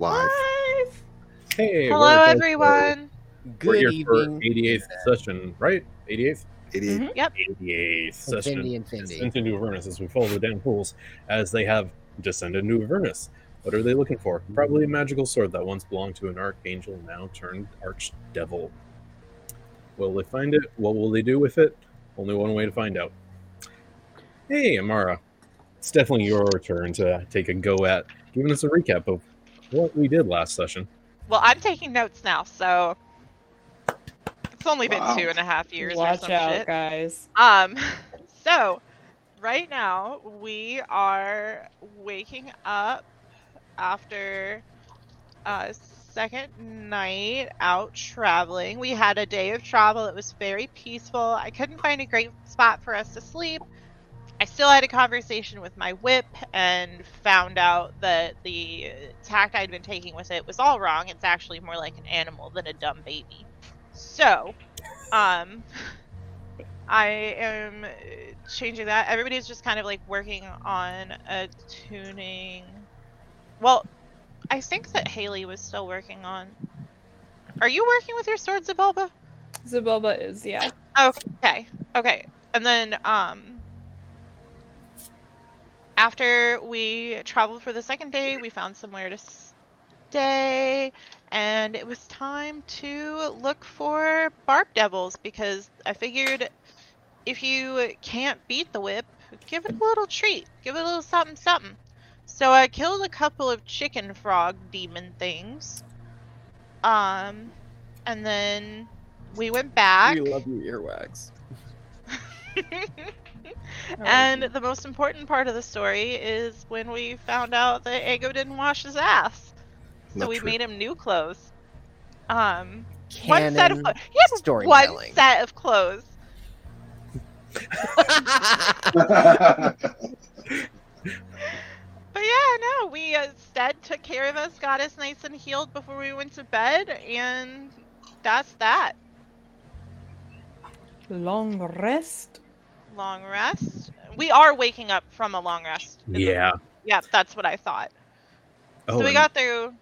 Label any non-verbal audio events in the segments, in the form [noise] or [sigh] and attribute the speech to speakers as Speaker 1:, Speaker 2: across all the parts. Speaker 1: Ah!
Speaker 2: Hey,
Speaker 1: Hello,
Speaker 2: we're-
Speaker 1: everyone.
Speaker 2: We're
Speaker 3: Good
Speaker 2: here
Speaker 3: evening.
Speaker 2: for 88th session, right? 88th?
Speaker 3: 88.
Speaker 4: Mm-hmm.
Speaker 1: Mhm. Yep.
Speaker 2: 88th
Speaker 5: And
Speaker 2: session.
Speaker 5: Findy and Findy.
Speaker 2: Descend into Avernus as we follow the damn fools as they have descended into Avernus. What are they looking for? Probably a magical sword that once belonged to an archangel, now turned archdevil. Will they find it? What will they do with it? Only one way to find out. Hey, Amara. It's definitely your turn to take a go at giving us a recap of what we did last session.
Speaker 1: Well, I'm taking notes now, so it's only been
Speaker 3: Wow.
Speaker 1: two and a half years or
Speaker 4: Watch
Speaker 1: some
Speaker 4: out,
Speaker 1: shit.
Speaker 4: guys.
Speaker 1: Um, [laughs] so right now we are waking up after a second night out traveling. We had a day of travel. It was very peaceful. I couldn't find a great spot for us to sleep. I still had a conversation with my whip and found out that the tact I'd been taking with it was all wrong. It's actually more like an animal than a dumb baby. So, um, I am uh, changing that. Everybody's just kind of like working on a tuning. Well, I think that Haley was still working on. Are you working with your sword, Zabulba?
Speaker 4: Zabulba is, yeah.
Speaker 1: Okay. Okay. And then um after we traveled for the second day, we found somewhere to stay and it was time to look for barb devils because I figured if you can't beat the whip, give it a little treat. Give it a little something something. So I killed a couple of chicken frog demon things. Um and then we went back.
Speaker 3: We love you, earwax.
Speaker 1: [laughs]
Speaker 5: Oh,
Speaker 1: and the most important part of the story is when we found out that Ego didn't wash his ass. Mm-hmm. So
Speaker 3: Not
Speaker 1: we
Speaker 3: true. [laughs]
Speaker 1: made him new clothes. Um, one set of
Speaker 5: Canon.
Speaker 1: clothes. He had one
Speaker 5: storytelling.
Speaker 1: set of clothes. But yeah, no, we uh, instead took care of us, got us nice and healed before we went to bed, and that's that.
Speaker 4: long rest.
Speaker 1: Long rest. We are waking up from a long rest. Is it-
Speaker 2: Yeah.
Speaker 1: Yeah, that's what I thought.
Speaker 2: Oh,
Speaker 1: so we got through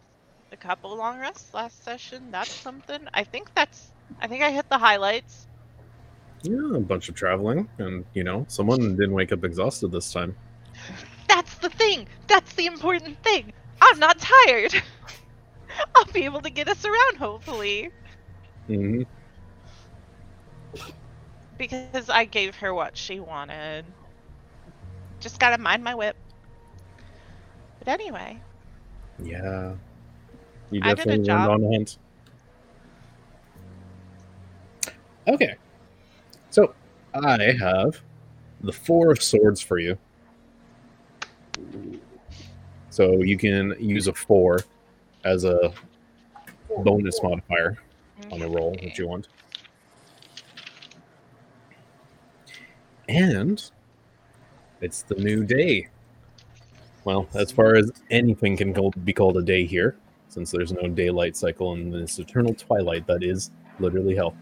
Speaker 1: a couple long rests last session. That's something. I think that's. I think I hit the highlights.
Speaker 2: yeah, a bunch of traveling, and you know, someone didn't wake up exhausted this time.
Speaker 1: That's the thing. That's the important thing. I'm not tired. [laughs] I'll be able to get us around hopefully
Speaker 2: hmm
Speaker 1: because I gave her what she wanted. Just gotta mind my whip. But anyway,
Speaker 2: Yeah. You
Speaker 1: I did a
Speaker 2: definitely went
Speaker 1: job.
Speaker 2: on a hunt. Okay. So I have the four of swords for you. So you can use a four as a bonus modifier on the roll
Speaker 1: okay.
Speaker 2: if you want. And it's the new day. Well, as far as anything can go, be called a day here, since there's no daylight cycle and this eternal twilight that is literally hell.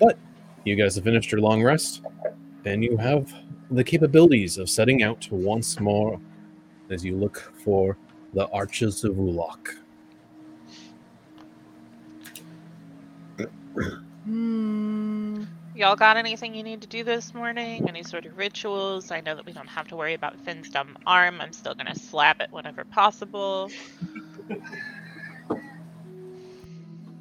Speaker 2: But you guys have finished your long rest, and you have the capabilities of setting out once more as you look for the arches of Ulok.
Speaker 4: Hmm.
Speaker 1: Y'all got anything you need to do this morning? Any sort of rituals? I know that we don't have to worry about Finn's dumb arm. I'm still gonna slap it whenever possible.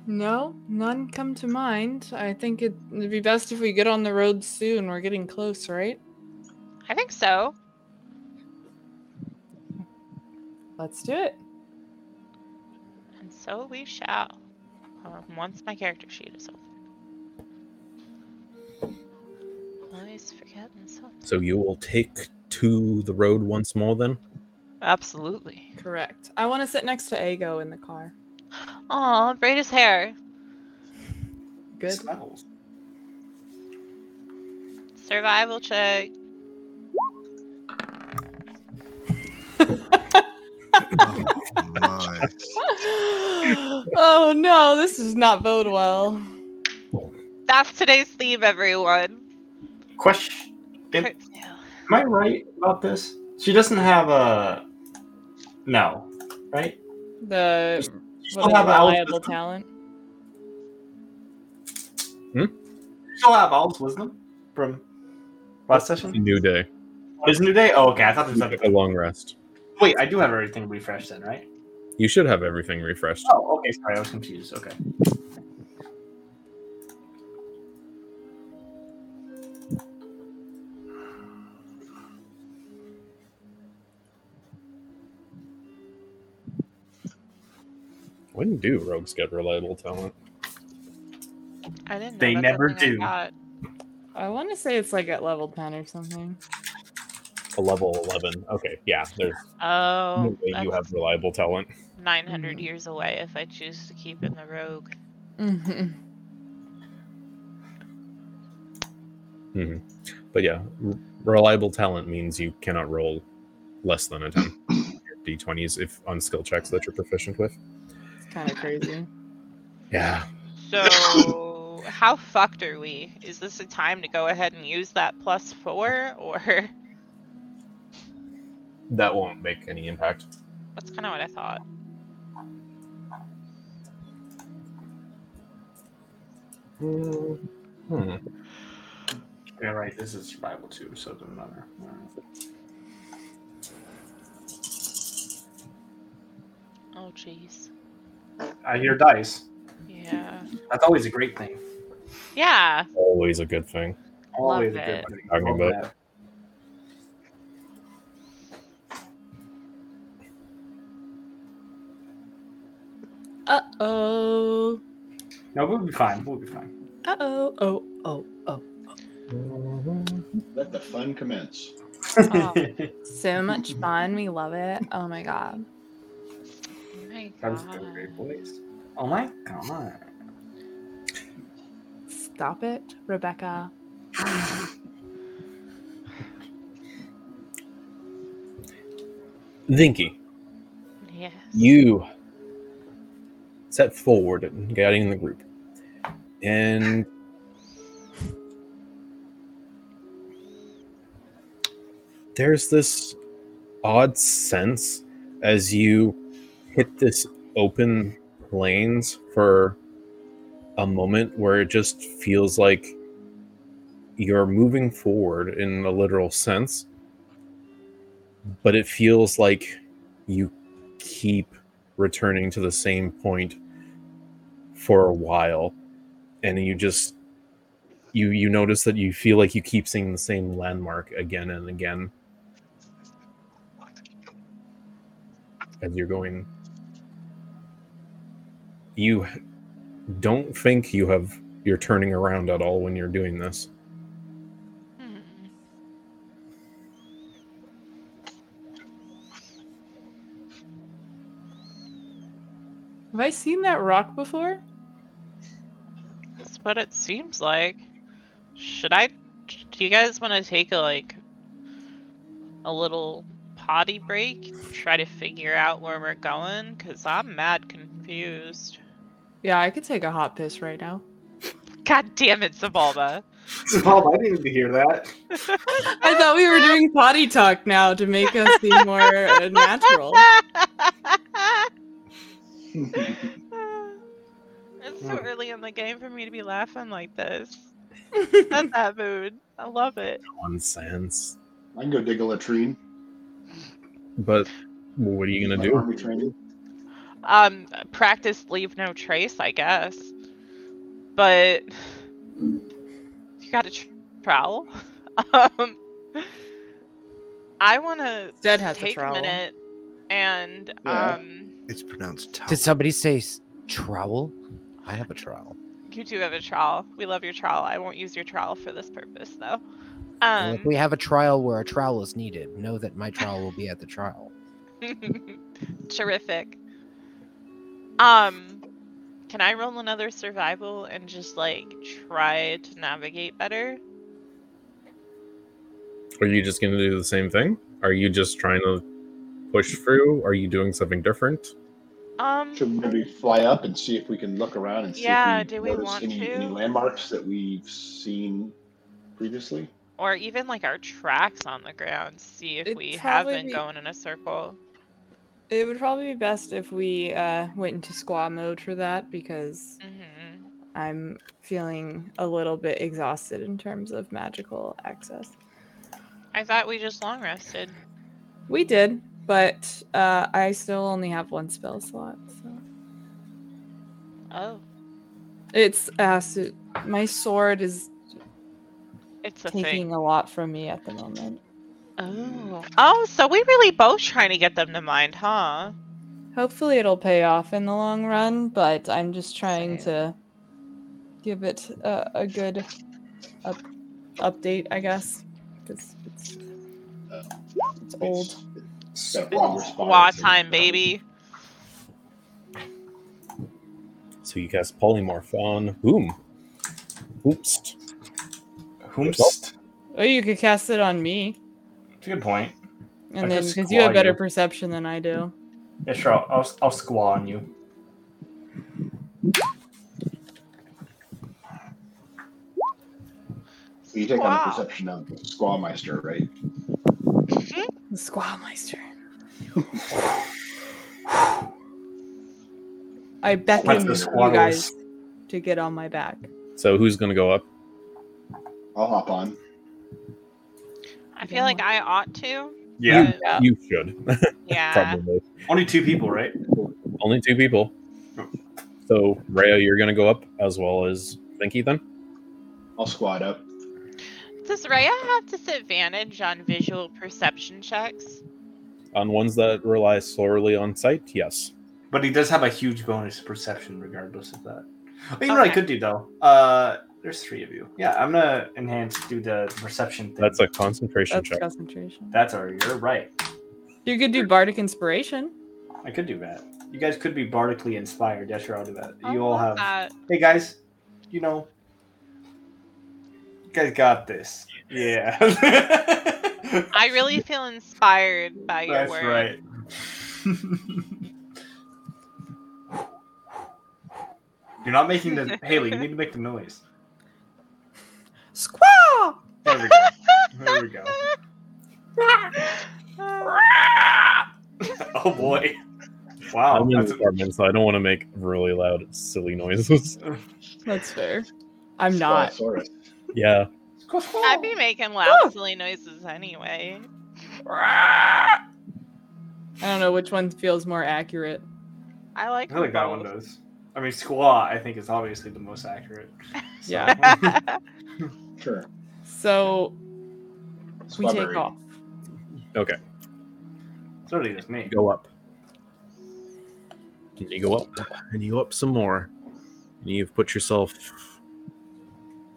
Speaker 4: No, none come to mind. I think it would be best if we get on the road soon. We're getting close, right?
Speaker 1: I think so.
Speaker 4: Let's do it.
Speaker 1: And so we shall. Um, once my character sheet is open. Always forget myself.
Speaker 2: So you will take to the road once more then?
Speaker 1: Absolutely.
Speaker 4: Correct. I want to sit next to Ago in the car.
Speaker 1: Aw, braid his hair.
Speaker 4: [laughs] Good. [gasps]
Speaker 3: Smells.
Speaker 1: Survival check.
Speaker 3: Oh, my.
Speaker 4: oh no, this does not bode well.
Speaker 1: That's today's theme, everyone.
Speaker 6: Question: Am
Speaker 1: Curtail.
Speaker 6: I right about this? She doesn't have a. No, right?
Speaker 4: The What
Speaker 6: have
Speaker 4: a
Speaker 6: owls.
Speaker 4: reliable talent.
Speaker 6: You still have Owl's wisdom from last session?
Speaker 2: New day.
Speaker 6: Oh, it's a new day? Oh, okay. I thought there was
Speaker 2: You took
Speaker 6: like
Speaker 2: a long rest.
Speaker 6: Wait, I do have everything refreshed then, right?
Speaker 2: You should have everything refreshed.
Speaker 6: Oh, okay. Sorry, I was confused. Okay.
Speaker 2: When do rogues get reliable talent?
Speaker 1: I didn't. know
Speaker 6: They
Speaker 1: that's
Speaker 6: never
Speaker 1: something I
Speaker 6: do.
Speaker 1: got.
Speaker 4: I want to say it's like at level 10 or something. [laughs]
Speaker 2: A level eleven. Okay, yeah. There's no
Speaker 1: Oh,
Speaker 2: way you have reliable talent.
Speaker 1: 900
Speaker 4: Mhm.
Speaker 1: years away if I choose to keep in the rogue.
Speaker 4: Mhm.
Speaker 2: But yeah, r- reliable talent means you cannot roll less than a ten. D twenties if on skill checks that you're proficient with.
Speaker 4: It's kind of crazy.
Speaker 2: Yeah.
Speaker 1: So, how fucked are we? Is this a time to go ahead and use that plus four, or [laughs]
Speaker 2: That won't make any impact.
Speaker 1: that's kind of what I thought?
Speaker 2: Hmm.
Speaker 6: Yeah, right. This is survival too, so it doesn't matter. Alright.
Speaker 1: Oh, jeez.
Speaker 6: I hear dice.
Speaker 1: Yeah.
Speaker 6: That's always a great thing.
Speaker 1: Yeah.
Speaker 2: Always a good thing.
Speaker 6: Always
Speaker 1: Love
Speaker 6: a good
Speaker 1: it.
Speaker 6: thing.
Speaker 2: Talking
Speaker 6: Love
Speaker 2: about-
Speaker 6: that.
Speaker 4: Uh oh.
Speaker 6: No, we'll be fine. We'll be fine.
Speaker 4: Uh oh. Oh oh oh.
Speaker 5: Let the fun commence.
Speaker 6: [laughs]
Speaker 1: Oh.
Speaker 4: So much fun. We love it. Oh my god.
Speaker 1: my
Speaker 6: that was a great
Speaker 1: God.
Speaker 6: place. Oh my god.
Speaker 4: Stop it, Rebecca.
Speaker 2: Vinky,
Speaker 1: Yes.
Speaker 2: you set forward and guiding the group. And there's this odd sense as you hit this open lanes for a moment where it just feels like you're moving forward in a literal sense, but it feels like you keep returning to the same point for a while and you just you you notice that you feel like you keep seeing the same landmark again and again as you're going you don't think you have you're turning around at all when you're doing this
Speaker 1: Hmm.
Speaker 4: Have I seen that rock before?
Speaker 1: That's what it seems like. Should I? Do you guys want to take a like a little potty break? Try to figure out where we're going, cause I'm mad confused.
Speaker 4: Yeah, I could take a hot piss right now.
Speaker 1: God damn it, Zabalba.
Speaker 6: [laughs] Paul, I didn't hear that.
Speaker 4: I thought we were doing potty talk now to make us
Speaker 1: [laughs]
Speaker 4: seem more uh,
Speaker 6: [laughs]
Speaker 4: natural.
Speaker 1: it's too early in the game for me to be laughing like this. [laughs] Not that mood. I love it.
Speaker 2: nonsense
Speaker 5: I can go dig a latrine.
Speaker 2: but what are you gonna
Speaker 5: My
Speaker 2: do
Speaker 5: Army training.
Speaker 1: Um, practice leave no trace, I guess. But you gotta tr- trowel. [laughs] um, I want to
Speaker 4: Zed has a
Speaker 1: take a
Speaker 4: trowel.
Speaker 1: minute and
Speaker 5: Yeah.
Speaker 1: um,
Speaker 3: It's pronounced towel.
Speaker 7: [laughs] Did somebody say s- trowel? I have a trowel.
Speaker 1: you do have a trowel. We love your trowel. I won't use your trowel for this purpose though.
Speaker 7: Well,
Speaker 1: Um,
Speaker 7: if we have a trial where a trowel is needed, know that my trowel will be at the trial.
Speaker 1: [laughs] Terrific. Um, can I roll another survival and just like try to navigate better?
Speaker 2: are you just gonna do the same thing are you just trying to push through are you doing something different
Speaker 1: Um,
Speaker 5: Should we maybe fly up and see if we can look around and see
Speaker 1: Yeah,
Speaker 5: if we
Speaker 1: do we
Speaker 5: notice
Speaker 1: want
Speaker 5: any, any
Speaker 1: to?
Speaker 5: landmarks that we've seen previously?
Speaker 1: or even like our tracks on the ground, see if
Speaker 4: It'd
Speaker 1: we have
Speaker 4: probably
Speaker 1: been
Speaker 4: be-
Speaker 1: going in a circle.
Speaker 4: It would probably be best if we uh, went into squaw mode for that because
Speaker 1: Mm-hmm.
Speaker 4: I'm feeling a little bit exhausted in terms of magical access.
Speaker 1: I thought we just long rested.
Speaker 4: We did, but uh, I still only have one spell slot. So.
Speaker 1: Oh,
Speaker 4: It's uh, so my sword is
Speaker 1: it's a
Speaker 4: taking
Speaker 1: thing.
Speaker 4: a lot from me at the moment.
Speaker 1: Oh, oh, so we really both trying to get them to mind, huh?
Speaker 4: Hopefully, it'll pay off in the long run, but I'm just trying to give it a, a good up, update, I guess. 'cause it's, it's old.
Speaker 5: Step
Speaker 1: Squaw
Speaker 5: on response.
Speaker 1: time, baby.
Speaker 2: So you cast polymorph on whom? Oops.
Speaker 6: Whomst?
Speaker 4: Oh, you could cast it on me,
Speaker 6: It's a good point.
Speaker 4: and
Speaker 6: I
Speaker 4: then
Speaker 6: could
Speaker 4: because you have
Speaker 6: squaw
Speaker 4: better
Speaker 6: you.
Speaker 4: perception than I do.
Speaker 6: Yeah, sure. I'll, I'll, I'll squaw on you.
Speaker 5: You take on a
Speaker 1: Squaw.
Speaker 5: perception of Squawmeister, right?
Speaker 4: The Squawmeister. I beckon
Speaker 6: the
Speaker 4: you
Speaker 6: squaws.
Speaker 4: guys to get on my back.
Speaker 2: So who's going to go up?
Speaker 5: I'll hop on.
Speaker 1: I feel like I ought to.
Speaker 6: Yeah.
Speaker 1: but
Speaker 4: Yeah.
Speaker 2: You should
Speaker 1: yeah.
Speaker 2: probably.
Speaker 6: Only two people, right?
Speaker 2: Only two people. So Rhea, you're going to go up as well as Vinky then.
Speaker 5: I'll squat up.
Speaker 1: Does Raya have disadvantage on visual perception checks?
Speaker 2: On ones that rely solely on sight, yes.
Speaker 6: But he does have a huge bonus perception regardless of that. But you know what I
Speaker 1: Okay.
Speaker 6: could do though? Uh there's three of you. Yeah, I'm gonna enhance do the perception thing.
Speaker 2: That's a concentration
Speaker 4: That's
Speaker 2: check.
Speaker 4: concentration.
Speaker 6: that's our you're right.
Speaker 4: You could do bardic inspiration.
Speaker 6: I could do that. You guys could be bardically inspired. Yeah, sure, I'll do that.
Speaker 1: I
Speaker 6: You
Speaker 4: Oh.
Speaker 6: all have
Speaker 1: love that.
Speaker 6: hey guys, you know, you guys got this.
Speaker 1: [laughs]
Speaker 6: Yeah.
Speaker 1: I really feel inspired by your
Speaker 6: That's
Speaker 1: work. [laughs]
Speaker 6: right. [laughs] You're not
Speaker 1: [laughs]
Speaker 6: making the Haley. You need to make the noise.
Speaker 4: Squaw!
Speaker 6: There we go.
Speaker 1: [laughs]
Speaker 6: There we go.
Speaker 1: Uh,
Speaker 6: Oh boy. Wow.
Speaker 2: I'm in
Speaker 6: Oh, that's
Speaker 2: the apartment, so I don't want to make really loud, silly noises. [laughs]
Speaker 4: That's fair. I'm not.
Speaker 5: Squawsaurus.
Speaker 2: yeah,
Speaker 1: I'd be making loud, silly noises anyway.
Speaker 4: I don't know which one feels more accurate.
Speaker 1: I like,
Speaker 6: I feel like that one does. I mean, squaw. I think is obviously the
Speaker 1: [laughs]
Speaker 6: most accurate. So- [laughs]
Speaker 4: Yeah.
Speaker 5: Sure.
Speaker 4: So we take
Speaker 5: Squawberry.
Speaker 4: off.
Speaker 6: it's really just me.
Speaker 2: go up. And you go up, and you go up some more. And you've put yourself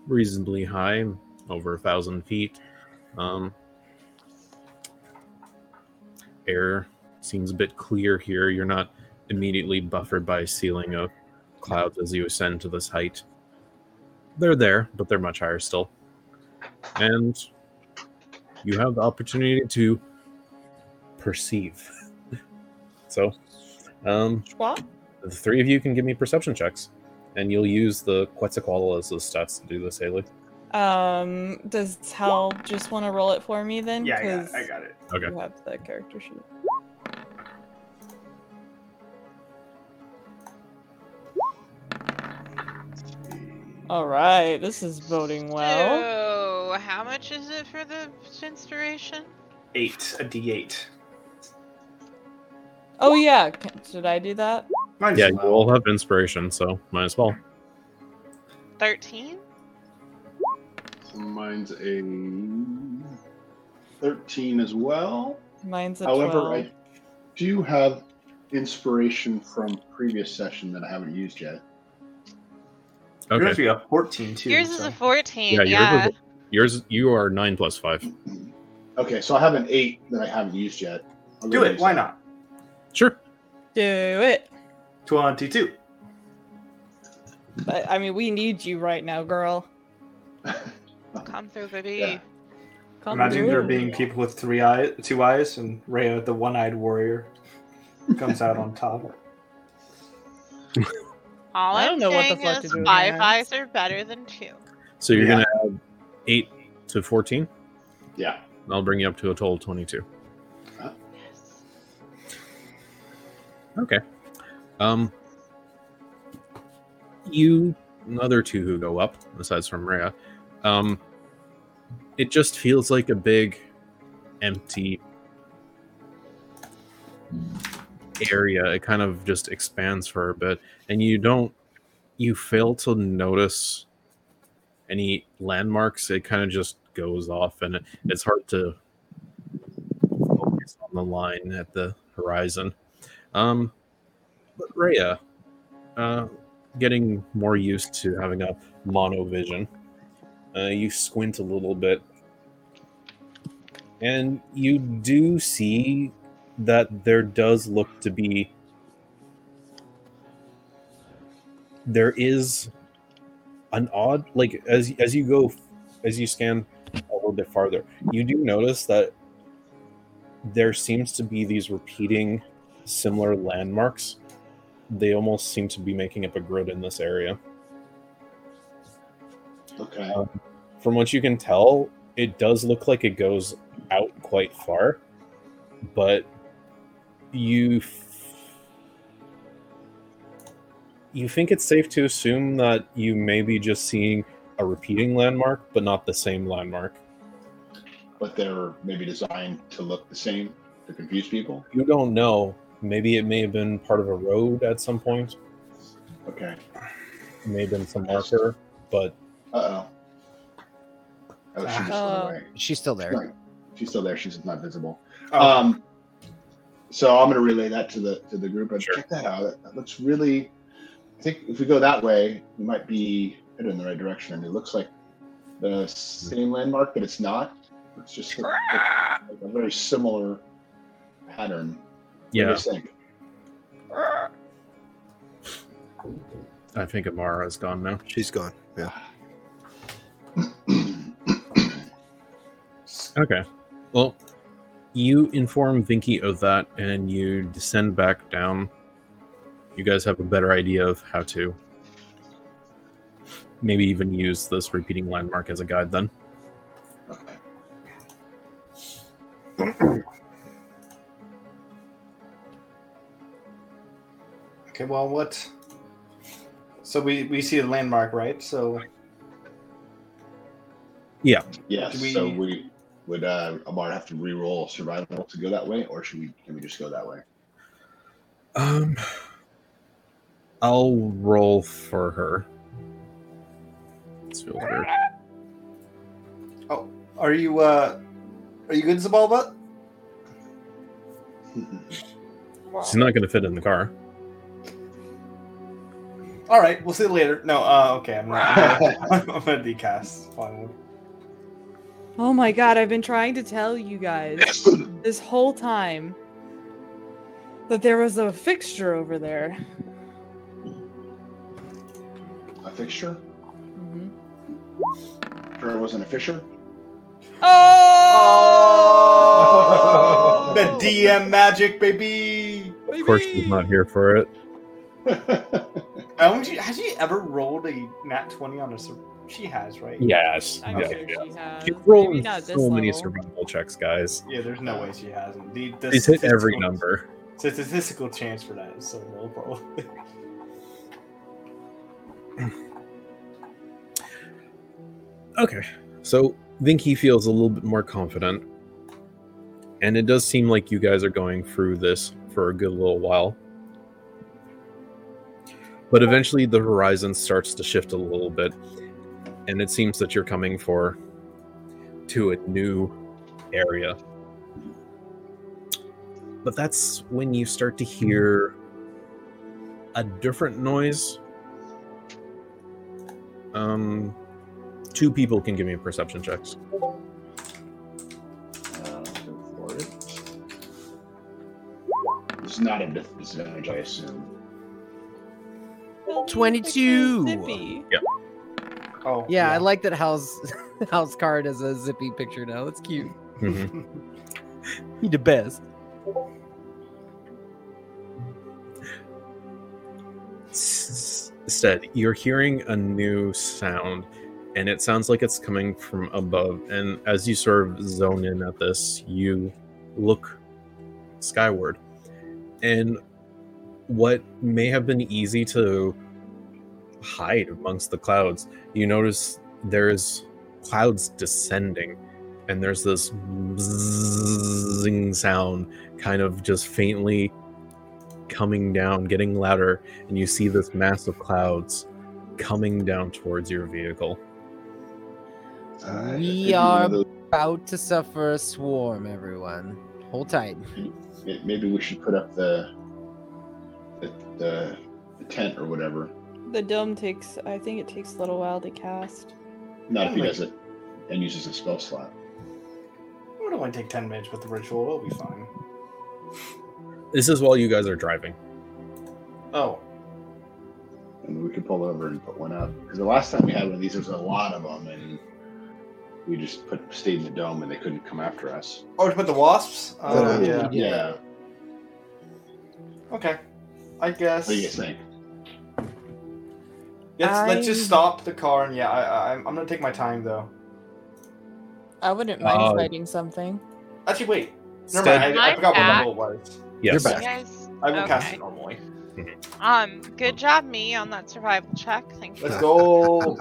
Speaker 2: reasonably high, over a thousand feet. Um, air seems a bit clear here. You're not immediately buffered by a ceiling of clouds as you ascend to this height. They're there, but they're much higher still. And you have the opportunity to perceive. So, um,
Speaker 4: Squaw?
Speaker 2: the three of you can give me perception checks, and you'll use the Quetzalcoatl as the stats to do this, Haley.
Speaker 4: Um, does Hal just want to roll it for me then?
Speaker 6: Yeah, I got,
Speaker 4: 'Cause
Speaker 6: I got it.
Speaker 2: Okay.
Speaker 4: You have the character sheet. All right, this is voting well.
Speaker 1: So, how much is it for the inspiration?
Speaker 6: Eight. A D eight.
Speaker 4: Oh yeah, c- should I do that?
Speaker 6: Might as
Speaker 2: Yeah, you
Speaker 6: well.
Speaker 2: all have inspiration, so might as well.
Speaker 1: 13?
Speaker 5: Mine's a 13 as well.
Speaker 4: Mine's a
Speaker 5: However,
Speaker 4: twelve.
Speaker 5: I do have inspiration from previous session that I haven't used yet.
Speaker 6: Yours
Speaker 2: Okay.
Speaker 6: be a fourteen too.
Speaker 1: Yours is
Speaker 6: so-
Speaker 1: a 14.
Speaker 2: Yeah,
Speaker 1: Yeah.
Speaker 2: yours is- Yours, you are nine plus five.
Speaker 5: Okay, so I have an 8 that I haven't used yet. I'll
Speaker 6: Do
Speaker 5: go
Speaker 6: it.
Speaker 5: use
Speaker 6: Why
Speaker 5: that.
Speaker 6: not?
Speaker 2: Sure.
Speaker 4: do it.
Speaker 6: Twenty-two.
Speaker 4: But I mean, we need you right now, girl.
Speaker 1: Come through, baby.
Speaker 5: Yeah.
Speaker 4: Come
Speaker 6: Imagine
Speaker 4: do
Speaker 6: there
Speaker 4: it.
Speaker 6: being people with three eyes, two eyes, and Rayo, the one-eyed warrior, comes out on top.
Speaker 1: All
Speaker 4: I
Speaker 1: I
Speaker 4: don't
Speaker 1: am
Speaker 4: know what the
Speaker 1: saying
Speaker 4: fuck to
Speaker 1: is
Speaker 4: do with
Speaker 1: five
Speaker 4: my eyes.
Speaker 1: eyes are better than two.
Speaker 2: So you're
Speaker 6: Yeah.
Speaker 2: gonna have eight to fourteen.
Speaker 5: [laughs] Yeah.
Speaker 2: and I'll bring you up to a total of twenty-two.
Speaker 1: Yes.
Speaker 2: Um, you, the other two who go up, besides from Rhea, um, it just feels like a big, empty area. It kind of just expands for a bit, and you don't, you fail to notice any landmarks. It kind of just goes off, and it, it's hard to focus on the line at the horizon. Um, but Rhea, uh, getting more used to having a mono vision, uh, you squint a little bit, and you do see that there does look to be there is an odd like as as you go as you scan a little bit farther you do notice that there seems to be these repeating similar landmarks they almost seem to be making up a grid in this area.
Speaker 5: Okay.
Speaker 2: From what you can tell, it does look like it goes out quite far, but you f- you think it's safe to assume that you may be just seeing a repeating landmark, but not the same landmark.
Speaker 5: But they're maybe designed to look the same to confuse people.
Speaker 2: You don't know. Maybe it may have been part of a road at some point.
Speaker 5: Okay.
Speaker 2: It may have been some marker, but
Speaker 5: Uh oh. Oh, she just
Speaker 4: Oh.
Speaker 5: went away.
Speaker 7: She's still
Speaker 5: She's
Speaker 7: there.
Speaker 5: not- She's still there. She's just not visible.
Speaker 6: Oh,
Speaker 5: Um, so I'm going to relay that to the to the group. And
Speaker 2: Sure.
Speaker 5: check that out. That, that looks really. I think if we go that way, we might be headed in the right direction. And it looks like the same landmark, but it's not. It's just a, like a very similar pattern. What do you
Speaker 2: yeah,
Speaker 5: think?
Speaker 2: I think Amara is gone now.
Speaker 3: She's gone. Yeah.
Speaker 2: Okay. Well, you inform Vinky of that and you descend back down. You guys have a better idea of how to maybe even use this repeating landmark as a guide then.
Speaker 5: Okay.
Speaker 6: okay, well, what? So we, we see the landmark, right? So
Speaker 5: [clears throat] Yeah.
Speaker 6: Do we-
Speaker 5: So we would uh, Amar have to re-roll survival to go that way, or should we? Can we just go that way?
Speaker 2: Um I'll roll for her. This feels weird.
Speaker 6: are you uh are you good, Zabalba?
Speaker 2: She's not gonna fit in the car.
Speaker 6: All right, we'll see you later. No, uh, okay, I'm not. [laughs] I'm gonna decast. Finally.
Speaker 4: Oh my god, I've been trying to tell you guys this whole time that there was a fixture over there.
Speaker 5: a fixture?
Speaker 4: Mhm.
Speaker 5: Sure, it wasn't a [laughs] fissure.
Speaker 4: Oh!
Speaker 6: The DM magic, baby.
Speaker 2: Of course she's not here for it.
Speaker 6: I don't- has she ever rolled a nat twenty on a? sur- She has, right?
Speaker 2: Yes.
Speaker 4: I'm
Speaker 2: yeah,
Speaker 4: sure
Speaker 2: yeah.
Speaker 4: she has.
Speaker 2: She's
Speaker 4: Maybe
Speaker 2: rolling
Speaker 4: not
Speaker 2: so
Speaker 4: this
Speaker 2: many
Speaker 4: level.
Speaker 2: survival checks, guys.
Speaker 6: Yeah, there's no way she hasn't. The, the
Speaker 2: She's hit every
Speaker 6: statistical-
Speaker 2: number.
Speaker 6: The statistical chance for that is so low, probably.
Speaker 2: Okay. So Vinky feels a little bit more confident. And it does seem like you guys are going through this for a good little while. But eventually the horizon starts to shift a little bit. And it seems that you're coming for to a new area. But that's when you start to hear a different noise. Um two people can give me perception checks.
Speaker 5: Uh, go for it. It's not a dif- disadvantage, I assume.
Speaker 4: Well, it's
Speaker 7: 22.
Speaker 4: like a zippy.
Speaker 6: [laughs] Oh,
Speaker 7: Yeah, I like that Hal's [laughs] Hal's card as a zippy picture now. That's cute.
Speaker 2: Mm-hmm.
Speaker 7: He the best.
Speaker 2: Instead, you're hearing a new sound, and it sounds like it's coming from above. And as you sort of zone in at this, you look skyward, and what may have been easy to hide amongst the clouds, you notice there's clouds descending, and there's this zing sound kind of just faintly coming down, getting louder, and you see this mass of clouds coming down towards your vehicle.
Speaker 7: We
Speaker 5: Uh, maybe one
Speaker 7: are
Speaker 5: of those-
Speaker 7: about to suffer a swarm, everyone. Hold tight.
Speaker 5: may- Maybe we should put up the the, the, the tent or whatever.
Speaker 4: The dome takes, I think it takes a little while to cast.
Speaker 5: Not if he
Speaker 6: Oh my-
Speaker 5: does it and uses a spell slot.
Speaker 6: It would only take 10 minutes with the ritual. We'll be fine.
Speaker 2: This is while you guys are driving.
Speaker 6: Oh,
Speaker 5: And we could pull over and put one up. Because the last time we had one of these, there was a lot of them, and we just put stayed in the dome, and they couldn't come after us.
Speaker 6: Oh, to put the wasps? Uh,
Speaker 5: Uh,
Speaker 6: yeah.
Speaker 5: Yeah.
Speaker 6: Okay. I
Speaker 5: What
Speaker 6: guess.
Speaker 5: do you guys think? [laughs]
Speaker 6: Let's, let's
Speaker 4: I-
Speaker 6: just stop the car and yeah, I, I, I'm I'm gonna take my time though.
Speaker 4: I wouldn't mind
Speaker 2: Oh.
Speaker 4: fighting something.
Speaker 6: Actually, wait. Never
Speaker 2: Stead-
Speaker 6: mind. I, I
Speaker 1: I'm
Speaker 6: forgot
Speaker 1: back.
Speaker 6: what my bullet was.
Speaker 2: yes.
Speaker 7: back.
Speaker 1: You guys,
Speaker 6: I will cast
Speaker 1: Okay.
Speaker 6: it normally.
Speaker 1: um, good job me on that survival check. Thank you.
Speaker 5: [laughs]
Speaker 6: Let's go.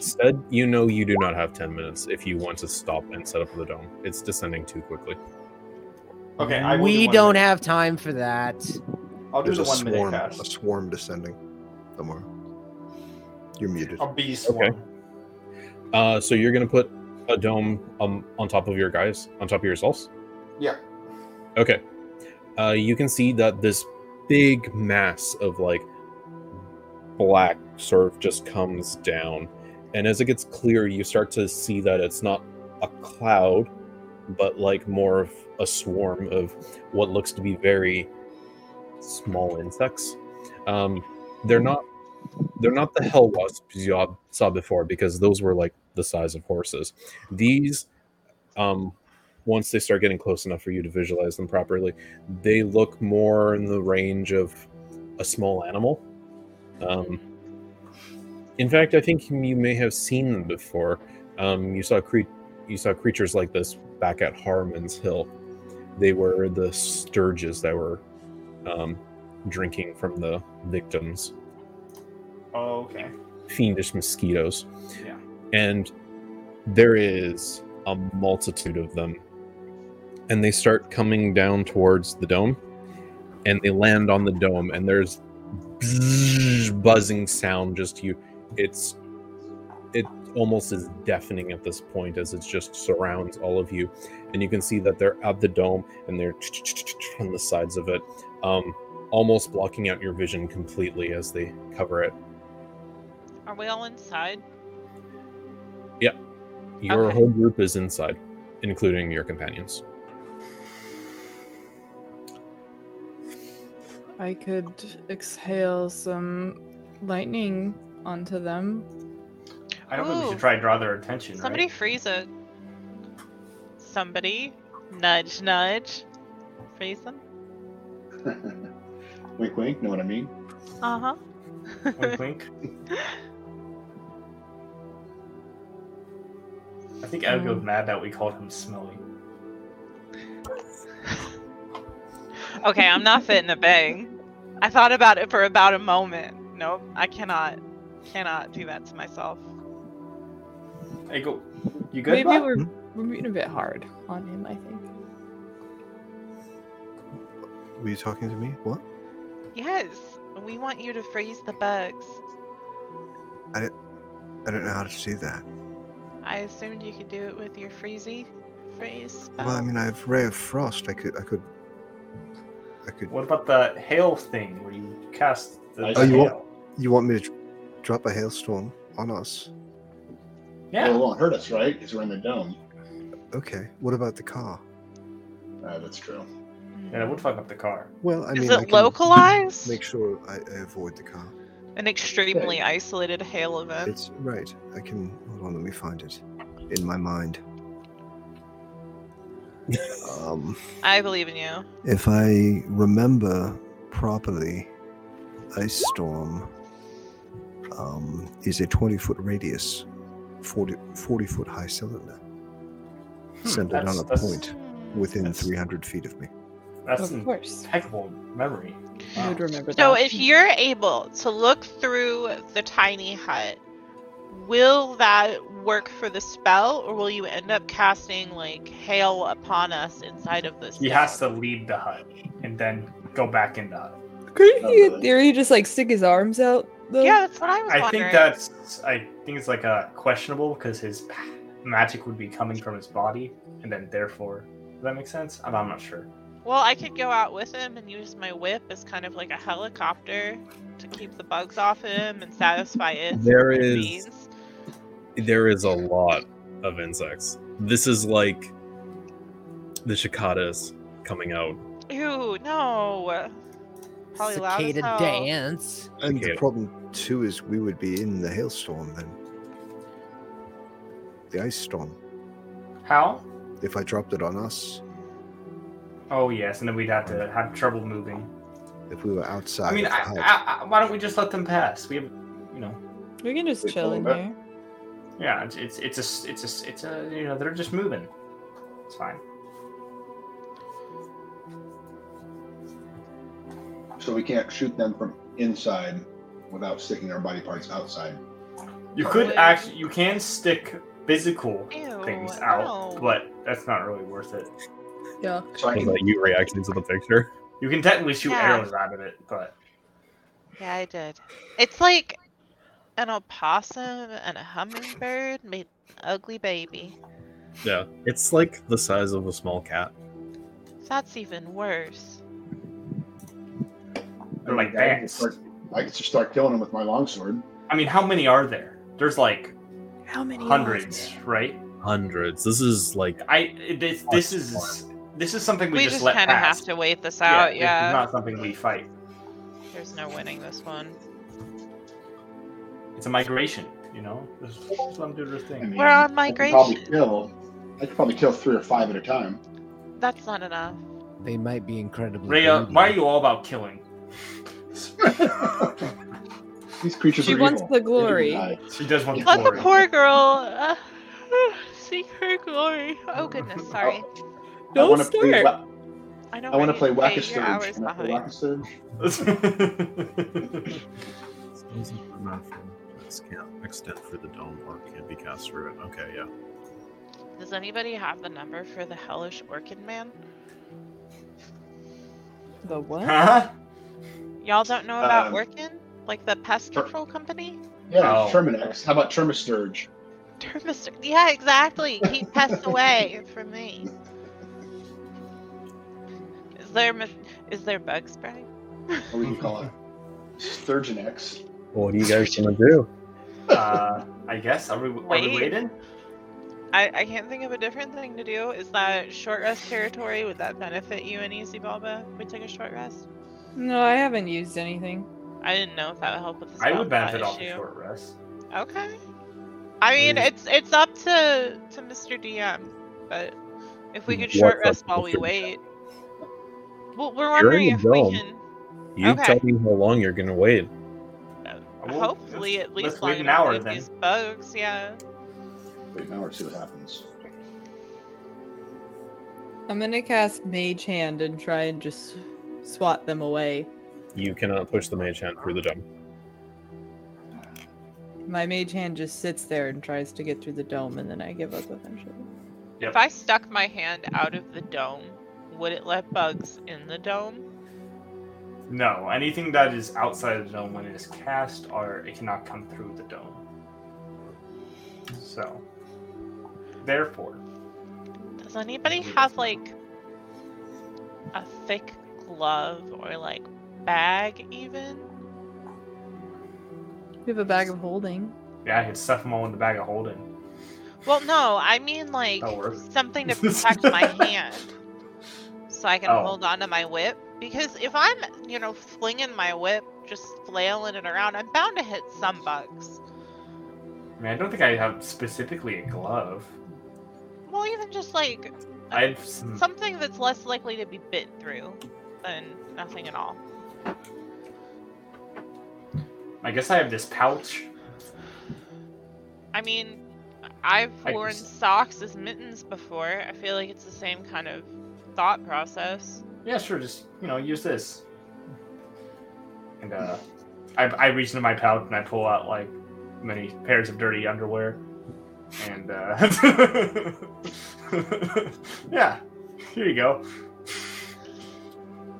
Speaker 2: Said you know you do not have 10 minutes if you want to stop and set up the dome. It's descending too quickly.
Speaker 6: okay. I will
Speaker 7: we
Speaker 6: do one
Speaker 7: don't
Speaker 6: minute.
Speaker 7: have time for that.
Speaker 6: I'll do
Speaker 3: There's
Speaker 6: the
Speaker 3: a
Speaker 6: one minute
Speaker 3: swarm, a
Speaker 6: cast.
Speaker 3: swarm descending. Somewhere. You're muted.
Speaker 6: A bee swarm.
Speaker 2: Uh, so you're going to put a dome um, on top of your guys, on top of yourselves?
Speaker 6: Yeah.
Speaker 2: Okay. Uh, you can see that this big mass of like black sort of just comes down. And as it gets clear, you start to see that it's not a cloud, but like more of a swarm of what looks to be very small insects. Um, they're not they're not the hell wasps you ob- saw before because those were like the size of horses. These um, once they start getting close enough for you to visualize them properly, they look more in the range of a small animal. Um, in fact, I think you may have seen them before. Um, you saw cre- you saw creatures like this back at Harmon's Hill. They were the sturges that were um, drinking from the victims
Speaker 6: Oh, okay.
Speaker 2: fiendish mosquitoes.
Speaker 6: Yeah.
Speaker 2: And there is a multitude of them. And they start coming down towards the dome and they land on the dome and there's buzzing sound just you it's it almost is deafening at this point as it just surrounds all of you and you can see that they're at the dome and they're on the sides of it um almost blocking out your vision completely as they cover it
Speaker 1: Are we all inside?
Speaker 2: Your
Speaker 1: Okay.
Speaker 2: whole group is inside, including your companions.
Speaker 4: I could exhale some lightning onto them.
Speaker 6: I don't think we
Speaker 1: Ooh.
Speaker 6: should try to draw their attention.
Speaker 1: Somebody
Speaker 6: Right?
Speaker 1: freeze it. Somebody nudge nudge. Freeze them.
Speaker 5: wink, wink. Know what I mean?
Speaker 1: Uh huh.
Speaker 6: Wink, wink. I think I'd go
Speaker 4: Um.
Speaker 6: mad that we called him smelly.
Speaker 1: [laughs] okay, I'm not fitting a bang. I thought about it for about a moment. Nope, I cannot, cannot do that to myself.
Speaker 6: Hey, go. You good?
Speaker 4: Maybe
Speaker 6: Bob?
Speaker 4: we're we're being a bit hard on him. I think.
Speaker 3: Were you talking to me? What?
Speaker 1: Yes, we want you to freeze the bugs.
Speaker 3: I don't know how to do that.
Speaker 1: I assumed you could do it with your freezy freeze.
Speaker 3: Well, I
Speaker 1: spell.
Speaker 3: mean, I have ray of frost. I could, I could, I could.
Speaker 6: What about the hail thing where you cast the
Speaker 5: Oh,
Speaker 3: you
Speaker 6: hail?
Speaker 3: want- You want me to dr- drop a hailstorm on us?
Speaker 5: Well,
Speaker 6: Yeah.
Speaker 5: it won't hurt us, right? Because we're in the dome.
Speaker 3: Okay. What about the car?
Speaker 5: Uh, that's true.
Speaker 6: And
Speaker 1: Mm.
Speaker 6: it would fuck up the car.
Speaker 3: Well, I mean,
Speaker 1: Is
Speaker 3: I
Speaker 1: it
Speaker 3: can
Speaker 1: localized?
Speaker 3: Make sure I, I avoid the car.
Speaker 1: An extremely isolated hail event.
Speaker 3: It's right. I can. Hold on, let me find it in my
Speaker 6: [laughs]
Speaker 3: mind. um,
Speaker 1: I believe in you.
Speaker 3: if I remember properly, ice storm um, is a 20 foot radius, 40, 40 foot high cylinder, centered
Speaker 6: Hmm, that's-
Speaker 3: on a
Speaker 6: that's-
Speaker 3: point within
Speaker 6: that's-
Speaker 3: 300 feet of me.
Speaker 6: That's
Speaker 4: Of
Speaker 6: an
Speaker 4: course.
Speaker 6: impeccable memory.
Speaker 4: You
Speaker 6: Wow.
Speaker 4: would remember that.
Speaker 1: So if you're able to look through the tiny hut, will that work for the spell, or will you end up casting like hail upon us inside of this?
Speaker 6: He has to leave the hut and then go back in the hut.
Speaker 4: Couldn't he,
Speaker 5: Uh,
Speaker 4: in theory, just like stick his arms out? Though?
Speaker 1: Yeah, that's what I was
Speaker 6: I
Speaker 1: wondering.
Speaker 6: think that's I think it's like a questionable because his p- magic would be coming from his body and then therefore does that make sense? I'm, I'm not sure.
Speaker 1: Well, I could go out with him and use my whip as kind of like a helicopter to keep the bugs off him and satisfy it.
Speaker 2: There is- there is a lot of insects. This is like the cicadas coming out.
Speaker 1: Ew, no. Probably loud as
Speaker 7: Cicada
Speaker 1: hell.
Speaker 7: dance.
Speaker 3: And the
Speaker 2: Okay.
Speaker 3: problem too is we would be in the hailstorm then. The ice storm.
Speaker 6: How?
Speaker 3: If I dropped it on us,
Speaker 6: Oh yes, and then we'd have to have trouble moving.
Speaker 3: if we were outside,
Speaker 6: I mean,
Speaker 3: of
Speaker 6: I,
Speaker 3: the hut,
Speaker 6: I, I, why don't we just let them pass? We have, you know,
Speaker 4: We can just
Speaker 5: Wait,
Speaker 4: chill in
Speaker 5: hold on.
Speaker 4: here.
Speaker 6: yeah, it's it's it's a s- it's a s- it's a you know they're just moving. It's fine.
Speaker 5: So we can't shoot them from inside without sticking our body parts outside.
Speaker 6: You could
Speaker 1: Wait.
Speaker 6: actually you can stick physical
Speaker 1: Ew,
Speaker 6: things out,
Speaker 1: no.
Speaker 6: but that's not really worth it.
Speaker 4: Yeah.
Speaker 5: So I
Speaker 2: Was
Speaker 5: can,
Speaker 2: that you reacting to the picture? [laughs]
Speaker 6: You can technically shoot
Speaker 1: Yeah.
Speaker 6: arrows out of it, but
Speaker 1: Yeah, I did. It's like an opossum and a hummingbird made an ugly baby.
Speaker 2: Yeah. It's like the size of a small cat.
Speaker 1: That's even worse.
Speaker 6: they're like
Speaker 5: I can just
Speaker 6: bats.
Speaker 5: start- I can just start killing them with my longsword.
Speaker 6: I mean, how many are there? There's like
Speaker 4: How many are
Speaker 6: hundreds,
Speaker 4: there?
Speaker 6: right?
Speaker 2: Hundreds. This is like
Speaker 6: I this this is this is something we,
Speaker 1: We,
Speaker 6: just,
Speaker 1: just,
Speaker 6: let
Speaker 1: kind of
Speaker 6: pass.
Speaker 1: have to wait this
Speaker 6: Yeah,
Speaker 1: out,
Speaker 6: this is
Speaker 1: yeah.
Speaker 6: not something we fight.
Speaker 1: There's no winning this one.
Speaker 6: It's a migration, you know. This is some dude's
Speaker 5: I
Speaker 6: thing.
Speaker 5: mean,
Speaker 1: We're on
Speaker 5: I could probably
Speaker 1: migration.
Speaker 5: kill. I could probably kill three or five at
Speaker 1: [laughs]
Speaker 5: a time.
Speaker 1: That's not enough.
Speaker 7: They might be incredibly.
Speaker 6: Rhea,
Speaker 7: greedy.
Speaker 6: why are you all about
Speaker 5: [laughs]
Speaker 6: killing?
Speaker 5: These creatures
Speaker 4: She
Speaker 5: are
Speaker 4: wants
Speaker 5: evil.
Speaker 4: the
Speaker 5: They can
Speaker 4: glory.
Speaker 5: die.
Speaker 6: She does want
Speaker 1: Let the
Speaker 6: glory.
Speaker 1: poor girl [laughs] uh, seek her glory. Oh
Speaker 6: [laughs]
Speaker 1: goodness, sorry.
Speaker 5: I
Speaker 4: Don't
Speaker 5: wanna play
Speaker 4: start.
Speaker 5: wha-
Speaker 1: I know.
Speaker 5: I want to
Speaker 1: right?
Speaker 5: play Whack
Speaker 1: Hey,
Speaker 5: a
Speaker 1: you're
Speaker 5: Surge.
Speaker 1: hours
Speaker 5: Can I play
Speaker 1: behind.
Speaker 5: Whack a Surge?
Speaker 2: This can't extend through the dome or can't be cast through it. Okay, yeah.
Speaker 1: Does anybody have the number for the hellish orchid man?
Speaker 4: The what?
Speaker 6: [laughs] huh?
Speaker 1: Y'all don't know about
Speaker 5: Um,
Speaker 1: orchid, like the pest
Speaker 5: Sure.
Speaker 1: control company?
Speaker 5: Yeah,
Speaker 6: Oh.
Speaker 5: Terminex. How about Termisturge?
Speaker 1: Termister. Yeah, exactly. Keep pests away from me. Is there mis- is there bug spray?
Speaker 5: Or we can call it Sturgeonex.
Speaker 2: What are you guys gonna [laughs] do?
Speaker 6: Uh, I guess. Are we, are we
Speaker 1: Wait.
Speaker 6: waiting?
Speaker 1: I, I can't think of a different thing to do. Is that short rest territory? Would that benefit you and Easy Balba? if We took a short rest.
Speaker 4: No, I haven't used anything.
Speaker 1: I didn't know if that would help with the
Speaker 6: I
Speaker 1: spell
Speaker 6: would benefit
Speaker 1: slot
Speaker 6: off the
Speaker 1: issue.
Speaker 6: short rest.
Speaker 1: Okay. I mean,
Speaker 6: Please.
Speaker 1: it's it's up to to Mr. DM, but if we could
Speaker 2: What's
Speaker 1: short
Speaker 2: up,
Speaker 1: rest while we
Speaker 2: Mr.
Speaker 1: wait. Well, we're
Speaker 2: in
Speaker 1: wondering
Speaker 2: the
Speaker 1: if we
Speaker 2: dome.
Speaker 1: can.
Speaker 2: You
Speaker 1: Okay.
Speaker 2: tell me how long you're gonna wait.
Speaker 6: Well,
Speaker 1: hopefully,
Speaker 6: let's-
Speaker 1: at least
Speaker 6: let's wait
Speaker 1: long
Speaker 6: an
Speaker 1: enough
Speaker 6: hour
Speaker 1: with
Speaker 6: then.
Speaker 1: these bugs. Yeah.
Speaker 5: Wait, now let's see what happens.
Speaker 4: I'm gonna cast Mage Hand and try and just swat them away.
Speaker 2: You cannot push the mage hand through the dome.
Speaker 4: My Mage Hand just sits there and tries to get through the dome, and then I give up eventually.
Speaker 6: Yep.
Speaker 1: If I stuck my hand out of the dome, would it let bugs in the dome?
Speaker 6: No, anything that is outside of the dome when it is cast, or it cannot come through the dome. So, therefore,
Speaker 1: Does anybody have like a thick glove or like bag even?
Speaker 4: We have a bag of holding.
Speaker 6: yeah, I could stuff them all in the bag of holding.
Speaker 1: Well, no, I mean like
Speaker 6: That'll work.
Speaker 1: something to
Speaker 6: [laughs]
Speaker 1: protect my hand, so I can
Speaker 6: Oh.
Speaker 1: hold on to my whip. Because if I'm, you know, flinging my whip, just flailing it around, I'm bound to hit some bugs.
Speaker 6: I mean, I don't think I have specifically a glove.
Speaker 1: Well, even just like
Speaker 6: I have some,
Speaker 1: something that's less likely to be bit through than nothing at all.
Speaker 6: I guess I have this pouch.
Speaker 1: I mean, I've
Speaker 6: I
Speaker 1: worn
Speaker 6: just-
Speaker 1: socks as mittens before. I feel like it's the same kind of thought process.
Speaker 6: yeah, sure, just you know, use this. And uh, I, I reach into my pouch and I pull out like many pairs of dirty underwear, and uh, [laughs] yeah, here you go.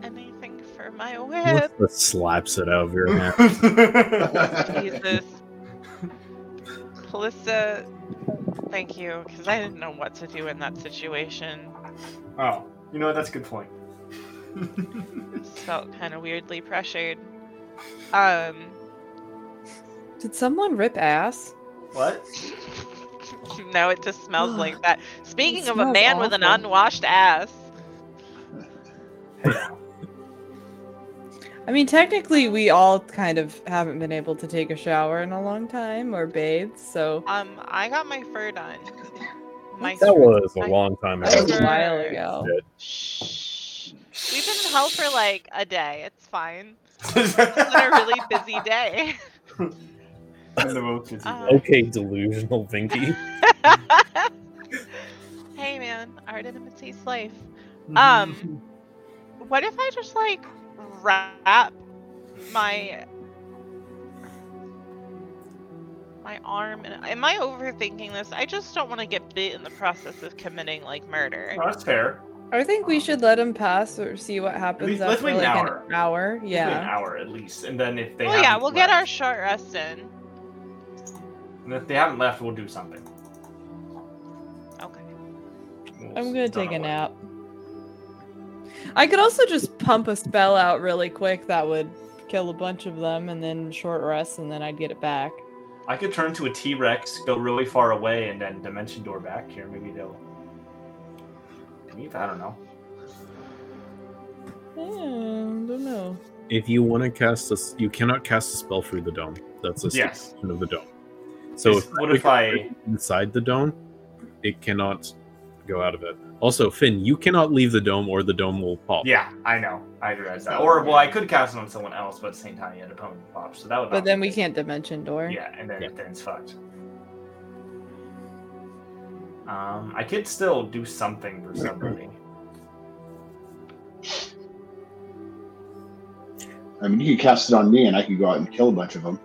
Speaker 1: Anything for my
Speaker 2: Melissa
Speaker 1: whip.
Speaker 2: slaps it out of [laughs] your hand.
Speaker 1: [laughs] Jesus. Calista, thank you, because I didn't know what to do in that situation.
Speaker 6: oh, you know what? That's a good point.
Speaker 1: Just felt kind of weirdly pressured. Um, [laughs]
Speaker 4: Did someone rip ass?
Speaker 6: what?
Speaker 1: no, it just smells like that. Speaking of a
Speaker 4: smells
Speaker 1: man with an
Speaker 4: awful.
Speaker 1: unwashed ass,
Speaker 4: I mean, technically, we all kind of haven't been able to take a shower in a long time or bathe, so
Speaker 1: um, I got my fur done. My
Speaker 2: That was a long time
Speaker 4: that
Speaker 2: ago.
Speaker 4: was a while ago.
Speaker 2: Oh.
Speaker 1: Shh. We've been in hell for like a day. It's fine. It's been a
Speaker 6: [laughs]
Speaker 1: really busy day.
Speaker 2: [laughs]
Speaker 6: I'm the most busy
Speaker 1: Uh,
Speaker 6: guy.
Speaker 2: Okay, delusional Vinky.
Speaker 1: hey man, art imitates
Speaker 2: [laughs]
Speaker 1: life. um, What if I just like wrap my my arm? In... Am I overthinking this? I just don't want to get bit in the process of committing like murder.
Speaker 6: Oh, [laughs] that's fair.
Speaker 4: I think we should let him pass or see what happens
Speaker 6: least- let's
Speaker 4: after
Speaker 6: wait an
Speaker 4: like
Speaker 6: hour.
Speaker 4: an hour.
Speaker 6: Give it an
Speaker 4: Yeah.
Speaker 6: hour at least, and then if they
Speaker 1: Well, yeah,
Speaker 6: haven't
Speaker 1: we'll get our
Speaker 6: left-
Speaker 1: short rest in.
Speaker 6: and if they haven't left, we'll do something.
Speaker 1: Okay.
Speaker 6: We'll
Speaker 4: I'm
Speaker 6: don't
Speaker 4: gonna take
Speaker 6: know
Speaker 4: a
Speaker 6: what.
Speaker 4: nap. I could also just pump a spell out really quick that would kill a bunch of them and then short rest and then I'd get it back.
Speaker 6: I could turn to a T Rex, go really far away, and then dimension door back here. Maybe they'll leave. I don't know.
Speaker 4: Yeah, I don't know.
Speaker 2: If you want to cast this, you cannot cast a spell through the dome. That's a
Speaker 6: Yes.
Speaker 2: section of the dome. So
Speaker 6: Is- what if I-
Speaker 2: inside the dome, it cannot go out of it. Also, Finn, you cannot leave the dome, or the dome will pop.
Speaker 6: Yeah, I know. I realize that. Or well, I could cast it on someone else, but at the same time, you had a pony pop, so that would.
Speaker 4: But
Speaker 6: not
Speaker 4: then
Speaker 6: be
Speaker 4: we
Speaker 6: good.
Speaker 4: can't dimension door.
Speaker 6: Yeah, and then
Speaker 2: Yeah.
Speaker 6: then it's fucked. Um, I could still do something for somebody.
Speaker 5: I mean, you could cast it on me, and I could go out and kill a bunch of them.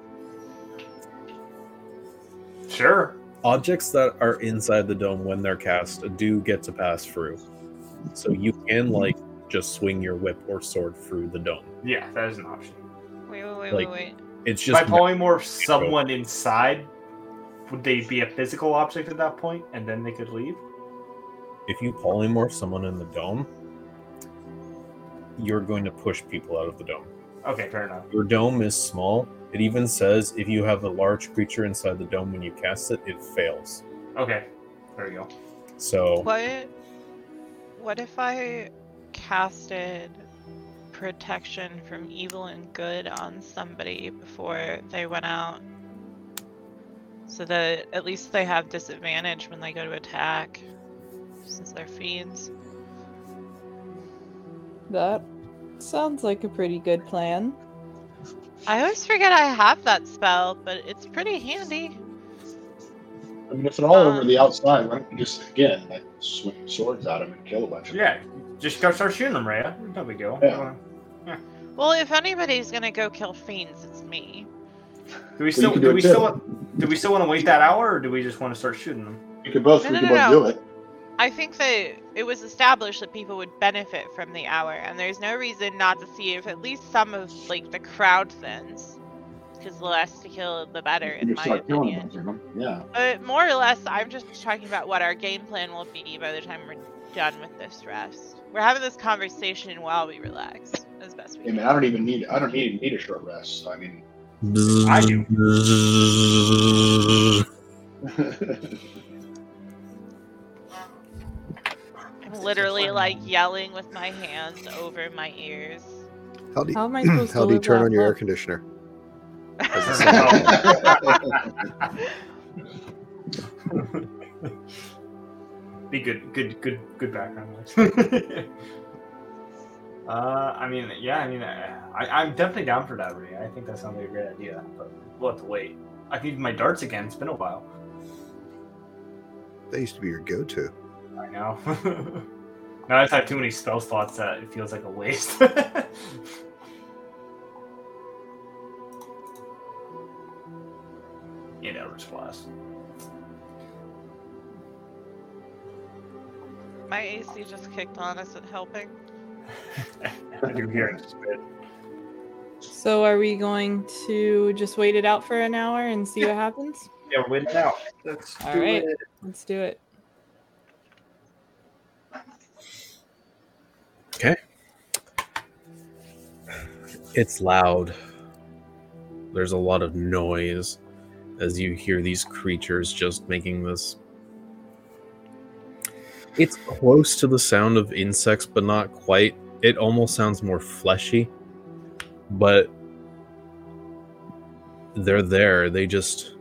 Speaker 6: Sure.
Speaker 2: Objects that are inside the dome when they're cast do get to pass through. So you can like just swing your whip or sword through the dome.
Speaker 6: Yeah, that is an option.
Speaker 1: Wait, wait, wait,
Speaker 2: Like,
Speaker 1: wait, wait.
Speaker 2: It's
Speaker 6: By
Speaker 2: just
Speaker 6: polymorph someone inside, would they be a physical object at that point, and then they could leave?
Speaker 2: if you polymorph someone in the dome, you're going to push people out of the dome.
Speaker 6: Okay, fair enough.
Speaker 2: Your dome is small. It even says if you have a large creature inside the dome when you cast it, it fails.
Speaker 6: Okay, there you go.
Speaker 2: So
Speaker 1: What? What if I casted protection from evil and good on somebody before they went out, so that at least they have disadvantage when they go to attack, since they're fiends.
Speaker 4: That sounds like a pretty good plan.
Speaker 1: I always forget I have that spell, but it's pretty handy.
Speaker 5: I mean, if they're all over
Speaker 1: Um,
Speaker 5: the outside, why don't you just again like swing swords at them and kill a bunch of them?
Speaker 6: Yeah, just go start shooting them, Rhea. No big deal.
Speaker 5: Yeah.
Speaker 1: Well, if anybody's gonna go kill fiends, it's me.
Speaker 6: Do we
Speaker 5: So you
Speaker 6: still
Speaker 5: can
Speaker 6: do,
Speaker 5: do it
Speaker 6: we
Speaker 5: too.
Speaker 6: still do we still want to wait that hour, or do we just want to start shooting them?
Speaker 5: [laughs] You could both.
Speaker 1: No,
Speaker 5: we
Speaker 1: no,
Speaker 5: could
Speaker 1: no,
Speaker 5: both
Speaker 1: no.
Speaker 5: do it.
Speaker 1: I think that it was established that people would benefit from the hour, and there's no reason not to see if at least some of like the crowd thins, because the less to kill, the better,
Speaker 5: you
Speaker 1: in
Speaker 5: could
Speaker 1: my
Speaker 5: start killing a
Speaker 1: opinion.
Speaker 5: bunch of them. Yeah.
Speaker 1: But more or less, I'm just talking about what our game plan will be by the time we're done with this rest. We're having this conversation while we relax, as best we
Speaker 5: I
Speaker 1: can.
Speaker 5: mean, I don't even need. I don't even need a short rest. So, I mean,
Speaker 3: [clears throat]
Speaker 5: [laughs]
Speaker 6: I do.
Speaker 1: I'm literally like yelling with my hands over my ears.
Speaker 3: How do you, [clears throat]
Speaker 4: How am I supposed
Speaker 3: how
Speaker 4: to
Speaker 3: do you
Speaker 4: live
Speaker 3: turn
Speaker 4: that
Speaker 3: on your air
Speaker 4: up?
Speaker 3: conditioner?
Speaker 1: [laughs]
Speaker 6: Be good, good, good, good background
Speaker 5: [laughs]
Speaker 6: noise. uh, I mean, yeah, I mean, I, I'm definitely down for that, Rhea. I think that sounds like a great idea, but we'll have to wait. I can use my darts again. It's been a while.
Speaker 3: That used to be your go-to.
Speaker 6: I know. [laughs] Now I've had too many spell slots that it feels like a waste. [laughs] That's in Eldritch Blast.
Speaker 1: My AC just kicked on. Is it helping?
Speaker 6: [laughs] I do hear it.
Speaker 4: So are we going to just wait it out for an hour and see what
Speaker 3: [laughs]
Speaker 4: happens?
Speaker 6: Yeah, win now. That's
Speaker 4: All right, let's do it.
Speaker 2: It's loud. There's a lot of noise as you hear these creatures just making this. It's close to the sound of insects, but not quite. It almost sounds more fleshy, but they're there. They just.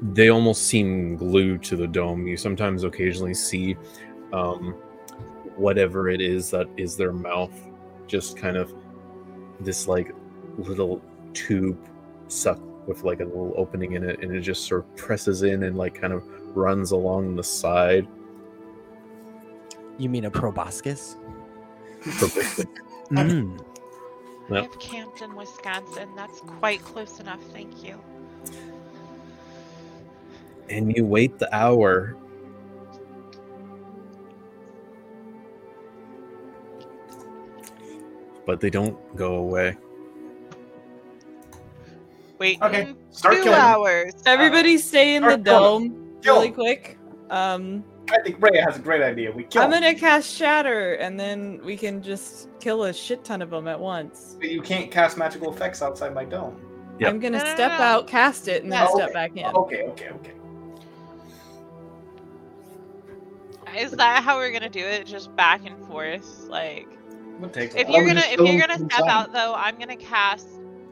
Speaker 2: They almost seem glued to the dome. You sometimes occasionally see um, whatever it is that is their mouth just kind of this like little tube suck with like a little opening in it and it just sort of presses in and like kind of runs along the side
Speaker 7: You mean a proboscis? Hmm.
Speaker 2: Yep.
Speaker 1: I have camped in Wisconsin. That's quite close enough. Thank you.
Speaker 2: and you wait the hour but they don't go away
Speaker 1: Wait.
Speaker 6: Okay,
Speaker 1: mm,
Speaker 6: start
Speaker 1: two
Speaker 6: killing.
Speaker 1: hours.
Speaker 4: Everybody stay in the
Speaker 6: Alright, kill
Speaker 4: dome
Speaker 6: Kill
Speaker 4: really
Speaker 6: him.
Speaker 4: quick. Um,
Speaker 6: I think Ray has a great idea. We kill
Speaker 4: I'm
Speaker 6: him.
Speaker 4: gonna cast Shatter, and then we can just kill a shit ton of them at once.
Speaker 6: But you can't cast magical effects outside my dome.
Speaker 2: Yep.
Speaker 4: I'm gonna
Speaker 1: No, no,
Speaker 4: step
Speaker 1: no.
Speaker 4: out, cast it, and then
Speaker 3: Oh.
Speaker 6: No.
Speaker 4: step back in.
Speaker 6: Okay, okay, okay.
Speaker 1: Uh, Is that how we're gonna do it? Just back and forth, like.
Speaker 6: We'll take
Speaker 1: If
Speaker 5: I
Speaker 1: you're
Speaker 5: would
Speaker 1: gonna
Speaker 5: just
Speaker 1: if
Speaker 5: go
Speaker 1: you're gonna step
Speaker 5: inside.
Speaker 1: out though, I'm gonna cast.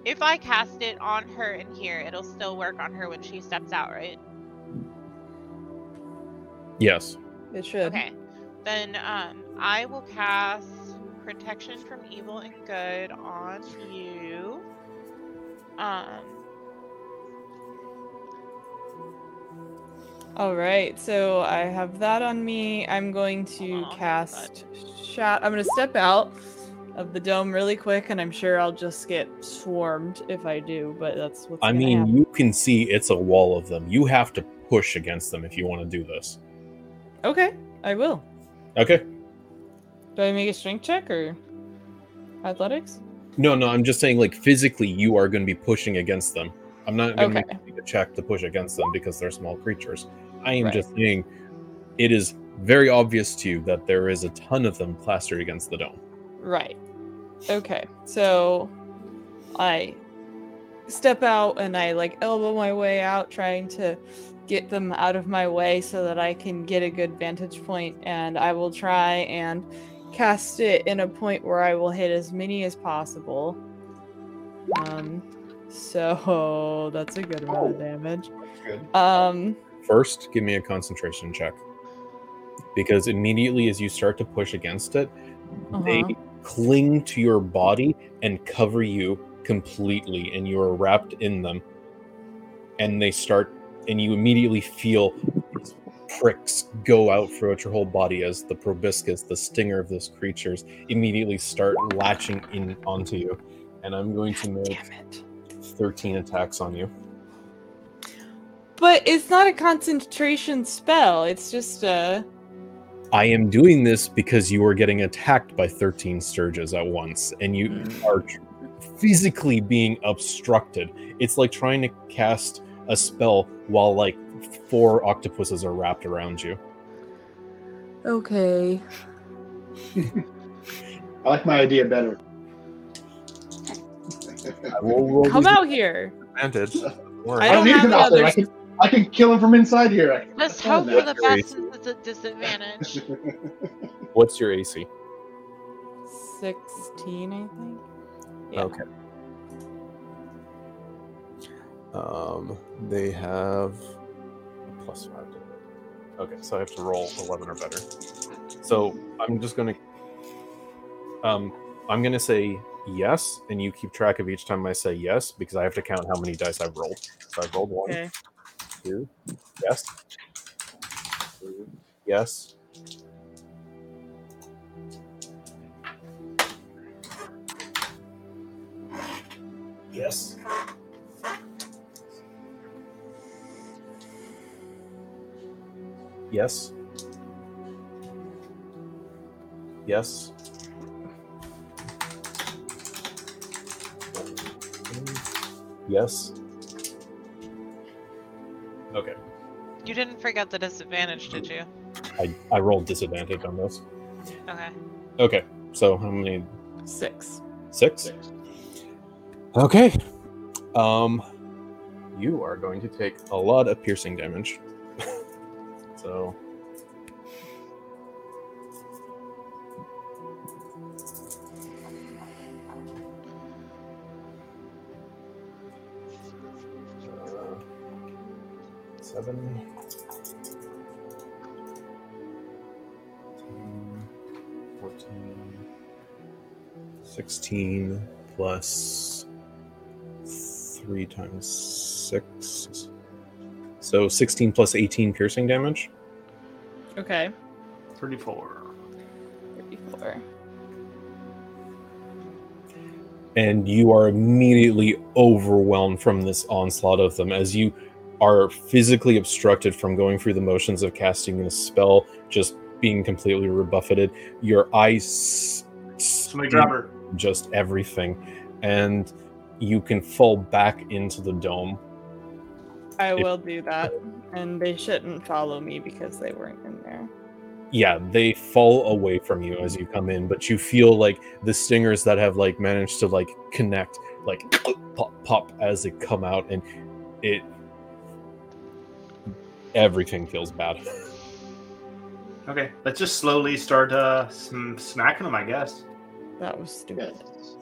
Speaker 1: If I cast it on her and here, it'll still work on her when she steps out, right?
Speaker 2: yes
Speaker 4: It should.
Speaker 1: Okay. Then um, I will cast protection from evil and good on you. Um,
Speaker 4: All right, so I have that on me. I'm going to
Speaker 1: Hold on,
Speaker 4: cast shot. I'm going to step out of the dome really quick, and I'm sure I'll just get swarmed if I do. But that's what's.
Speaker 2: i
Speaker 4: gonna
Speaker 2: mean
Speaker 4: happen.
Speaker 2: you can see it's a wall of them you have to push against them if you want to do this
Speaker 4: okay, I will.
Speaker 2: okay
Speaker 4: Do I make a strength check or athletics?
Speaker 2: No, no, I'm just saying, like, physically, you are going to be pushing against them. I'm not going to
Speaker 4: Okay.
Speaker 2: make a check to push against them because they're small creatures. I am
Speaker 4: Right.
Speaker 2: just saying it is very obvious to you that there is a ton of them plastered against the dome.
Speaker 4: Right. Okay. So I step out and I like elbow my way out, trying to get them out of my way so that I can get a good vantage point, and I will try and cast it in a point where I will hit as many as possible. Um so [laughs] that's a good amount of damage.
Speaker 6: good.
Speaker 4: Um
Speaker 2: First, give me a concentration check because immediately as you start to push against it, they
Speaker 4: Uh-huh.
Speaker 2: cling to your body and cover you completely, and you are wrapped in them. And they start, and you immediately feel these pricks go out throughout your whole body as the proboscis, the stinger of those creatures, immediately start latching in onto you. And I'm going to make
Speaker 4: damn it.
Speaker 2: 13 attacks on you.
Speaker 4: But it's not a concentration spell, it's just a
Speaker 2: I am doing this because you are getting attacked by 13 Sturges at once, and you are tr- physically being obstructed. It's like trying to cast a spell while like four octopuses are wrapped around you.
Speaker 4: Okay.
Speaker 5: I like my idea better.
Speaker 4: Come out here.
Speaker 3: [laughs]
Speaker 2: Advantage.
Speaker 4: I don't
Speaker 5: need
Speaker 4: have
Speaker 5: him out there. I
Speaker 4: others.
Speaker 5: can, I can kill him from inside here. [laughs] I can-
Speaker 1: let's
Speaker 5: I'm
Speaker 1: hope
Speaker 5: fine
Speaker 1: for
Speaker 5: with
Speaker 1: the
Speaker 5: that.
Speaker 1: best since it's a disadvantage.
Speaker 2: What's your AC?
Speaker 4: 16, I think. Yeah.
Speaker 2: Okay. Um, they have a plus five. to it. Okay, so I have to roll eleven or better. So I'm just gonna, um, I'm gonna say yes, and you keep track of each time I say yes because I have to count how many dice I've rolled. So I've rolled one,
Speaker 4: Okay.
Speaker 2: two, yes, three, yes,
Speaker 6: Yes.
Speaker 2: Yes. Yes. Yes. Okay.
Speaker 1: You didn't forget the disadvantage, did you?
Speaker 2: I, I rolled disadvantage on this.
Speaker 1: Okay.
Speaker 2: Okay. So how many?
Speaker 4: Six.
Speaker 2: Six?
Speaker 5: Six.
Speaker 2: Okay. Um, you are going to take a lot of piercing damage. [laughs] so. Uh, Seven. Ten, 14, 16 plus 3 times 6. So 16 plus 18 piercing damage.
Speaker 4: Okay.
Speaker 6: 34.
Speaker 4: 34.
Speaker 2: And you are immediately overwhelmed from this onslaught of them as you are physically obstructed from going through the motions of casting this spell, just being completely rebuffeted. Your eyes s-
Speaker 6: Somebody grab her.
Speaker 2: just everything. And you can fall back into the dome.
Speaker 4: I
Speaker 2: If-
Speaker 4: will do that. And they shouldn't follow me because they weren't in there.
Speaker 2: yeah, they fall away from you as you come in, but you feel like the stingers that have like managed to like connect, like pop pop as they come out, and it everything feels bad.
Speaker 6: Okay, let's just slowly start uh, sm- smacking them, I guess.
Speaker 4: That was stupid.
Speaker 5: Yes.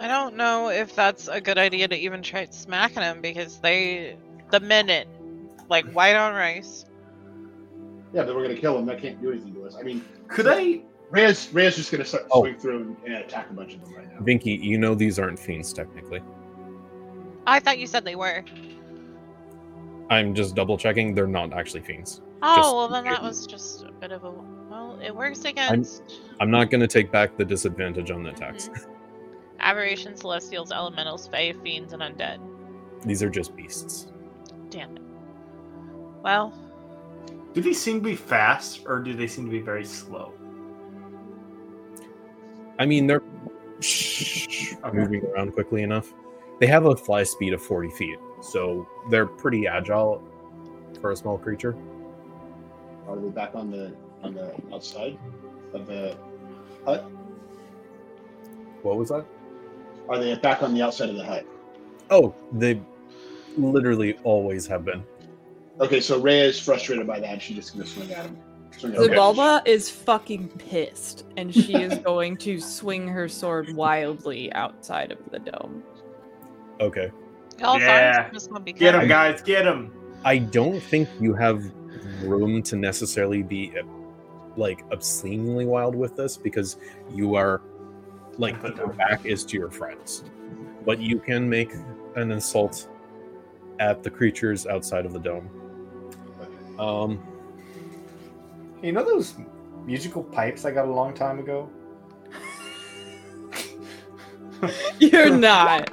Speaker 1: I don't know if that's a good idea to even try smacking them because they, the minute, like white on rice.
Speaker 5: Yeah, but we're gonna kill him. That can't do anything to us. I mean,
Speaker 6: Could I?
Speaker 5: Reyes, Reyes just gonna start
Speaker 2: Oh.
Speaker 5: swing through and, and attack a bunch of them right now.
Speaker 2: Vinky, you know these aren't fiends technically.
Speaker 1: I thought you said they were.
Speaker 2: I'm just double checking; they're not actually fiends.
Speaker 1: Oh
Speaker 2: Just-
Speaker 1: well, then that was just a bit of a. Well, it works against
Speaker 2: I'm not going to take back the disadvantage on the attacks.
Speaker 1: aberrations, celestials, elementals, fae, fiends, and undead.
Speaker 2: These are just beasts.
Speaker 1: Damn it. Well,
Speaker 6: Do these seem to be fast, or do they seem to be very slow?
Speaker 2: I mean, they're moving around quickly enough. They have a fly speed of 40 feet, so they're pretty agile for a small creature.
Speaker 5: Are they back on the on the outside of the? Hut?
Speaker 2: What was that?
Speaker 5: Are they back on the outside of the hut?
Speaker 2: Oh, they literally always have been.
Speaker 5: Okay, so Reyes is frustrated by that. and She's just gonna swing at him. Swing at him.
Speaker 4: Zabalba is fucking pissed, and she is [laughs] going to swing her sword wildly outside of the dome. [laughs]
Speaker 2: Okay.
Speaker 1: y'all
Speaker 6: Yeah.
Speaker 1: are just gonna be
Speaker 6: Get
Speaker 1: good.
Speaker 6: them, guys, get them!
Speaker 2: I don't think you have room to necessarily be uh, like obscenely wild with this because you are like your back is to your friends. But you can make an insult at the creatures outside of the dome. Um
Speaker 6: You know those musical pipes I got a long time ago?
Speaker 4: You're not.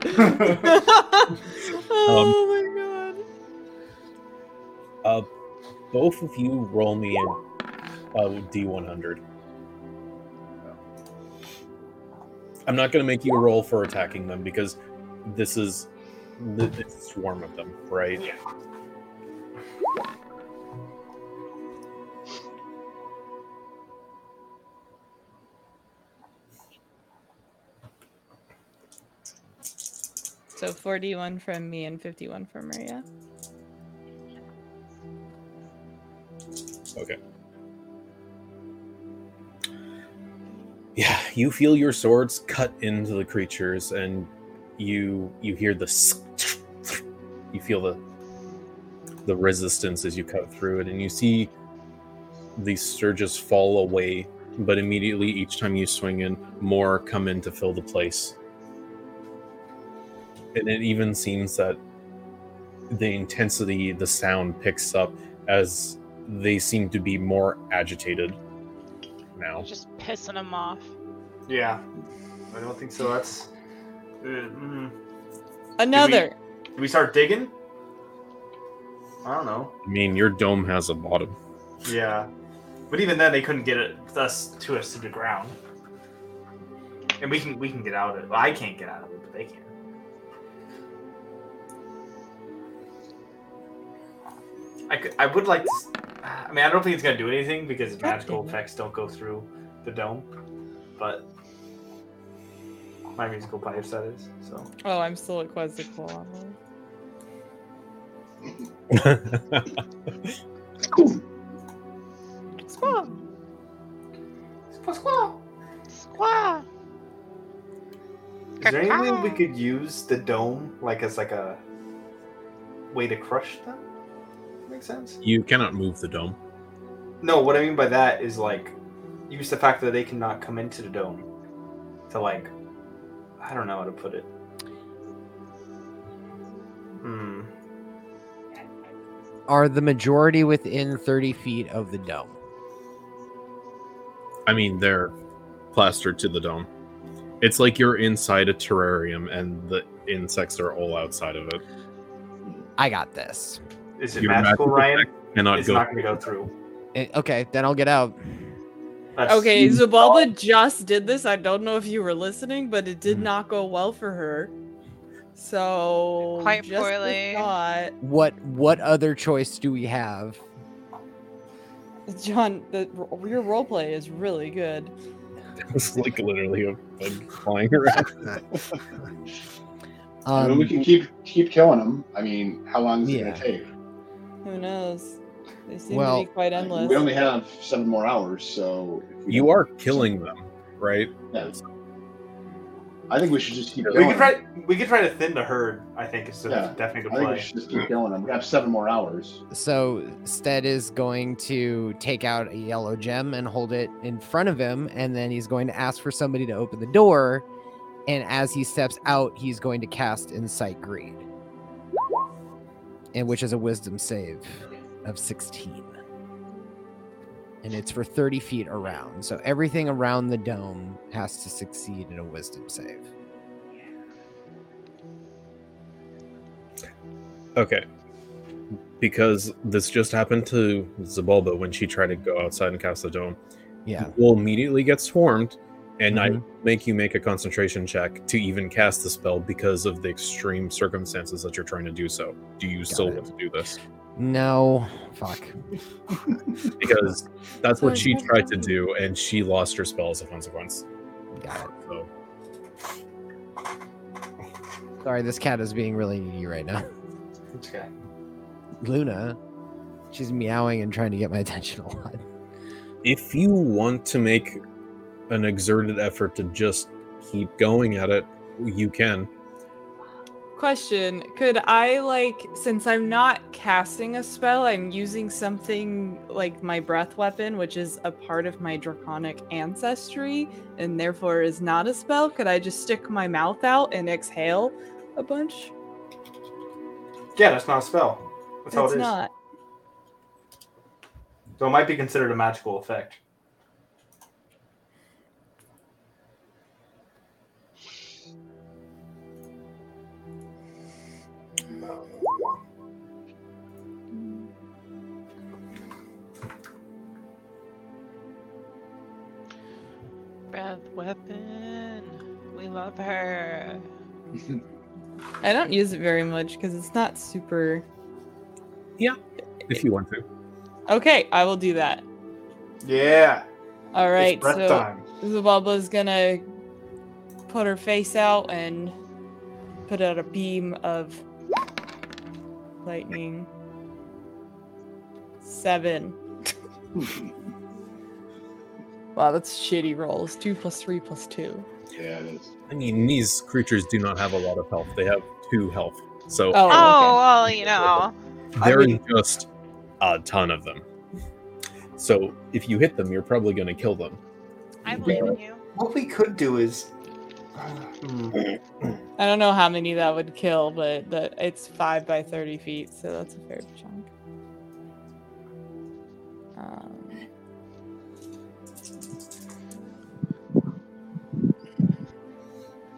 Speaker 4: oh my god.
Speaker 2: Uh, both of you roll me a, a d100. I'm not going to make you roll for attacking them because this is the it's a swarm of them, right?
Speaker 6: Yeah.
Speaker 4: So 41 from me and 51 from Maria.
Speaker 2: Okay. Yeah, you feel your swords cut into the creatures, and you you hear the you feel the the resistance as you cut through it, and you see these surges fall away. But immediately, each time you swing in, more come in to fill the place, and it even seems that the intensity, the sound picks up as they seem to be more agitated now.
Speaker 1: Just pissing them off.
Speaker 6: yeah. I don't think so. That's Uh, mm.
Speaker 4: Another.
Speaker 6: Do we start digging? I don't know.
Speaker 2: I mean, your dome has a bottom.
Speaker 6: Yeah, but even then, they couldn't get it us to us to the ground. And we can we can get out of it. Well, I can't get out of it, but they can. I could, I would like. To, s- I mean, I don't think it's gonna do anything because magical effects don't go through the dome, but my musical pipes that is. So
Speaker 4: Oh, I'm still at Quetzalcoatl.
Speaker 5: Cool.
Speaker 4: Squaw.
Speaker 6: squaw squaw.
Speaker 1: Squaw.
Speaker 6: Is there any way we
Speaker 4: Ah.
Speaker 6: could use the dome like as like a way to crush them? Make sense?
Speaker 2: You cannot move the dome.
Speaker 6: No, what I mean by that is like use the fact that they cannot come into the dome to like I don't know how to put it. Hmm.
Speaker 7: [laughs] Are the majority within 30 feet of the dome?
Speaker 2: I mean, they're plastered to the dome. It's like you're inside a terrarium and the insects are all outside of it.
Speaker 7: I got this.
Speaker 6: Is it
Speaker 2: Your
Speaker 6: magical, Ryan?
Speaker 2: effect Cannot
Speaker 6: it's
Speaker 2: go.
Speaker 6: not gonna go through.
Speaker 7: Eh, okay, then I'll get out.
Speaker 6: That's-
Speaker 4: Okay, Zabalba just did this. I don't know if you were listening, but it did
Speaker 7: Mhm.
Speaker 4: not go well for her. So
Speaker 1: Quite
Speaker 4: just the
Speaker 1: poorly.
Speaker 4: thought-
Speaker 7: What what other choice do we have?
Speaker 4: John, the, your roleplay is really good.
Speaker 2: [laughs] it's like literally a bug [laughs] flying around.
Speaker 5: I
Speaker 7: Um,
Speaker 5: mean, we can keep keep killing them. I mean, how long is it
Speaker 7: Yeah.
Speaker 5: gonna take?
Speaker 4: Who knows? They seem
Speaker 7: Well,
Speaker 4: to be quite
Speaker 5: I mean,
Speaker 4: endless.
Speaker 5: We only have seven more hours, so if we
Speaker 2: You
Speaker 5: don't-
Speaker 2: are killing them, right?
Speaker 5: Yeah. I think we should just keep.
Speaker 2: We
Speaker 6: we
Speaker 5: Killing
Speaker 6: could
Speaker 5: 'em.
Speaker 6: try we could try to thin the herd, I think is the
Speaker 5: Yeah,
Speaker 6: definitely
Speaker 5: I
Speaker 6: the
Speaker 5: think we
Speaker 6: play.
Speaker 5: should just keep killing them. We have seven more hours.
Speaker 7: So Stead is going to take out a yellow gem and hold it in front of him, and then he's going to ask for somebody to open the door. And as he steps out, he's going to cast Insight Greed, and which is a Wisdom save of 16, and it's for 30 feet around. So everything around the dome has to succeed in a Wisdom save.
Speaker 2: Okay. Because this just happened to Zabalba when she tried to go outside and cast the dome.
Speaker 7: Yeah.
Speaker 2: Will immediately get swarmed, and I
Speaker 7: Mhm.
Speaker 2: make you make a concentration check to even cast the spell because of the extreme circumstances that you're trying to do so. Do you still
Speaker 7: it.
Speaker 2: want to do this?
Speaker 7: No. Fuck.
Speaker 2: Because that's what
Speaker 4: So
Speaker 2: she
Speaker 4: that's
Speaker 2: tried to
Speaker 4: fine.
Speaker 2: do, and she lost her spell as a consequence.
Speaker 7: Got
Speaker 2: So
Speaker 7: it. Sorry, this cat is being really needy right now.
Speaker 6: Okay.
Speaker 7: Luna, she's meowing and trying to get my [laughs] attention a lot.
Speaker 2: if you want to make an exerted effort to just keep going at it, you can.
Speaker 4: Question Could I, like, since I'm not casting a spell, I'm using something like my breath weapon, which is a part of my draconic ancestry and therefore is not a spell? Could I just stick my mouth out and exhale a bunch?
Speaker 6: Yeah, that's not a spell. That's how it
Speaker 4: it's
Speaker 6: is.
Speaker 4: not.
Speaker 6: So it might be considered a magical effect.
Speaker 1: Breath weapon. We love her.
Speaker 4: I don't use it very much because it's not super.
Speaker 2: If you want to.
Speaker 4: Okay, I will do that.
Speaker 6: Yeah.
Speaker 4: All right,
Speaker 6: it's breath
Speaker 4: so
Speaker 6: time.
Speaker 4: Zabalba's gonna put her face out and put out a beam of lightning. Seven. [laughs] Wow, that's shitty rolls. Two plus three plus two.
Speaker 5: yeah, it is.
Speaker 2: I mean, these creatures do not have a lot of health. They have two health. So
Speaker 4: Oh,
Speaker 1: Oh,
Speaker 4: okay.
Speaker 1: well, you know.
Speaker 6: I
Speaker 2: there are
Speaker 6: mean-
Speaker 2: just a ton of them. So if you hit them, you're probably going to kill them.
Speaker 1: I believe in you.
Speaker 6: What we could do is. uh, hmm,
Speaker 4: I don't know how many that would kill, but that it's five by thirty feet, so that's a fair chunk. Um,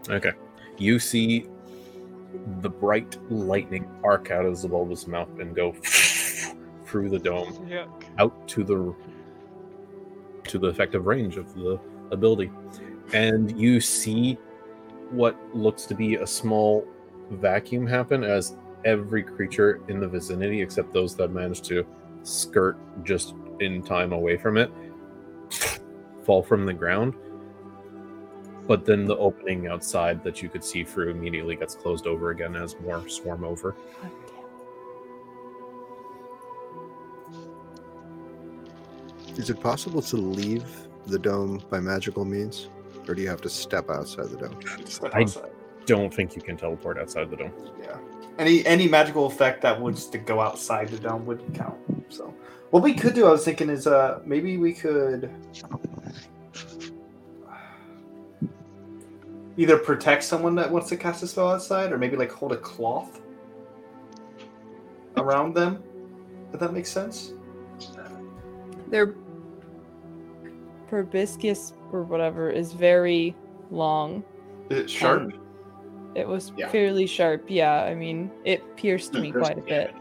Speaker 2: Okay. you see the bright lightning arc out of Zabulba's mouth and go [laughs] through the dome
Speaker 1: Yuck.
Speaker 2: out to the to the effective range of the ability and you see what looks to be a small vacuum happen as every creature in the vicinity except those that managed to skirt just in time away from it fall from the ground but then the opening outside that you could see through immediately gets closed over again as more swarm over
Speaker 3: Is it possible to leave the dome by magical means, or do you have to step outside the dome?
Speaker 6: Step
Speaker 2: I-
Speaker 6: outside.
Speaker 2: don't think you can teleport outside the dome
Speaker 6: Yeah. Any any magical effect that would just to go outside the dome would count. So what we could do, I was thinking, is uh maybe we could either protect someone that wants to cast a spell outside, or maybe like hold a cloth around them. If that makes sense.
Speaker 4: Their proboscis or whatever is very long.
Speaker 6: Is it sharp?
Speaker 4: Um, It was
Speaker 5: Yeah.
Speaker 4: fairly sharp. Yeah, I mean, it pierced me quite a bit.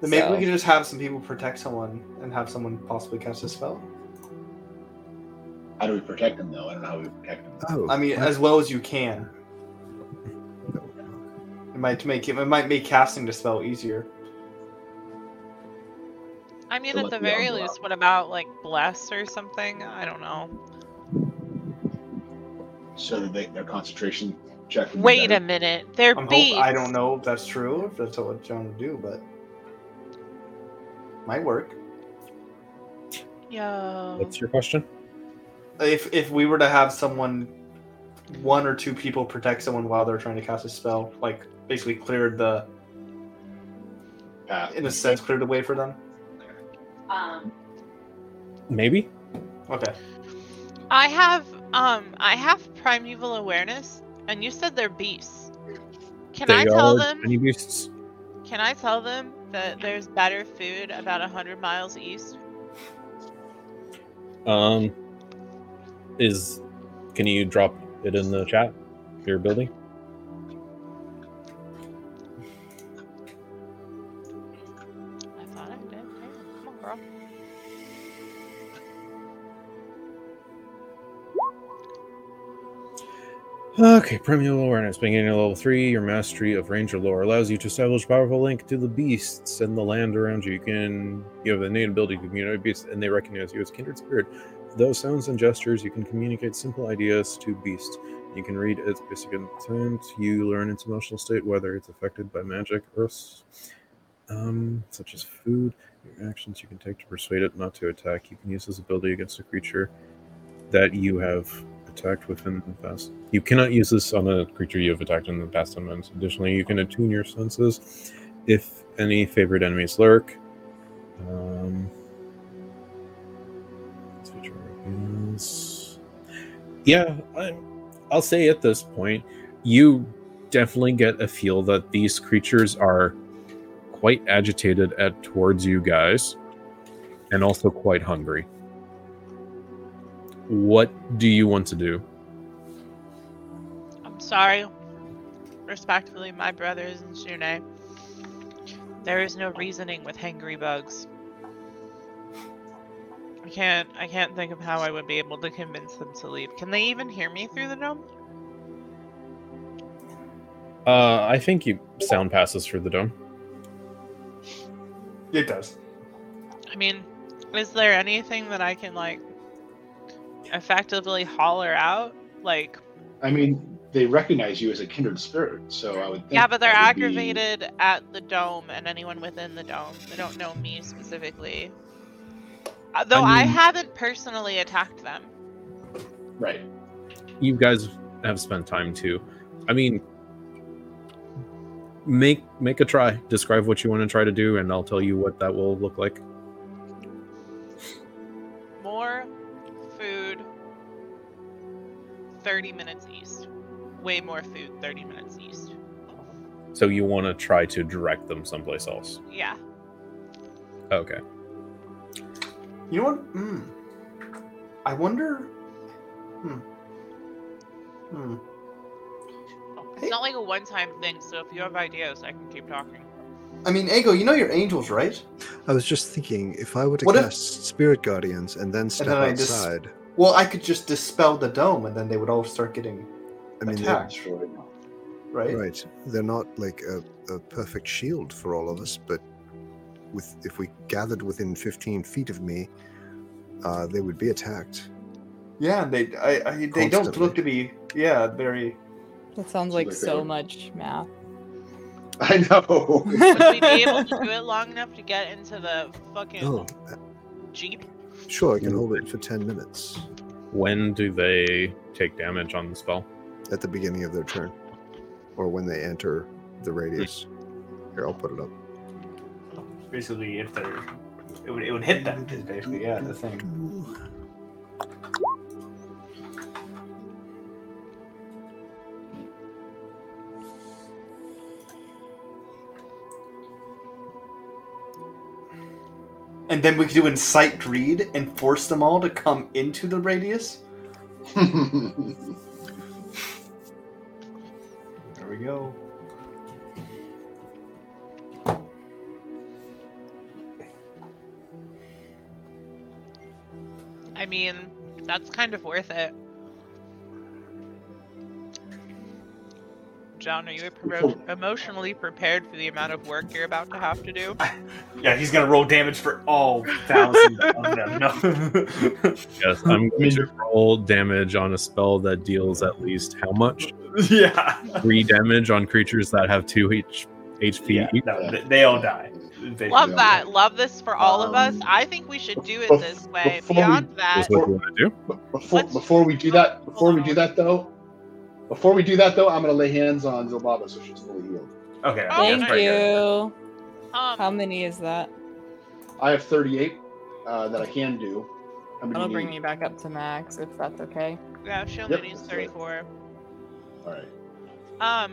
Speaker 6: then maybe
Speaker 4: so-
Speaker 6: we could just have some people protect someone and have someone possibly cast a spell.
Speaker 5: How do we protect them though? I don't know how we protect them.
Speaker 3: Oh,
Speaker 6: I mean, as well as you can. It might make it, it might make casting the spell easier.
Speaker 1: I mean,
Speaker 5: So
Speaker 1: at
Speaker 5: let
Speaker 1: the
Speaker 5: me
Speaker 1: very
Speaker 5: unblock.
Speaker 1: least, what about like bless or something? I don't know.
Speaker 5: So that they, their concentration check. would be
Speaker 1: Wait a
Speaker 5: better.
Speaker 1: minute, they're
Speaker 6: I'm
Speaker 1: beasts.
Speaker 6: hope, I don't know if that's true, if that's what John would do, but might work.
Speaker 1: Yo.
Speaker 2: what's your question
Speaker 6: If if we were to have someone, one or two people protect someone while they're trying to cast a spell, like basically cleared the,
Speaker 5: Path.
Speaker 6: in a sense, cleared the way for them.
Speaker 8: Um,
Speaker 2: maybe
Speaker 6: Okay.
Speaker 1: I have um I have primeval awareness, and you said they're beasts. Can I tell them?
Speaker 2: tiny beasts
Speaker 1: Can I tell them that there's better food about a hundred miles east?
Speaker 2: um is can you drop it in the chat your building
Speaker 1: I thought I did. Damn, Come on, girl.
Speaker 2: Okay, Primeval Awareness. Beginning at level 3, your mastery of Ranger lore allows you to establish powerful link to the beasts and the land around you. You can you have the innate ability to communicate with beasts, and they recognize you as kindred spirit. Through sounds and gestures, you can communicate simple ideas to beasts. You can read its basic intent. You learn its emotional state, whether it's affected by magic or s- um, such as food. Your actions you can take to persuade it not to attack. You can use this ability against a creature that you have attacked within the past. You cannot use this on a creature you have attacked in the past 10 minutes. Additionally, you can attune your senses if any favored enemies lurk. Um, let's see, trophies. yeah, I'm, I'll say at this point, you definitely get a feel that these creatures are quite agitated at towards you guys and also quite hungry. What do you want to do?
Speaker 1: I'm sorry. Respectfully, my brother is in Shune. There is no reasoning with hangry bugs. I can't I can't think of how I would be able to convince them to leave. Can they even hear me through the dome?
Speaker 2: Uh, I think you sound passes through the dome.
Speaker 6: It does.
Speaker 1: I mean, is there anything that I can like effectively holler out? Like
Speaker 5: I mean, they recognize you as a kindred spirit, so I would. Think
Speaker 1: yeah, but they're
Speaker 5: that would be-
Speaker 1: aggravated at the dome and anyone within the dome. They don't know me specifically. Uh, Though I
Speaker 2: mean-
Speaker 1: haven't personally attacked them.
Speaker 5: Right.
Speaker 2: You guys have spent time too. I mean, make make a try. Describe what you want to try to do, and I'll tell you what that will look like.
Speaker 1: More food 30 minutes east. Way more food 30 minutes east.
Speaker 2: So you want to try to direct them someplace else.
Speaker 1: Yeah.
Speaker 2: Okay.
Speaker 6: You know what? Mm. I wonder. Hmm. Hmm.
Speaker 1: It's not like a one-time thing, so if you have ideas, I can keep talking.
Speaker 9: I mean, Ego, you know your angels, right?
Speaker 3: I was just thinking if I were to
Speaker 9: What if-
Speaker 3: cast Spirit Guardians and then step
Speaker 9: then I just-
Speaker 3: outside,
Speaker 9: Well, I could just dispel the dome, and then they would all start getting
Speaker 3: I mean, they're-
Speaker 9: attacked, right?
Speaker 3: right? They're not like a, a perfect shield for all of us, but with if we gathered within 15 feet of me, uh, they would be attacked.
Speaker 9: Yeah, they I, I, they don't
Speaker 3: Constantly.
Speaker 9: look to be yeah very.
Speaker 4: That sounds like
Speaker 5: like
Speaker 4: so
Speaker 5: that.
Speaker 4: much math.
Speaker 5: [laughs]
Speaker 4: [laughs]
Speaker 5: I [laughs] know.
Speaker 1: Would we be able to do it long enough to get into the fucking
Speaker 3: Oh,
Speaker 1: jeep?
Speaker 3: sure, I can hold it for 10 minutes
Speaker 2: When do they take damage on the spell?
Speaker 3: at the beginning of their turn or when they enter the radius. Here, I'll put it up.
Speaker 6: Basically, if they're, it would, it would hit them. Is basically yeah the thing.
Speaker 9: And then we could do incite greed and force them all to come into the radius.
Speaker 6: There we go.
Speaker 1: I mean, that's kind of worth it. John, are you pro- emotionally prepared for the amount of work you're about to have to do?
Speaker 6: Yeah, he's gonna roll damage for all thousand of them. No. [laughs]
Speaker 2: Yes, I'm going to roll damage on a spell that deals at least how much?
Speaker 6: yeah.
Speaker 2: Three damage on creatures that have two H- HP.
Speaker 6: Yeah,
Speaker 2: each.
Speaker 6: no, they, they all die. They-
Speaker 5: Yeah.
Speaker 1: Love that. Love this for all of us.
Speaker 5: Um,
Speaker 1: I think we should do it
Speaker 5: bef-
Speaker 1: this way.
Speaker 5: before we-
Speaker 1: Beyond that,
Speaker 2: That's what we want to do.
Speaker 5: before
Speaker 1: Let's-
Speaker 5: before we do that, before we do
Speaker 1: Hold
Speaker 5: that though, before we do that though, I'm gonna lay hands on Zilbaba so she's fully healed.
Speaker 6: Okay.
Speaker 1: Oh,
Speaker 6: yeah,
Speaker 4: Thank
Speaker 6: very good.
Speaker 4: you. How
Speaker 1: um,
Speaker 4: many is that?
Speaker 5: I have 38 uh, that I can do. How many
Speaker 4: That'll
Speaker 5: do you
Speaker 4: bring
Speaker 5: need?
Speaker 4: me back up to max if that's okay.
Speaker 1: yeah, she only
Speaker 5: Yep,
Speaker 1: needs
Speaker 5: that's right.
Speaker 1: 34.
Speaker 5: All right.
Speaker 1: Um,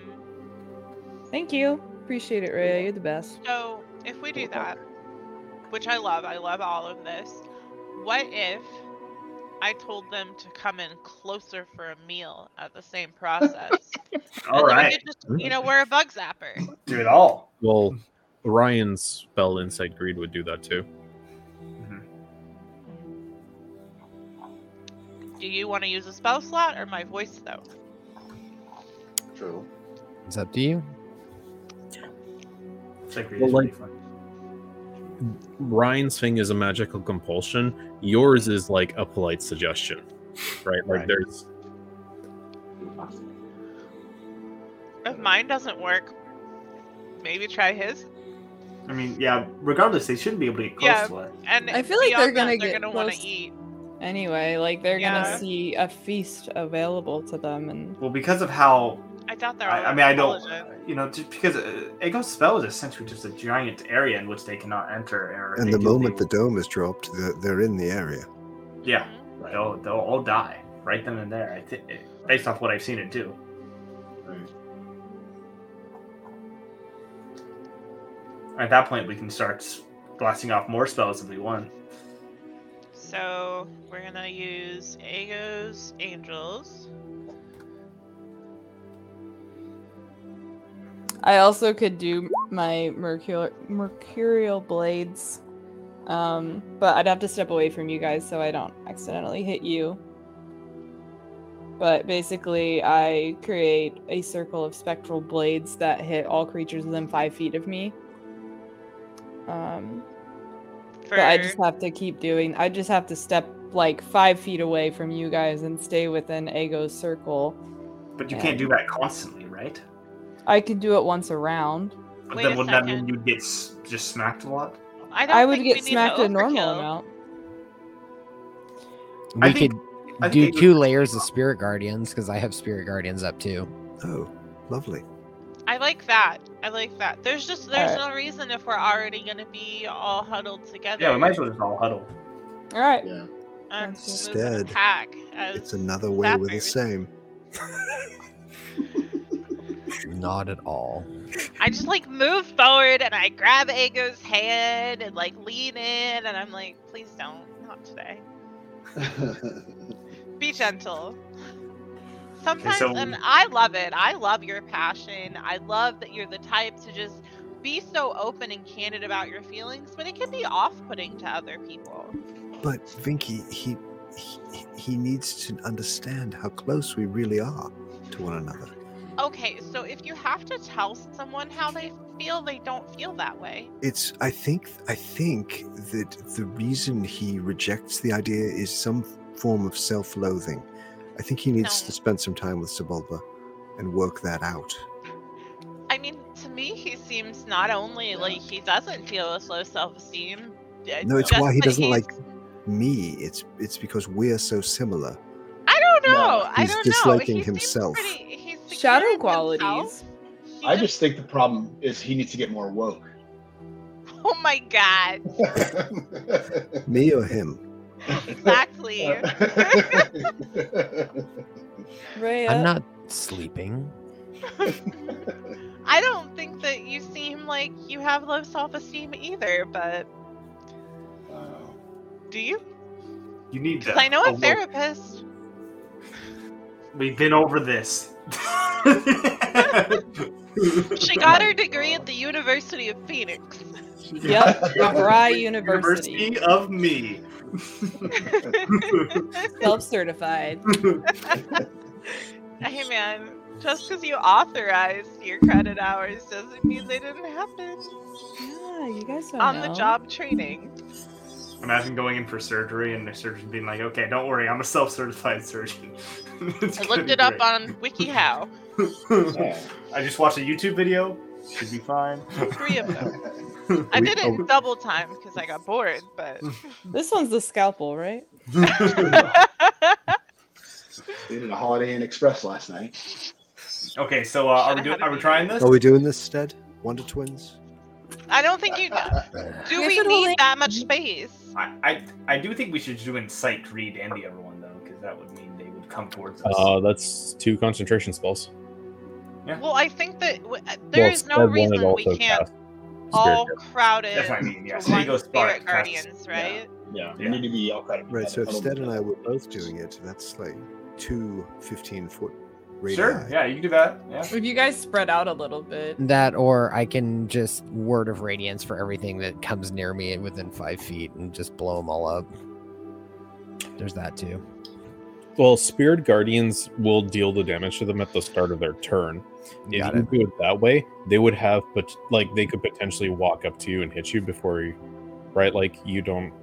Speaker 4: Thank you. Appreciate it, Ray. You're the best.
Speaker 1: So, if we do that, which I love, I love all of this, what if I told them to come in closer for a meal at the same
Speaker 5: [laughs]
Speaker 1: process? And
Speaker 6: All
Speaker 1: then we
Speaker 6: right.
Speaker 1: could just, you know, we're a bug zapper.
Speaker 6: Do it all.
Speaker 2: Well, Orion's spell Insight Greed would do that too.
Speaker 1: Do you want to use a spell slot or my voice, though?
Speaker 5: True.
Speaker 7: It's up to you.
Speaker 6: It's like,
Speaker 2: Well, like-
Speaker 6: really fun.
Speaker 2: Ryan's thing is a magical compulsion. Yours is like a polite suggestion, right? Like
Speaker 6: Right.
Speaker 2: there's
Speaker 1: If mine doesn't work, maybe try his.
Speaker 6: I mean, yeah. Regardless, they shouldn't be able to get close
Speaker 1: Yeah.
Speaker 6: to it.
Speaker 1: And
Speaker 4: I feel like
Speaker 1: beyond
Speaker 4: they're gonna
Speaker 1: that, they're
Speaker 4: get
Speaker 1: gonna want
Speaker 4: close.
Speaker 1: to eat.
Speaker 4: Anyway, like they're
Speaker 1: Yeah.
Speaker 4: gonna see a feast available to them, and
Speaker 6: Well, because of how
Speaker 1: I doubt they're all.
Speaker 6: I, I mean, I don't.
Speaker 1: intelligent.
Speaker 6: You know, just because uh, Ego's spell is essentially just a giant area in which they cannot enter. Or
Speaker 3: And
Speaker 6: they
Speaker 3: the
Speaker 6: do-
Speaker 3: moment
Speaker 6: they-
Speaker 3: the dome is dropped, they're, they're in the area.
Speaker 6: yeah,
Speaker 1: Mhm.
Speaker 6: they'll they'll all die right then and there. I think based off what I've seen it do.
Speaker 5: Right.
Speaker 6: At that point, we can start s- blasting off more spells if we want.
Speaker 1: So we're gonna use Ago's Angels.
Speaker 4: I also could do my mercurial mercurial blades, um, but I'd have to step away from you guys so I don't accidentally hit you. But basically, I create a circle of spectral blades that hit all creatures within five feet of me. Um,
Speaker 1: For
Speaker 4: But I just have to keep doing. I just have to step like five feet away from you guys and stay within Ego's circle.
Speaker 6: But you
Speaker 4: Yeah.
Speaker 6: can't do that constantly, right?
Speaker 4: I could do it once a round.
Speaker 6: But
Speaker 1: Wait
Speaker 6: then
Speaker 1: a
Speaker 6: wouldn't that mean
Speaker 1: second.
Speaker 6: you'd get s- just smacked a lot?
Speaker 1: I, don't
Speaker 4: I would
Speaker 1: think we
Speaker 4: get
Speaker 1: need
Speaker 4: smacked a normal
Speaker 1: overkill.
Speaker 4: amount.
Speaker 6: I
Speaker 7: We
Speaker 6: think-
Speaker 7: could
Speaker 6: I
Speaker 7: do
Speaker 6: think they
Speaker 7: two
Speaker 6: would-
Speaker 7: layers of spirit guardians because I have spirit guardians up too.
Speaker 3: Oh, lovely.
Speaker 1: I like that. I like that. There's just there's
Speaker 4: Alright.
Speaker 1: no reason if we're already gonna be all huddled together.
Speaker 6: Yeah, we might as well just all huddle.
Speaker 4: All right.
Speaker 5: Yeah. [laughs]
Speaker 1: Um,
Speaker 4: That's
Speaker 3: good. Instead,
Speaker 1: attack as
Speaker 3: It's another way with the
Speaker 1: zappers.
Speaker 3: same.
Speaker 7: Not at all.
Speaker 1: I just like move forward and I grab Ago's hand and like lean in and I'm like, please don't, not today. Be gentle. Sometimes,
Speaker 6: so-
Speaker 1: and I love it. I love your passion. I love that you're the type to just be so open and candid about your feelings, but it can be off-putting to other people.
Speaker 3: But Vinky, he, he he needs to understand how close we really are to one another.
Speaker 1: Okay, so if you have to tell someone how they feel, they don't feel that way.
Speaker 3: It's I think I think that the reason he rejects the idea is some form of self-loathing. I think he needs
Speaker 1: No.
Speaker 3: to spend some time with Sebulba and work that out.
Speaker 1: I mean, to me, he seems not only like he doesn't feel this low self-esteem. uh,
Speaker 3: No, it's
Speaker 1: just
Speaker 3: why he
Speaker 1: that
Speaker 3: doesn't
Speaker 1: he's-
Speaker 3: like me. It's it's because we're so similar.
Speaker 1: I don't
Speaker 5: No,
Speaker 1: know. I
Speaker 3: he's
Speaker 1: don't know.
Speaker 3: disliking
Speaker 1: He seems
Speaker 3: himself.
Speaker 1: pretty- he's secure in
Speaker 4: Shadow
Speaker 1: himself.
Speaker 4: qualities.
Speaker 1: He
Speaker 5: I just think the problem is he needs to get more woke. [laughs]
Speaker 1: [laughs] Oh my god.
Speaker 3: Me or him?
Speaker 1: Exactly.
Speaker 5: [laughs]
Speaker 4: Uh, [laughs] Rhea,
Speaker 7: I'm not sleeping.
Speaker 1: I don't think that you seem like you have low self-esteem either, but do you?
Speaker 6: You need to.
Speaker 1: Because I know a
Speaker 3: Oh,
Speaker 6: awoke.
Speaker 1: therapist.
Speaker 6: We've been over this.
Speaker 1: [laughs]
Speaker 6: [laughs]
Speaker 1: She got her degree at the University of Phoenix.
Speaker 6: [laughs]
Speaker 4: Yep, Bry University,
Speaker 6: University [laughs] of me. [laughs]
Speaker 4: self-certified.
Speaker 1: hey man, just because you authorized your credit hours doesn't mean they didn't happen.
Speaker 4: Yeah, you guys don't
Speaker 1: On
Speaker 4: know.
Speaker 1: the job training.
Speaker 6: Imagine going in for surgery and the surgeon being like, "Okay, don't worry, I'm a self-certified surgeon." [laughs] It's
Speaker 1: I
Speaker 6: gonna
Speaker 1: looked
Speaker 6: be
Speaker 1: it up
Speaker 6: great.
Speaker 1: on WikiHow.
Speaker 6: [laughs] I just watched a YouTube video. Should be
Speaker 1: [laughs]
Speaker 6: fine.
Speaker 1: Three of them. I
Speaker 3: We-
Speaker 1: did it
Speaker 3: oh.
Speaker 1: in double time because I got bored, but
Speaker 4: This one's the scalpel, right?
Speaker 5: they did a Holiday Inn Express last night.
Speaker 6: okay, so uh, are we
Speaker 1: Should've had
Speaker 6: doing?
Speaker 1: a
Speaker 6: Are we
Speaker 1: video.
Speaker 6: trying this?
Speaker 3: Are we doing this, Stead? Wonder Twins?
Speaker 1: I don't think
Speaker 3: Uh,
Speaker 1: you do.
Speaker 4: Yes,
Speaker 1: We
Speaker 4: it'll
Speaker 1: need
Speaker 4: link-
Speaker 1: that much space.
Speaker 6: I, I I do think we should do incite Reed and the other one though, because that would mean they would come towards us.
Speaker 2: Uh, that's two concentration spells.
Speaker 1: Well, I think that w- uh, there
Speaker 2: Well,
Speaker 1: is
Speaker 2: Stead
Speaker 1: no
Speaker 2: wanted
Speaker 1: reason we
Speaker 2: also
Speaker 1: can't
Speaker 2: cast spirit
Speaker 1: all
Speaker 2: guardian.
Speaker 1: crowd it
Speaker 6: That's what I mean. Yeah,
Speaker 1: to
Speaker 6: so you go
Speaker 1: one
Speaker 6: spark.
Speaker 1: spirit guardians,
Speaker 5: yeah.
Speaker 1: right?
Speaker 5: Yeah,
Speaker 6: Yeah.
Speaker 5: you need to be all kind of
Speaker 3: Right, so if Stead and I were both doing it, that's like two 15 foot radii.
Speaker 6: Sure. Yeah, you can do that. Yeah.
Speaker 4: If you guys spread out a little bit,
Speaker 7: That or I can just word of radiance for everything that comes near me within five feet and just blow them all up. There's that too.
Speaker 2: Well, spirit guardians will deal the damage to them at the start of their turn. If
Speaker 7: Got
Speaker 2: you
Speaker 7: it.
Speaker 2: do it that way, they would have, but like they could potentially walk up to you and hit you before you, right? Like you don't,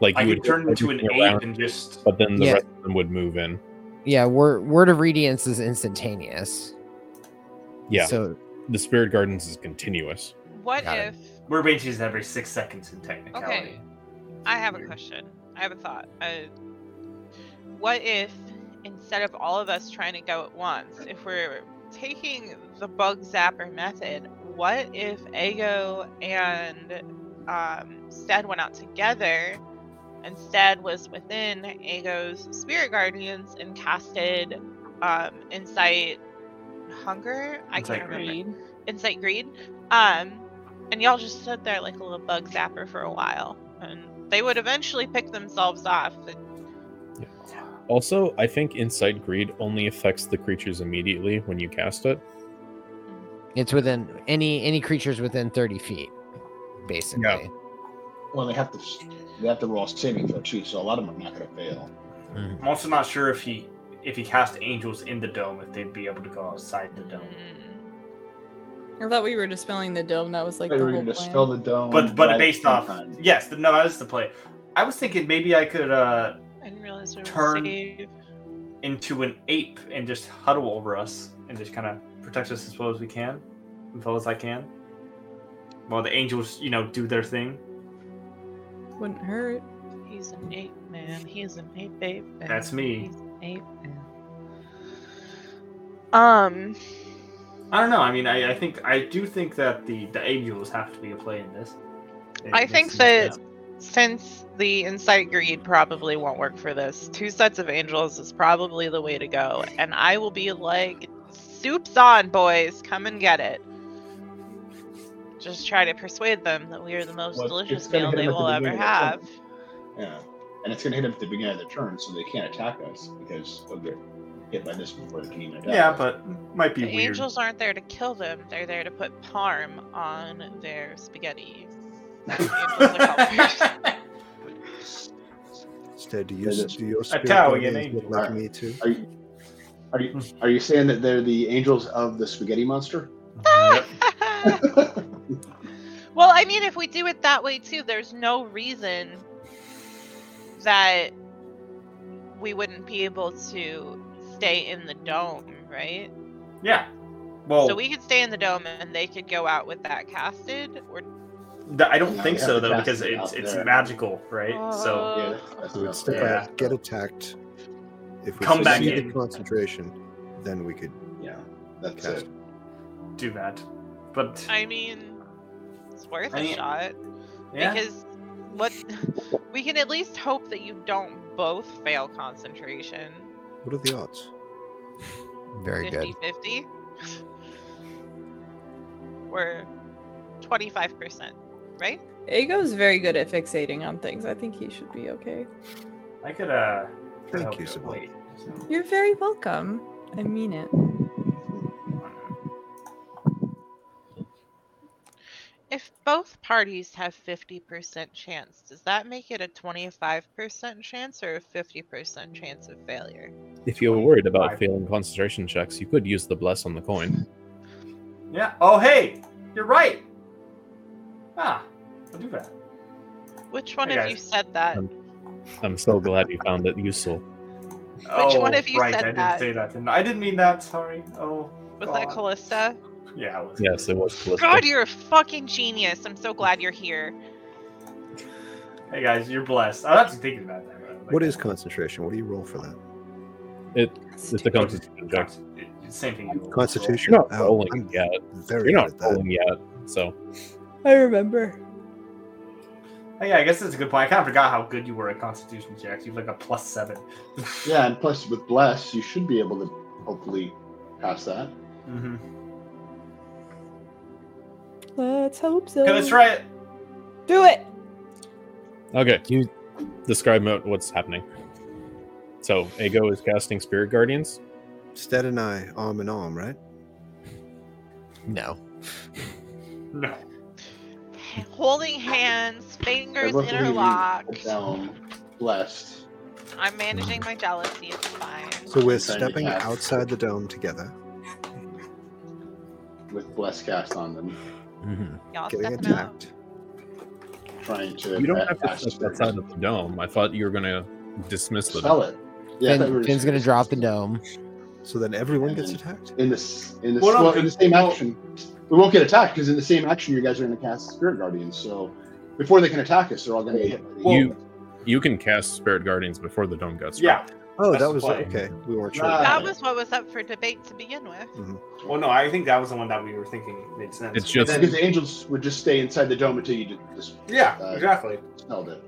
Speaker 2: like
Speaker 6: I
Speaker 2: you
Speaker 6: could
Speaker 2: would hit
Speaker 6: turn into an
Speaker 2: everything
Speaker 6: ape
Speaker 2: around,
Speaker 6: and just.
Speaker 2: but then the
Speaker 7: Yeah.
Speaker 2: rest of them would move in.
Speaker 7: Yeah, word word of radiance is instantaneous.
Speaker 2: Yeah,
Speaker 7: So
Speaker 2: the spirit guardians is continuous.
Speaker 1: What
Speaker 7: Got it.
Speaker 1: if
Speaker 6: We're ranging every six seconds in technicality.
Speaker 1: Okay. I have a question. I have a thought. Uh, what if instead of all of us trying to go at once, if we're taking the bug zapper method, what if Ego and um, Stead went out together and Stead was within Ego's spirit guardians and casted um, Insight Hunger? I
Speaker 6: Insight
Speaker 1: can't remember.
Speaker 4: read.
Speaker 6: Mm.
Speaker 1: Insight Greed. Um, and y'all just stood there like a little bug zapper for a while, and they would eventually pick themselves off. But
Speaker 2: Also, I think Insight Greed only affects the creatures immediately when you cast it.
Speaker 7: it's within any any creatures within thirty feet, basically.
Speaker 5: Well, they have to. They have to roll a saving throw too, so a lot of them are not going to fail.
Speaker 7: Mhm.
Speaker 6: I'm also not sure if he if he cast angels in the dome if they'd be able to go outside the dome.
Speaker 1: Mm.
Speaker 4: I thought we were dispelling the dome. That was like
Speaker 5: They
Speaker 4: the
Speaker 5: were
Speaker 4: whole
Speaker 5: going to
Speaker 4: plan.
Speaker 5: spill the dome.
Speaker 6: But but
Speaker 5: right
Speaker 6: based
Speaker 5: at
Speaker 6: off
Speaker 5: the same time.
Speaker 6: yes, the, no, that is the play. I was thinking maybe I could uh
Speaker 1: I didn't realize we were
Speaker 6: Turn.
Speaker 1: save.
Speaker 6: into an ape and just huddle over us and just kind of protect us as well as we can, as well as I can. While the angels, you know, do their thing.
Speaker 4: Wouldn't hurt.
Speaker 1: He's an ape man. He's an ape ape. Man.
Speaker 6: That's me.
Speaker 1: He's an ape man. Um,
Speaker 6: I don't know. I mean, I, I think I do think that the the angels have to be a play in this. They-
Speaker 1: I
Speaker 6: they
Speaker 1: think
Speaker 6: seem-
Speaker 1: that since the insight greed probably won't work for this, two sets of angels is probably the way to go. And I will be like, soup's on, boys, come and get it. Just try to persuade them that we are the most
Speaker 5: Well,
Speaker 1: delicious
Speaker 5: it's gonna
Speaker 1: meal
Speaker 5: hit
Speaker 1: they
Speaker 5: 'em at the
Speaker 1: will ever
Speaker 5: beginning of
Speaker 1: have.
Speaker 5: Yeah, and it's going to hit them at the beginning of their turn, so they can't attack us because of their hit by this before they can even attack.
Speaker 6: Yeah, but might be
Speaker 1: The
Speaker 6: weird. [laughs]
Speaker 1: angels aren't there to kill them. They're there to put parm on their
Speaker 5: [laughs]
Speaker 1: spaghetti. That's what angels are
Speaker 6: [laughs]
Speaker 1: called.
Speaker 3: Instead, do your, do your spirit
Speaker 6: Italian
Speaker 3: guardians look
Speaker 6: angel.
Speaker 3: like me too?
Speaker 5: Are you, are you are you saying that they're the angels of the
Speaker 4: [laughs]
Speaker 5: spaghetti monster?
Speaker 1: Ah!
Speaker 6: Yep.
Speaker 1: [laughs]
Speaker 4: Uh,
Speaker 1: well, I mean, if we do it that way too, there's no reason that we wouldn't be able to stay in the dome, right?
Speaker 6: Yeah. Well,
Speaker 1: So we could stay in the dome and they could go out with that casted. Or
Speaker 6: th- I don't
Speaker 5: Yeah,
Speaker 6: think
Speaker 5: we
Speaker 6: so
Speaker 5: have to
Speaker 6: though
Speaker 5: cast
Speaker 6: because
Speaker 5: it
Speaker 6: it's
Speaker 5: out
Speaker 6: it's
Speaker 5: there.
Speaker 6: magical, right? so
Speaker 5: Oh, yeah, that's- that's
Speaker 3: We would
Speaker 5: about
Speaker 3: step
Speaker 5: it.
Speaker 3: out, get attacked. If we
Speaker 6: Come back
Speaker 3: succeed in
Speaker 6: in.
Speaker 3: concentration, then we could
Speaker 5: Yeah, that's
Speaker 3: cast.
Speaker 5: it.
Speaker 6: do that. But
Speaker 1: Oh. I mean, it's worth
Speaker 6: I
Speaker 1: a
Speaker 6: mean-
Speaker 1: shot
Speaker 6: yeah.
Speaker 1: because what [laughs] we can at least hope that you don't both fail concentration.
Speaker 3: What are the odds?
Speaker 7: Very good.
Speaker 1: 50 50. We're 25%, right?
Speaker 4: Ago's very good at fixating on things. I think he should be okay.
Speaker 6: I could uh.
Speaker 3: Thank
Speaker 6: help
Speaker 3: you,
Speaker 6: it.
Speaker 3: Sybil.
Speaker 6: Wait.
Speaker 4: You're very welcome. I mean it.
Speaker 1: If both parties have 50% chance, does that make it a 25% chance or a 50% chance of failure?
Speaker 2: If you were worried
Speaker 6: I-
Speaker 2: about failing concentration checks, you could use the bless on the coin.
Speaker 6: Yeah. Oh hey, you're right. Ah, I'll do that.
Speaker 1: Which one
Speaker 6: Hey,
Speaker 1: of
Speaker 6: guys.
Speaker 1: you said that?
Speaker 2: Um, I'm so glad you found it useful.
Speaker 6: oh,
Speaker 1: one of you
Speaker 6: right,
Speaker 1: said
Speaker 6: I didn't
Speaker 1: that?
Speaker 6: say that. Didn't I? I didn't mean that. Sorry. Oh.
Speaker 1: Was that
Speaker 6: God.
Speaker 1: Callista?
Speaker 6: Yeah. It was.
Speaker 2: Yes, it was. Callisto.
Speaker 1: God, you're a fucking genius. I'm so glad you're here.
Speaker 6: Hey guys, you're blessed. I'm actually thinking about that. Right?
Speaker 3: What is concentration? What do you roll for that?
Speaker 2: It, it's the concentration check.
Speaker 6: Same thing. you roll.
Speaker 3: Constitution.
Speaker 2: You're not
Speaker 3: Oh,
Speaker 2: rolling
Speaker 3: I'm
Speaker 2: yet.
Speaker 3: very
Speaker 2: You're
Speaker 3: good
Speaker 2: not
Speaker 3: at that.
Speaker 2: rolling yet. So
Speaker 4: I remember.
Speaker 6: Oh, yeah, I guess that's a good point. I kind of forgot how good you were at Constitution checks. You have like a plus seven.
Speaker 5: Yeah, and plus with bless, you should be able to hopefully pass that.
Speaker 6: [laughs] Mm-hmm.
Speaker 4: Let's hope so.
Speaker 6: Okay, let's try it.
Speaker 4: Do it.
Speaker 2: okay, can you describe mo- what's happening? So Ego is casting Spirit Guardians.
Speaker 3: Stead and I, arm in arm, right?
Speaker 7: No.
Speaker 6: No.
Speaker 1: Holding hands, fingers
Speaker 5: Everyone can hear you
Speaker 1: interlocked.
Speaker 5: Down, blessed.
Speaker 1: I'm managing my jealousy. It's fine.
Speaker 3: So we're
Speaker 5: Trying to
Speaker 3: stepping
Speaker 5: cast.
Speaker 3: outside the dome together,
Speaker 5: with bless cast on them,
Speaker 7: Mm-hmm.
Speaker 1: Y'all
Speaker 3: getting
Speaker 1: step 'em out.
Speaker 3: attacked.
Speaker 5: trying to.
Speaker 2: You don't
Speaker 5: attack
Speaker 2: have to
Speaker 5: cast
Speaker 2: step outside of the dome. I thought you were gonna dismiss the
Speaker 5: Spell
Speaker 2: dome.
Speaker 5: it. Yeah, I thought we were
Speaker 7: Finn, Finn's
Speaker 5: just-
Speaker 7: gonna drop the dome.
Speaker 3: So then everyone gets
Speaker 5: Mhm.
Speaker 3: attacked.
Speaker 5: in this in this
Speaker 6: Well,
Speaker 5: well,
Speaker 6: no,
Speaker 5: in the
Speaker 6: because-
Speaker 5: same
Speaker 6: well-
Speaker 5: action. We won't get attacked because in the same action you guys are going to cast Spirit Guardians. So before they can attack us, they're all going to get. hit. by the-
Speaker 2: You you can cast Spirit Guardians before the dome got struck.
Speaker 6: Yeah.
Speaker 3: Oh,
Speaker 6: That's
Speaker 3: that
Speaker 6: the
Speaker 3: was
Speaker 6: play.
Speaker 3: okay. We weren't sure.
Speaker 6: Nah.
Speaker 3: about
Speaker 1: That
Speaker 3: that.
Speaker 1: was what was up for debate to begin with.
Speaker 6: Well, no, I think that was the one that we were thinking made sense.
Speaker 2: It's just-
Speaker 6: But
Speaker 5: because
Speaker 6: then-
Speaker 5: the angels would just stay inside the dome until you did just
Speaker 6: yeah,
Speaker 5: Uh,
Speaker 6: exactly.
Speaker 5: dispelled it.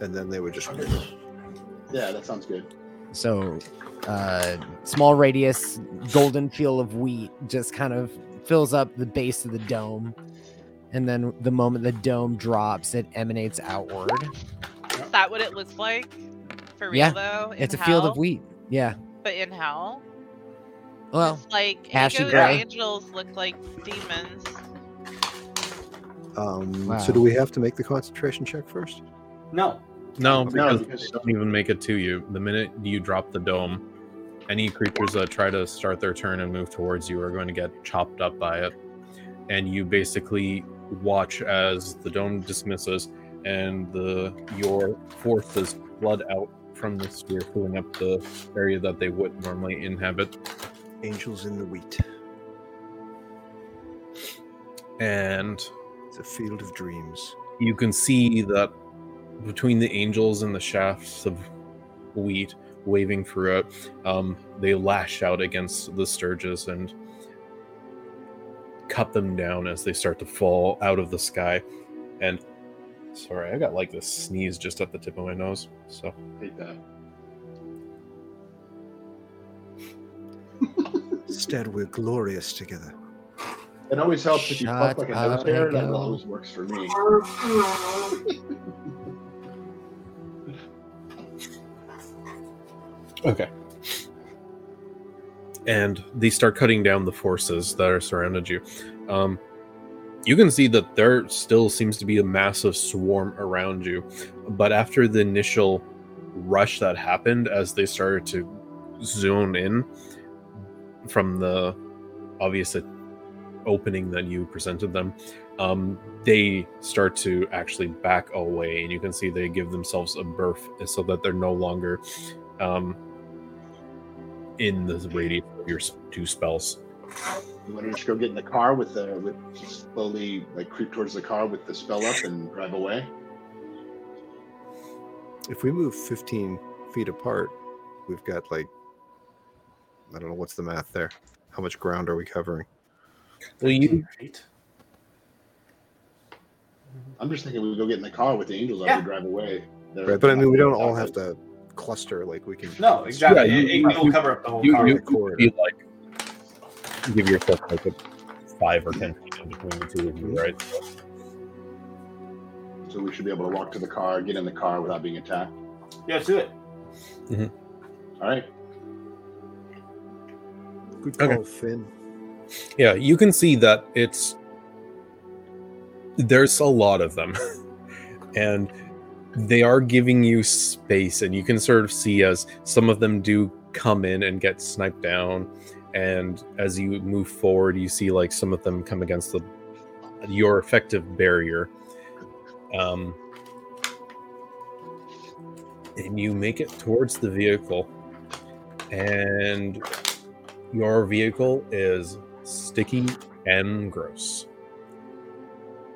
Speaker 3: And then they were just.
Speaker 5: Yeah, that sounds good.
Speaker 7: So, uh, small radius, golden field of wheat just kind of fills up the base of the dome. And then the moment the dome drops, it emanates outward.
Speaker 1: Is that what it looks like? For real
Speaker 7: Yeah,
Speaker 1: though? In
Speaker 7: It's a field
Speaker 1: hell?
Speaker 7: of wheat. Yeah.
Speaker 1: But in hell?
Speaker 7: Well,
Speaker 1: It's like
Speaker 7: ashy
Speaker 1: Ego
Speaker 7: gray.
Speaker 1: angels look like demons.
Speaker 3: Um,
Speaker 7: Wow.
Speaker 3: So do we have to make the concentration check first?
Speaker 6: No.
Speaker 2: No, because
Speaker 5: because-
Speaker 2: they don't even make it to you. The minute you drop the dome, any creatures that try to start their turn and move towards you are going to get chopped up by it. And you basically watch as the dome dismisses and the your forces flood out from the sphere, filling up the area that they would normally inhabit.
Speaker 3: Angels in the wheat.
Speaker 2: And
Speaker 3: It's a field of dreams.
Speaker 2: you can see that between the angels and the shafts of wheat waving throughout, um, they lash out against the sturges and cut them down as they start to fall out of the sky. And sorry, I got like this sneeze just at the tip of my nose. So
Speaker 5: Hate that.
Speaker 3: Instead, we're glorious together.
Speaker 5: [laughs] It always helps if you
Speaker 7: Shut
Speaker 5: fuck like a
Speaker 7: up,
Speaker 5: nose hair. That
Speaker 7: Ego.
Speaker 5: always works for me.
Speaker 2: okay, and they start cutting down the forces that are surrounded you. Um, you can see that there still seems to be a massive swarm around you, but after the initial rush that happened as they started to zone in from the obvious uh, opening that you presented them, um, they start to actually back away, and you can see they give themselves a berth so that they're no longer um, in the radius of your s- two spells.
Speaker 5: You want to just go get in the car with the with just slowly like creep towards the car with the spell up and drive away?
Speaker 3: If we move 15 feet apart, we've got like, I don't know what's the math there. How much ground are we covering?
Speaker 2: Well, you
Speaker 6: Right?
Speaker 5: I'm just thinking we go get in the car with the angels yeah.
Speaker 6: Yeah.
Speaker 5: and drive away. They're-
Speaker 3: Right, but I mean, we don't all have to cluster. Like we can.
Speaker 6: No, exactly.
Speaker 2: Yeah, you-
Speaker 6: it will
Speaker 2: you-
Speaker 6: cover up the whole
Speaker 2: you,
Speaker 6: car.
Speaker 2: you
Speaker 3: the corridor.
Speaker 2: you, like give yourself like a five or ten feet in between the two of you, right?
Speaker 5: So we should be able to walk to the car, get in the car without being attacked.
Speaker 6: yeah, let's do it.
Speaker 5: All right.
Speaker 3: Good
Speaker 2: Okay.
Speaker 3: call, Finn.
Speaker 2: Yeah, you can see that it's there's a lot of them, [laughs] and they are giving you space, and you can sort of see as some of them do come in and get sniped down, and as you move forward, you see like some of them come against the your effective barrier, um, and you make it towards the vehicle, and your vehicle is sticky and gross.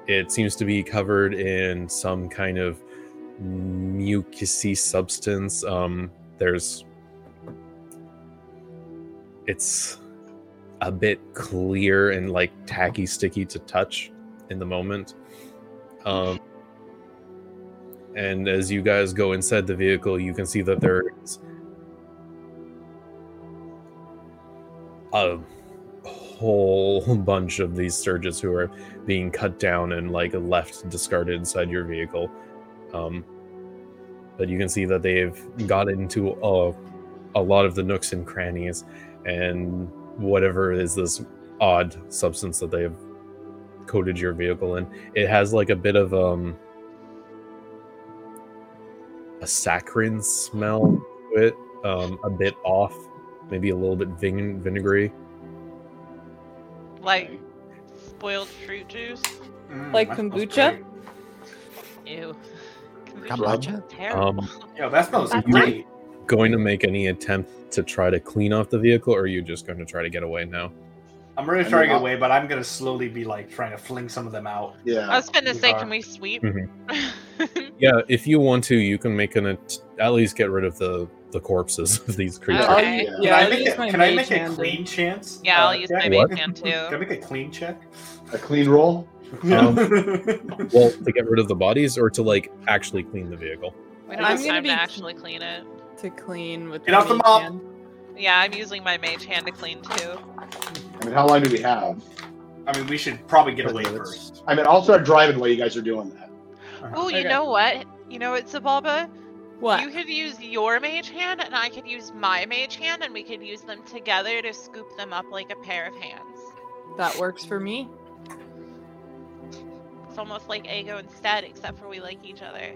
Speaker 2: It seems to be covered in some kind of mucousy substance. Um, there's. It's a bit clear and like tacky sticky to touch in the moment. Um, and as you guys go inside the vehicle, you can see that there is a whole [laughs] bunch of these surges who are being cut down and like left discarded inside your vehicle. Um, but you can see that they've got into a, a lot of the nooks and crannies and whatever is this odd substance that they have coated your vehicle in. It has like a bit of um, a saccharine smell to it, um, a bit off, maybe a little bit vin- vinegary.
Speaker 1: Like spoiled fruit juice.
Speaker 6: Mm,
Speaker 4: Like
Speaker 6: that smells
Speaker 4: kombucha?
Speaker 6: great.
Speaker 1: Ew.
Speaker 7: Kombucha?
Speaker 1: Terrible.
Speaker 2: Um,
Speaker 6: Yo, that smells
Speaker 1: That's
Speaker 6: great.
Speaker 2: going to make any attempt to try to clean off the vehicle, or are you just going to try to get away now?
Speaker 6: I'm really
Speaker 5: I
Speaker 6: trying to
Speaker 5: mean,
Speaker 6: get away, but I'm gonna slowly be like trying to fling some of them out.
Speaker 1: I
Speaker 5: Yeah.
Speaker 1: was gonna
Speaker 6: we
Speaker 1: say,
Speaker 6: are-
Speaker 1: can [laughs] we sweep?
Speaker 2: Yeah, if you want to, you can make an at, at least get rid of the the corpses [laughs] of these creatures.
Speaker 4: I'll-
Speaker 1: Okay.
Speaker 4: Yeah,
Speaker 5: Yeah.
Speaker 6: can
Speaker 4: I'll
Speaker 6: I make,
Speaker 4: use
Speaker 6: a,
Speaker 4: my
Speaker 6: can I
Speaker 4: mage
Speaker 6: make a
Speaker 4: hand
Speaker 6: clean chance?
Speaker 1: yeah, I'll
Speaker 6: Uh,
Speaker 1: use
Speaker 6: check?
Speaker 1: my
Speaker 2: What?
Speaker 1: mage hand
Speaker 6: Can I
Speaker 1: too.
Speaker 6: make a clean check?
Speaker 5: A clean roll.
Speaker 2: Um,
Speaker 6: Yeah.
Speaker 2: Well, to get rid of the bodies, or to like actually clean the vehicle.
Speaker 1: We don't
Speaker 4: I'm
Speaker 1: have
Speaker 4: gonna
Speaker 1: time
Speaker 4: be-
Speaker 1: to actually clean it.
Speaker 4: to clean with
Speaker 6: Get off the
Speaker 4: mage
Speaker 6: mop.
Speaker 4: hand.
Speaker 1: Yeah, I'm using my mage hand to clean too.
Speaker 5: I mean, how long do we have?
Speaker 6: [laughs] I mean, we should probably get
Speaker 3: Ten
Speaker 6: away
Speaker 3: minutes.
Speaker 6: first.
Speaker 5: I mean, I'll start driving while you guys are doing that.
Speaker 1: Oh, you
Speaker 4: Okay.
Speaker 1: know what? You know what, Zabalba?
Speaker 4: What?
Speaker 1: You could use your mage hand, and I could use my mage hand, and we could use them together to scoop them up like a pair of hands.
Speaker 4: That works for me.
Speaker 1: It's almost like Ego instead, except for we like each other.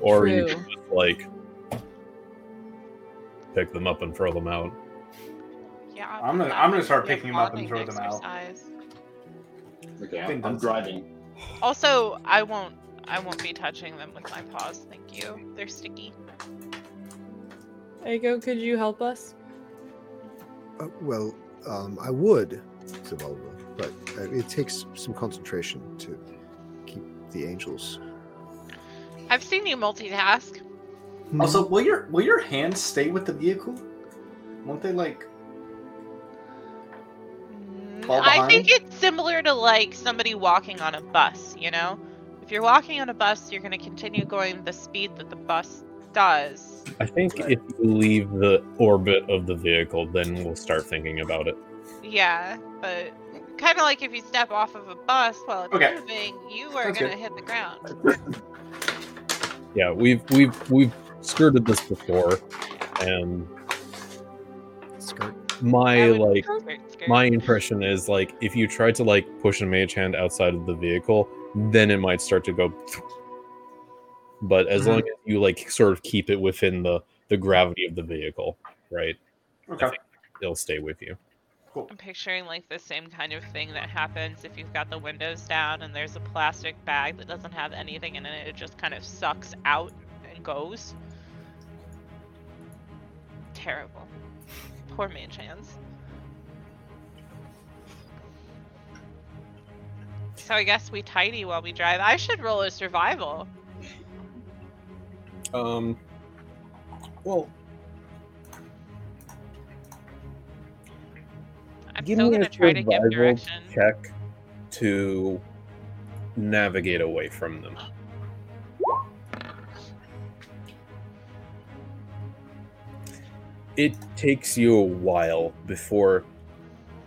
Speaker 2: Or you
Speaker 4: True.
Speaker 2: can just like pick them up and throw them out.
Speaker 1: Yeah.
Speaker 6: I'm gonna-
Speaker 1: that
Speaker 6: I'm gonna
Speaker 1: would
Speaker 6: start
Speaker 1: be a
Speaker 6: picking 'em up
Speaker 1: bonding
Speaker 6: and throw them out.
Speaker 1: exercise.
Speaker 5: Okay,
Speaker 6: I think
Speaker 5: I'm, I'm
Speaker 6: that's-
Speaker 5: driving.
Speaker 1: Also, I won't. I won't be touching them with my paws. Thank you. They're sticky.
Speaker 4: Ego, could you help us?
Speaker 3: Uh, well, um, I would, Zavalva, but uh, it takes some concentration to keep the angels.
Speaker 1: I've seen you multitask.
Speaker 6: Also, will your will your hands stay with the vehicle? Won't they like?
Speaker 1: Mm,
Speaker 6: Fall
Speaker 1: I think
Speaker 6: behind?
Speaker 1: it's similar to like somebody walking on a bus, you know? If you're walking on a bus, you're going to continue going the speed that the bus does.
Speaker 2: I think if you leave the orbit of the vehicle, then we'll start thinking about it.
Speaker 1: Yeah, but kind of like if you step off of a bus while it's
Speaker 6: Okay.
Speaker 1: moving, you are
Speaker 6: Sounds
Speaker 1: going to
Speaker 6: good.
Speaker 1: hit the ground.
Speaker 2: Yeah, we've we've we've skirted this before, and
Speaker 7: Skirt.
Speaker 2: my
Speaker 1: I would-
Speaker 2: like
Speaker 1: Skirt, skirt.
Speaker 2: my impression is like if you try to like push a mage hand outside of the vehicle then it might start to go [sniffs] but as
Speaker 7: Mhm.
Speaker 2: long as you like sort of keep it within the the gravity of the vehicle right
Speaker 6: Okay.
Speaker 2: it'll stay with you
Speaker 1: I'm picturing like the same kind of thing that happens if you've got the windows down and there's a plastic bag that doesn't have anything in it. It just kind of sucks out and goes. Terrible. Poor mage hands. So I guess we tidy while we drive. I should roll a survival.
Speaker 2: um well
Speaker 1: I'm
Speaker 2: Give
Speaker 1: still
Speaker 2: me a
Speaker 1: gonna try to give
Speaker 2: survival
Speaker 1: direction.
Speaker 2: check to navigate away from them it takes you a while before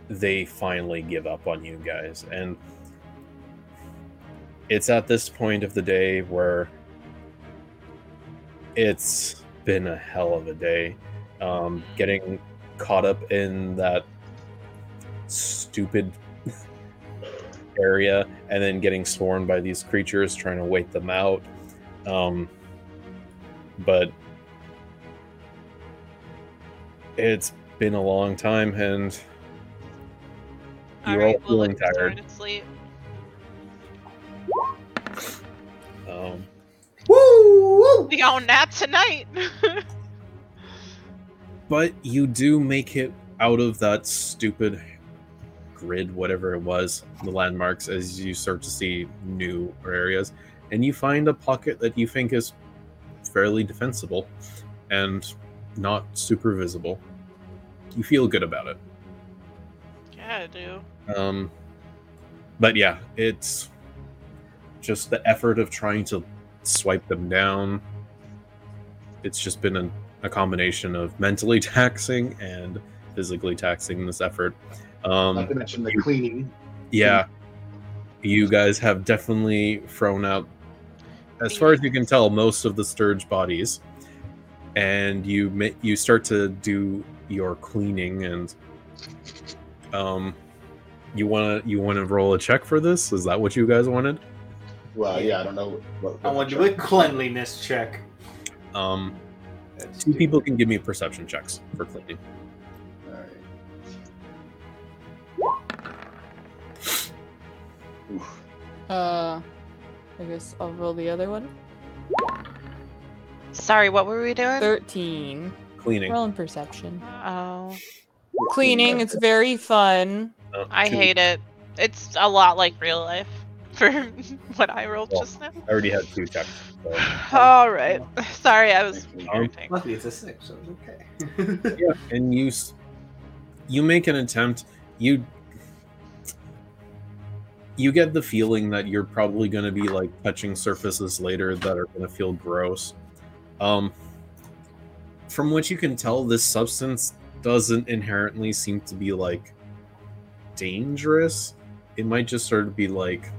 Speaker 2: they finally give up on you guys and it's at this point of the day where it's been a hell of a day um,
Speaker 1: Mm-hmm.
Speaker 2: getting caught up in that stupid area and then getting swarmed by these creatures trying to wait them out um, but it's been a long time and you're all
Speaker 1: Alright,
Speaker 2: feeling
Speaker 1: Lilith is
Speaker 2: tired.
Speaker 1: going to sleep.
Speaker 2: um,
Speaker 9: Woo! woo.
Speaker 1: We on that tonight. [laughs]
Speaker 2: but you do make it out of that stupid grid whatever it was the landmarks as you start to see new areas and you find a pocket that you think is fairly defensible and not super visible you feel good about it
Speaker 1: yeah, I do.
Speaker 2: um but yeah it's just the effort of trying to swipe them down it's just been a, a combination of mentally [laughs] taxing and physically taxing this effort
Speaker 5: Not
Speaker 2: um
Speaker 5: to mention the cleaning.
Speaker 2: yeah you guys have definitely thrown out as far as you can tell most of the sturge bodies and you ma- you start to do your cleaning and um you want to you want to roll a check for this is that what you guys wanted
Speaker 5: Well, yeah, I don't know what.
Speaker 6: I want to do a cleanliness check.
Speaker 2: um
Speaker 6: That's
Speaker 2: two people can give me perception checks for cleaning
Speaker 5: Alright. Oof.
Speaker 4: Uh, I guess I'll roll the other one.
Speaker 1: Sorry, what were we doing?
Speaker 4: Thirteen.
Speaker 2: cleaning
Speaker 4: Roll in perception.
Speaker 1: Oh,
Speaker 4: Cleaning. It's very fun.
Speaker 2: Uh,
Speaker 1: I
Speaker 2: two-
Speaker 1: hate it. It's a lot like real life [laughs] for what I rolled
Speaker 2: Well,
Speaker 1: just now. [sighs]
Speaker 2: i already had two checks so.
Speaker 1: All right. [laughs] Sorry, I was.
Speaker 5: Thank you.
Speaker 1: parenting.
Speaker 6: Luckily, it's a six, so it's okay.
Speaker 2: yeah, and you s- you make an attempt you you get the feeling that you're probably going to be like touching surfaces later that are going to feel gross um from what you can tell this substance doesn't inherently seem to be like dangerous it might just sort of be like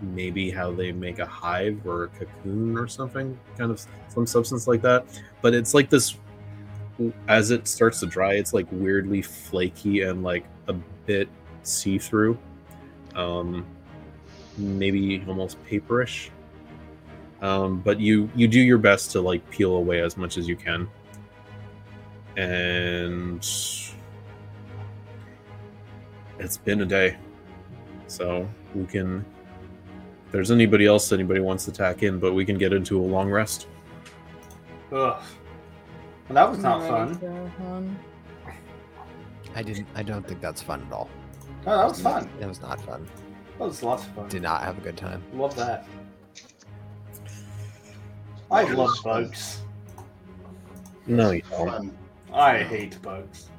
Speaker 2: maybe how they make a hive or a cocoon or something kind of some substance like that but it's like this as it starts to dry, it's like weirdly flaky and like a bit see through. Um, maybe almost paperish. Um, but you you do your best to like peel away as much as you can. And it's been a day. So we can if there's anybody else anybody wants to tack in, but we can get into a long rest.
Speaker 6: [laughs] Ugh. Well, that was not
Speaker 4: I'm ready
Speaker 6: fun.
Speaker 4: for one.
Speaker 7: I didn't. I don't think that's fun at all.
Speaker 6: Oh, that was fun.
Speaker 7: That was not fun.
Speaker 6: That was lots of fun.
Speaker 7: Did not have a good time.
Speaker 6: Love that. I love bugs.
Speaker 2: No, you don't.
Speaker 5: Fun.
Speaker 6: I hate bugs.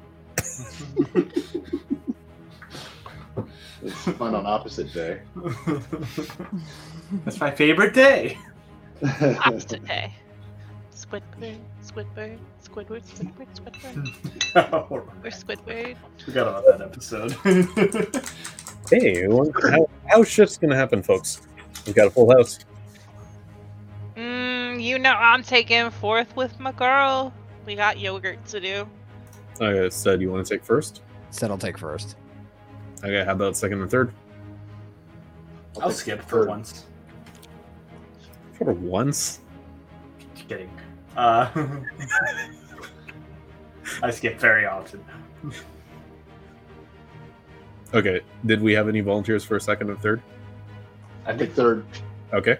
Speaker 5: It's fun on opposite day. [laughs]
Speaker 6: That's my favorite [laughs] day.
Speaker 1: Ops today. Squidward, Squidward, Squidward, Squidward, Squidward. We're Squidward.
Speaker 6: Forgot about that episode.
Speaker 2: Hey, well, how, how's shit's gonna happen, folks? We've got a full house.
Speaker 1: Mm, you know I'm taking fourth with my girl. We got yogurt to do.
Speaker 2: I said, you want to take first?
Speaker 7: Said I'll take first.
Speaker 2: Okay, how about second and third?
Speaker 6: I'll skip for once.
Speaker 2: For once.
Speaker 6: Just kidding. Uh, [laughs] I skip very often.
Speaker 2: Okay, did we have any volunteers for second and third?
Speaker 6: I
Speaker 5: Pick
Speaker 6: think.
Speaker 5: third.
Speaker 2: Okay.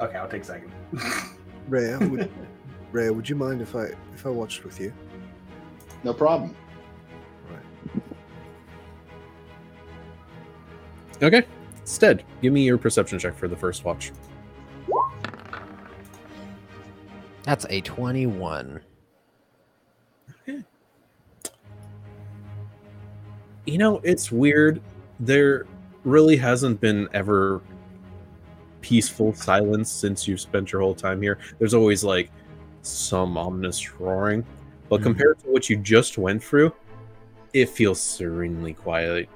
Speaker 6: Okay, I'll take second.
Speaker 3: Rhea,
Speaker 6: [laughs]
Speaker 3: would, Rhea, would you mind if I if I watched with you?
Speaker 5: No problem.
Speaker 2: Okay. Instead, give me your perception check for the first watch.
Speaker 7: That's a 21.
Speaker 2: You know, it's weird. There really hasn't been ever peaceful silence since you've spent your whole time here. There's always like some ominous roaring. But
Speaker 7: Mhm.
Speaker 2: compared to what you just went through, it feels serenely quiet,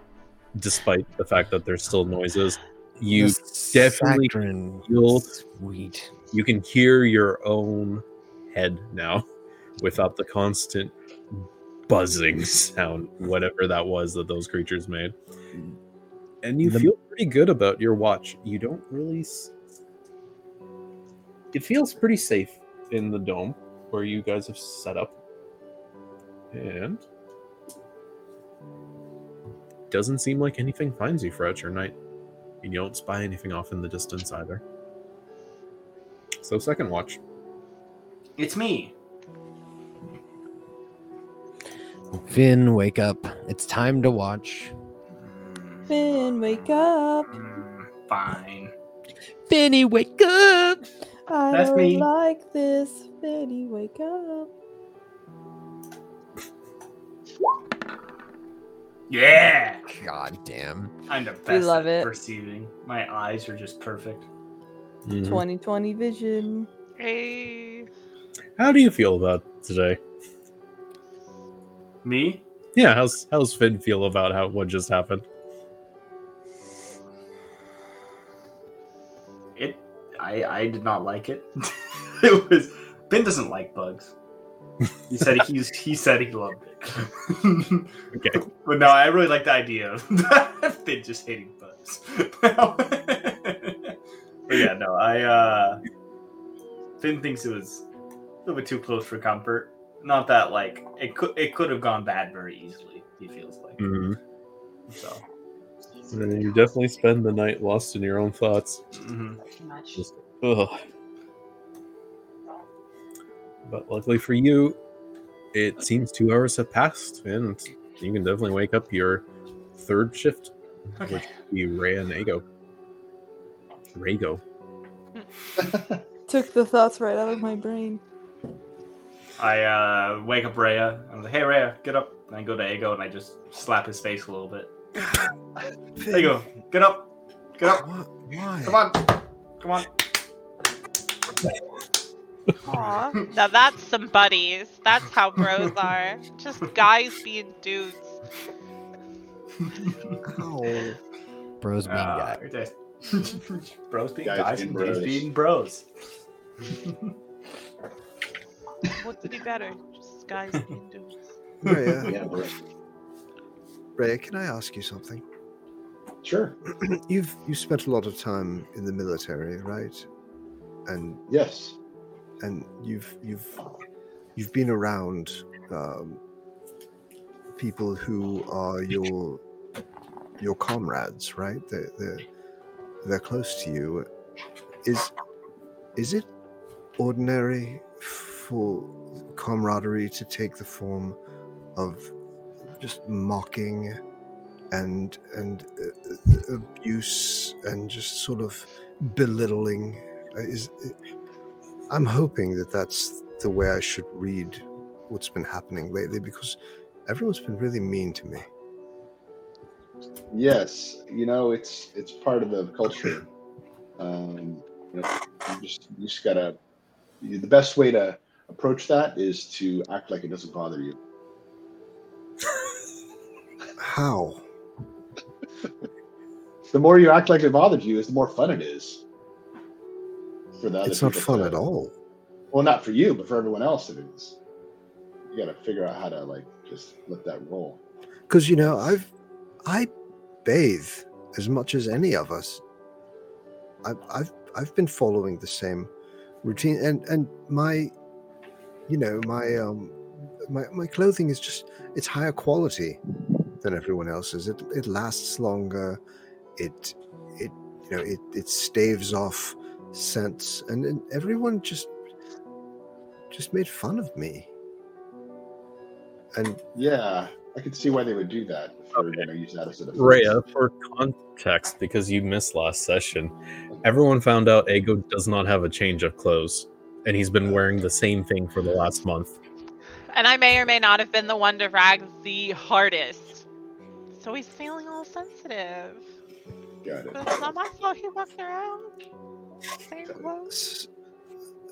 Speaker 2: despite the fact that there's still noises. You
Speaker 7: This
Speaker 2: definitely
Speaker 7: Saccharin,
Speaker 2: feel-
Speaker 7: sweet.
Speaker 2: you can hear your own head now [laughs] without the constant buzzing [laughs] sound whatever that was that those creatures made and you
Speaker 3: The-
Speaker 2: feel pretty good about your watch you don't really s- it feels pretty safe in the dome where you guys have set up and doesn't seem like anything finds you throughout your night and you don't spy anything off in the distance either so second watch
Speaker 6: It's me.
Speaker 7: Finn, wake up. It's time to watch.
Speaker 4: Finn, wake up.
Speaker 6: Mm, Fine.
Speaker 7: Finny, wake up!
Speaker 4: I
Speaker 6: That's
Speaker 4: don't
Speaker 6: me.
Speaker 4: like this. Finny, wake up.
Speaker 6: Yeah.
Speaker 7: God damn.
Speaker 6: I'm the best.
Speaker 4: love
Speaker 6: at
Speaker 4: it.
Speaker 6: Perceiving. My eyes are just perfect.
Speaker 4: Mm-hmm.
Speaker 2: Mhm.
Speaker 4: 2020 vision.
Speaker 1: Hey.
Speaker 2: How do you feel about today?
Speaker 6: Me?
Speaker 2: Yeah, how's how's Finn feel about how what just happened?
Speaker 6: It. I. I did not like it. [laughs] it was. Ben doesn't like bugs. He said he's. He said he loved [laughs] it.
Speaker 2: Okay.
Speaker 6: But no, I really like the idea of [laughs] Ben just hating bugs. [laughs] but yeah, no, I. uh Finn thinks it was a little bit too close for comfort. Not that like it could. It could have gone bad very easily. He feels like
Speaker 2: Mm.
Speaker 6: so.
Speaker 2: You definitely spend the night lost in your own thoughts.
Speaker 6: mhm.
Speaker 8: Too much.
Speaker 2: Just- Ugh. But luckily for you, it seems two hours have passed, and you can definitely wake up your third shift.
Speaker 6: Okay.
Speaker 2: Which would be Ray and Ago. Rago.
Speaker 4: Took the thoughts right out of my brain.
Speaker 6: I uh, wake up Rhea. I'm like, hey, Rhea, get up. And I go to Ego and I just slap his face a little bit. Ego, get up. Get up.
Speaker 3: Why? why?
Speaker 6: Come on. Come on.
Speaker 1: Aw. now that's some buddies. That's how bros are. Just guys being dudes.
Speaker 3: Ow.
Speaker 7: Bros being
Speaker 6: Uh,
Speaker 7: guy.
Speaker 6: just- [laughs] bros being
Speaker 5: Guys
Speaker 6: guys,
Speaker 5: being
Speaker 6: and dudes
Speaker 5: bros.
Speaker 6: being bros.
Speaker 1: What could be better? Just guys being dudes.
Speaker 3: Rhea,
Speaker 5: Yeah, bro.
Speaker 3: Rhea, can I ask you something? [clears throat]
Speaker 5: Sure.
Speaker 3: You've you spent a lot of time in the military, right? And
Speaker 5: Yes.
Speaker 3: and you've you've you've been around um, people who are your your comrades, right? They're, they're they're close to you. Is is it ordinary for camaraderie to take the form of just mocking and and uh, uh, abuse and just sort of belittling? Uh, Is I'm hoping that that's the way I should read what's been happening lately because everyone's been really mean to me.
Speaker 5: Yes, you know it's it's part of the culture. Um, you, know, you just you just gotta. The best way to approach that is to act like it doesn't bother you.
Speaker 3: How?
Speaker 5: The more you act like it bothers you, is the more fun it is. For the other
Speaker 3: it's not
Speaker 5: people
Speaker 3: fun
Speaker 5: to-
Speaker 3: at all.
Speaker 5: Well, not for you, but for everyone else, it is. You we gotta figure out how to like just let that roll.
Speaker 3: Because you know, I've I bathe as much as any of us. I've I've I've been following the same routine, and and my, you know, my um, my my clothing is just it's higher quality than everyone else's. It it lasts longer. It it you know it it staves off scents, and, and everyone just just made fun of me. And
Speaker 5: Yeah, I could see why they would do that if they were gonna use that as a defense.
Speaker 2: Rhea, uh, for context, because you missed last session, everyone found out Ego does not have a change of clothes, and he's been wearing the same thing for the last month.
Speaker 1: And I may or may not have been the one to rag the hardest. So he's feeling all sensitive.
Speaker 5: Got it.
Speaker 1: But it's not my fault he walked around. Same clothes.
Speaker 3: S-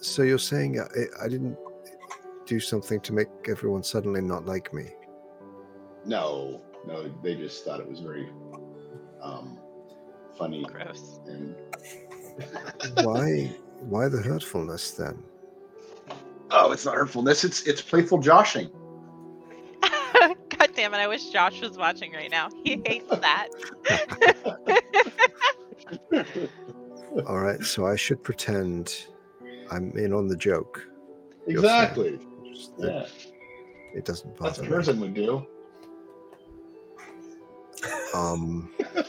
Speaker 3: So you're saying I, I didn't do something to make everyone suddenly not like me?
Speaker 5: No, no, they just thought it was very um, funny
Speaker 1: Gross. [laughs]
Speaker 5: and [laughs]
Speaker 3: Why? why the hurtfulness then?
Speaker 5: oh, it's not hurtfulness. It's it's playful joshing.
Speaker 1: God damn it, I wish Josh was watching right now. He hates
Speaker 3: [laughs]
Speaker 1: that.
Speaker 3: All right, so I should pretend I'm in on the joke. You're saying.
Speaker 5: exactly.
Speaker 3: Just that
Speaker 5: Yeah,
Speaker 3: It doesn't
Speaker 5: that's
Speaker 3: bother
Speaker 5: what
Speaker 3: me.
Speaker 5: Curzon would do.
Speaker 3: Um,
Speaker 5: [laughs]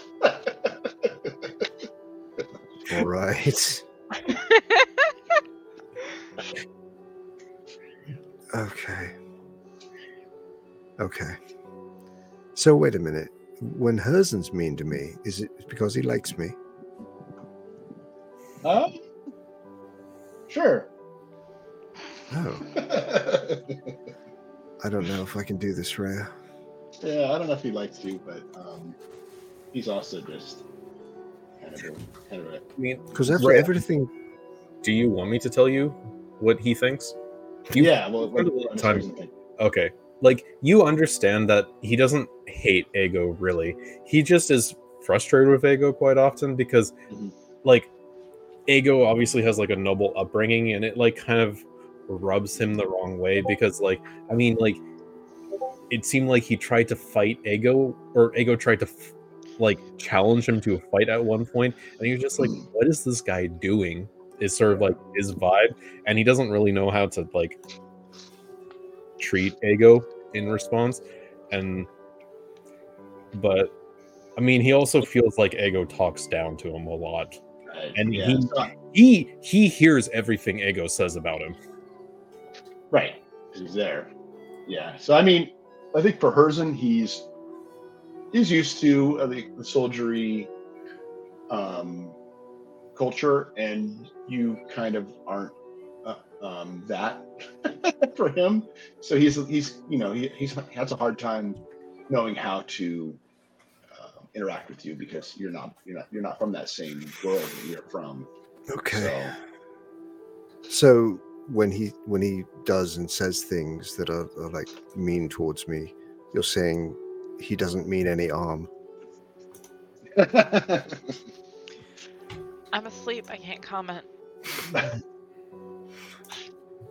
Speaker 3: all right. okay. Okay. So wait a minute. When Herzen's mean to me, is it because he likes me?
Speaker 5: Huh? Sure. [laughs]
Speaker 3: No,
Speaker 5: yeah,
Speaker 3: Oh, I don't know if I can do this, Rhea.
Speaker 5: I don't know if he likes you, but um, he's also just kind of a, kind of a
Speaker 2: I mean,
Speaker 3: Because after
Speaker 2: Rhea,
Speaker 3: everything,
Speaker 2: do you want me to tell you what he thinks? You-
Speaker 5: yeah. Well,
Speaker 2: for the
Speaker 5: well,
Speaker 2: one time- Okay. Like you understand that he doesn't hate Ego really. He just is frustrated with Ego quite often because
Speaker 5: Mhm.
Speaker 2: like Ego obviously has like a noble upbringing and it like kind of rubs him the wrong way because like I mean like it seemed like he tried to fight Ego or Ego tried to f- like challenge him to a fight at one point and he was just like what is this guy doing is sort of like his vibe and he doesn't really know how to like treat Ego in response. And but I mean he also feels like Ego talks down to him a lot. And
Speaker 5: yeah,
Speaker 2: he-
Speaker 5: it's not-
Speaker 2: He he hears everything Ego says about him.
Speaker 5: Right. He's there. Yeah. So I mean, I think for Herzen, he's he's used to uh, the, the soldiery um, culture, and you kind of aren't uh, um, that [laughs] for him. So he's he's you know he he's, he has a hard time knowing how to uh, interact with you because you're not you're not you're not from that same world that you're from.
Speaker 3: okay.
Speaker 5: So.
Speaker 3: So when he when he does and says things that are, are like mean towards me, you're saying he doesn't mean any harm.
Speaker 5: [laughs]
Speaker 1: I'm asleep. I can't comment.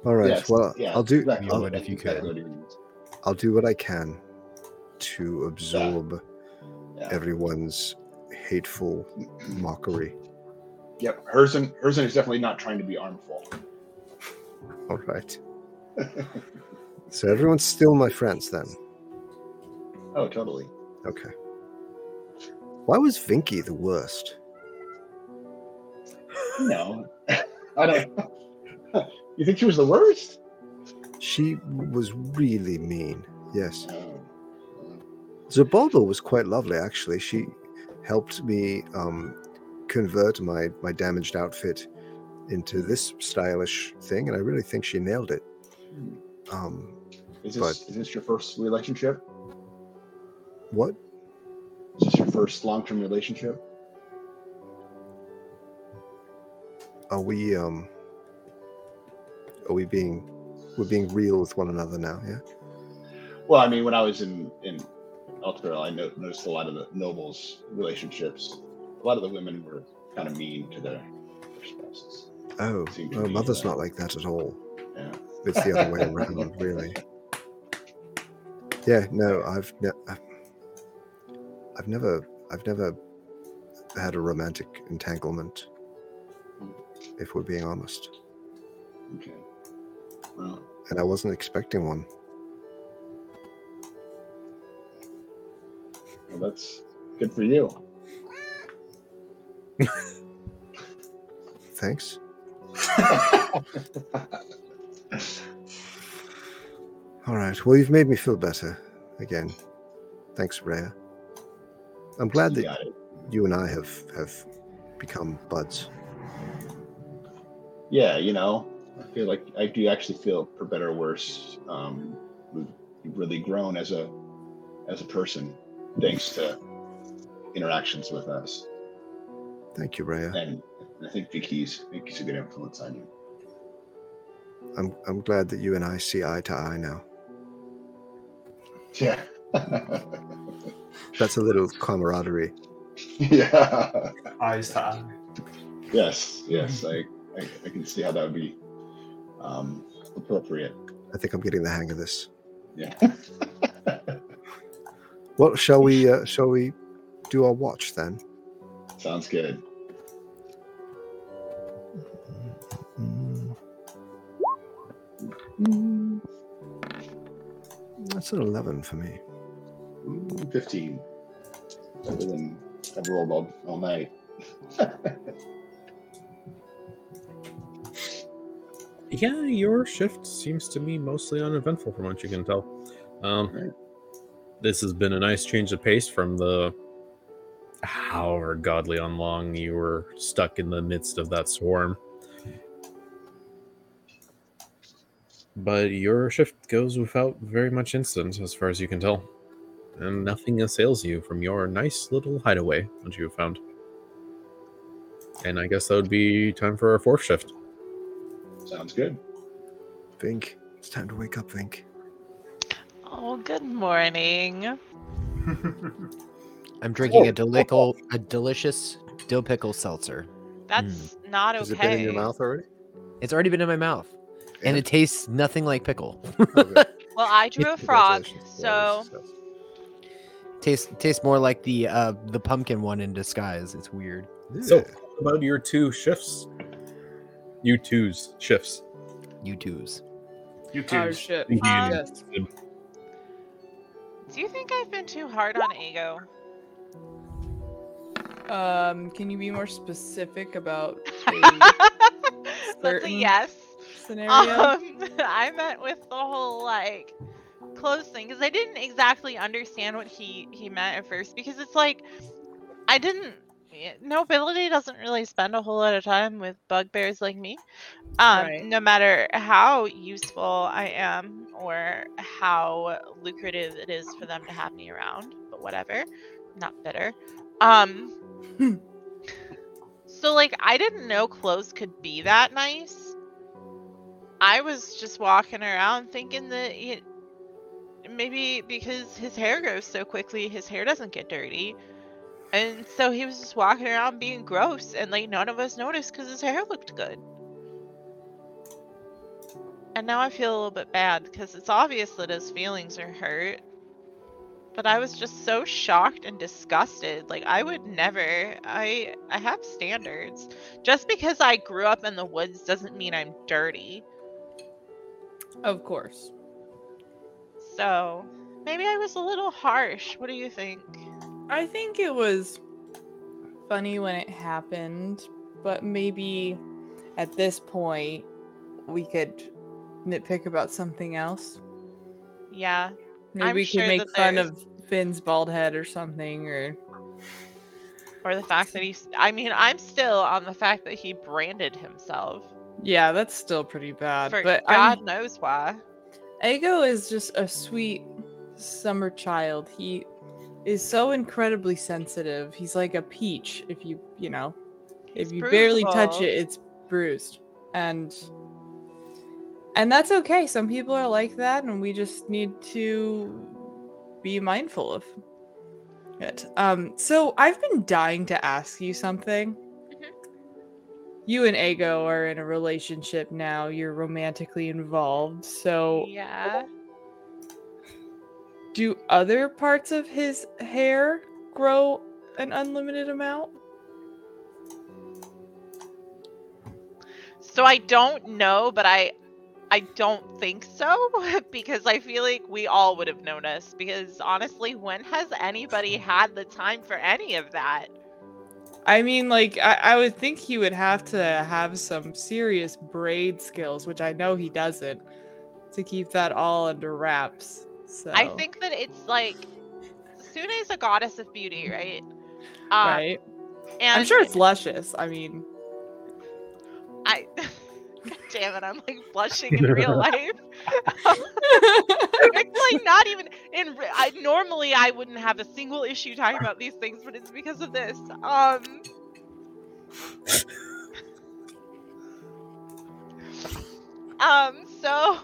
Speaker 3: All right.
Speaker 5: Yes,
Speaker 3: well,
Speaker 5: yeah,
Speaker 3: I'll do
Speaker 5: exactly.
Speaker 3: I'll,
Speaker 5: That's
Speaker 9: if you
Speaker 5: exactly
Speaker 9: could.
Speaker 5: what he means.
Speaker 3: I'll do what I can to absorb
Speaker 5: Yeah.
Speaker 3: everyone's hateful mockery.
Speaker 5: Yep, Herzen Herzen is definitely not trying to be armful. [laughs]
Speaker 3: All right. so everyone's still my friends then.
Speaker 5: Oh, totally.
Speaker 3: Okay. Why was Vinky the worst?
Speaker 5: No, [laughs] I don't. [laughs] you think she was the worst?
Speaker 3: She was really mean. Yes.
Speaker 5: No.
Speaker 3: Zabulba was quite lovely, actually. She helped me um, convert my, my damaged outfit into this stylish thing, and I really think she nailed it. Um,
Speaker 5: Is this is this your first relationship?
Speaker 3: what?
Speaker 5: Is this your first long term relationship?
Speaker 3: Are we um, are we being we're being real with one another now? Yeah.
Speaker 5: Well, I mean, when I was in in Elturel, I no- noticed a lot of the nobles' relationships. A lot of the women were kind of mean to their, their spouses.
Speaker 3: Oh,
Speaker 5: Seem to
Speaker 3: well,
Speaker 5: be,
Speaker 3: mother's
Speaker 5: uh,
Speaker 3: not like that at all.
Speaker 5: Yeah.
Speaker 3: It's the other way around, really. Yeah, no, I've ne- I've- I've never I've never had a romantic entanglement. If we're being honest,
Speaker 5: Okay. Well,
Speaker 3: and I wasn't expecting one.
Speaker 5: well that's good for you. [laughs]
Speaker 3: Thanks. All right. Well, you've made me feel better again. Thanks, Rhea. I'm glad
Speaker 5: You
Speaker 3: that
Speaker 5: got it.
Speaker 3: you and I have have become buds.
Speaker 5: yeah, you know, I feel like I do actually feel, for better or worse, um, we've we've really grown as a as a person thanks to interactions with us.
Speaker 3: Thank you, Rhea.
Speaker 5: And I think Vicky's Vicky's a good influence on you.
Speaker 3: I'm I'm glad that you and I see eye to eye now.
Speaker 5: Yeah.
Speaker 3: That's a little camaraderie.
Speaker 5: [laughs] yeah.
Speaker 6: Eyes to eye.
Speaker 5: Yes. Yes. I, I I can see how that would be um, appropriate.
Speaker 3: I think I'm getting the hang of this.
Speaker 5: Yeah. [laughs]
Speaker 3: Well, shall we uh, shall we do our watch then?
Speaker 5: Sounds good. Mm,
Speaker 3: That's an eleven for me.
Speaker 5: Mm, Fifteen. Better than I've rolled all, all night. [laughs]
Speaker 2: Yeah, your shift seems to be mostly uneventful from what you can tell. Um,
Speaker 5: Right.
Speaker 2: This has been a nice change of pace from the however godly on long you were stuck in the midst of that swarm. But your shift goes without very much incident, as far as you can tell. And nothing assails you from your nice little hideaway that you have found. And I guess that would be time for our fourth shift.
Speaker 5: Sounds good.
Speaker 3: Vink, it's time to wake up, Vink.
Speaker 1: Oh, good morning.
Speaker 7: I'm
Speaker 3: oh,
Speaker 7: drinking a delical, a delicious dill pickle seltzer.
Speaker 1: That's not okay.
Speaker 3: Hmm. Has it been in your mouth already?
Speaker 7: It's already been in my mouth, and
Speaker 3: Yeah.
Speaker 7: it tastes nothing like pickle.
Speaker 3: [laughs] Okay,
Speaker 1: Well, I drew a frog,
Speaker 3: congratulations.
Speaker 1: so
Speaker 3: Yeah, success.
Speaker 7: tastes tastes more like the uh, the pumpkin one in disguise. It's weird.
Speaker 2: So,
Speaker 3: Yeah.
Speaker 2: talk about your two shifts. You two's shifts.
Speaker 7: You twos.
Speaker 6: You too.
Speaker 4: Oh shit.
Speaker 2: You-
Speaker 1: Um,
Speaker 4: Yes.
Speaker 1: do you think I've been too hard on ego?
Speaker 4: Um, can you be more specific
Speaker 1: [laughs]
Speaker 4: about the
Speaker 1: That's a
Speaker 4: Certain-
Speaker 1: yes.
Speaker 4: scenario?
Speaker 1: Um, [laughs] I meant with the whole like clothes thing because I didn't exactly understand what he he meant at first because it's like I didn't. yeah, Nobility doesn't really spend a whole lot of time with bugbears like me. Um,
Speaker 4: Right.
Speaker 1: No matter how useful I am or how lucrative it is for them to have me around, but whatever. Not bitter. Um, so like I didn't know clothes could be that nice. I was just walking around thinking that he, maybe because his hair grows so quickly, his hair doesn't get dirty. And so he was just walking around being gross, and like none of us noticed because his hair looked good. And now I feel a little bit bad because it's obvious that his feelings are hurt. But I was just so shocked and disgusted. Like I would never. I I have standards. Just because I grew up in the woods doesn't mean I'm dirty.
Speaker 4: Of course.
Speaker 1: So maybe I was a little harsh. What do you think?
Speaker 4: I think it was funny when it happened, but maybe at this point we could nitpick about something else.
Speaker 1: Yeah.
Speaker 4: Maybe
Speaker 1: I'm
Speaker 4: we
Speaker 1: sure
Speaker 4: could make
Speaker 1: that
Speaker 4: fun
Speaker 1: there's-
Speaker 4: of Finn's bald head or something, or
Speaker 1: Or the fact that he's. I mean, I'm still on the fact that he branded himself.
Speaker 4: yeah, that's still pretty bad.
Speaker 1: for
Speaker 4: Uh, but
Speaker 1: God
Speaker 4: I'm-
Speaker 1: knows why.
Speaker 4: Ego is just a sweet summer child. He is so incredibly sensitive. He's like a peach. If you, you know, if
Speaker 1: He's
Speaker 4: you barely touch
Speaker 1: bruisable.
Speaker 4: it, it's bruised, and and that's okay. Some people are like that, and we just need to be mindful of it. Um, so I've been dying to ask you something. You and Ego are in a relationship now. You're romantically involved, so
Speaker 1: Yeah.
Speaker 4: do other parts of his hair grow an unlimited amount?
Speaker 1: So I don't know, but I I don't think so [laughs] because I feel like we all would have noticed because honestly, when has
Speaker 4: [laughs]
Speaker 1: anybody had the time for any of that?
Speaker 4: I mean, like, I, I would think he would have to have some serious braid skills, which I know he doesn't, to keep that all under wraps. So,
Speaker 1: I think that it's like Sune is a goddess of beauty, right? Um,
Speaker 4: right?
Speaker 1: And
Speaker 4: I'm sure it's luscious.
Speaker 1: [laughs]
Speaker 4: I mean,
Speaker 1: I. [laughs] God damn it! I'm like blushing in
Speaker 4: [laughs]
Speaker 1: real life. it's like not even in. re- I normally I wouldn't have a single issue talking about these things, but it's because of this.
Speaker 4: [laughs]
Speaker 1: Um. um. So.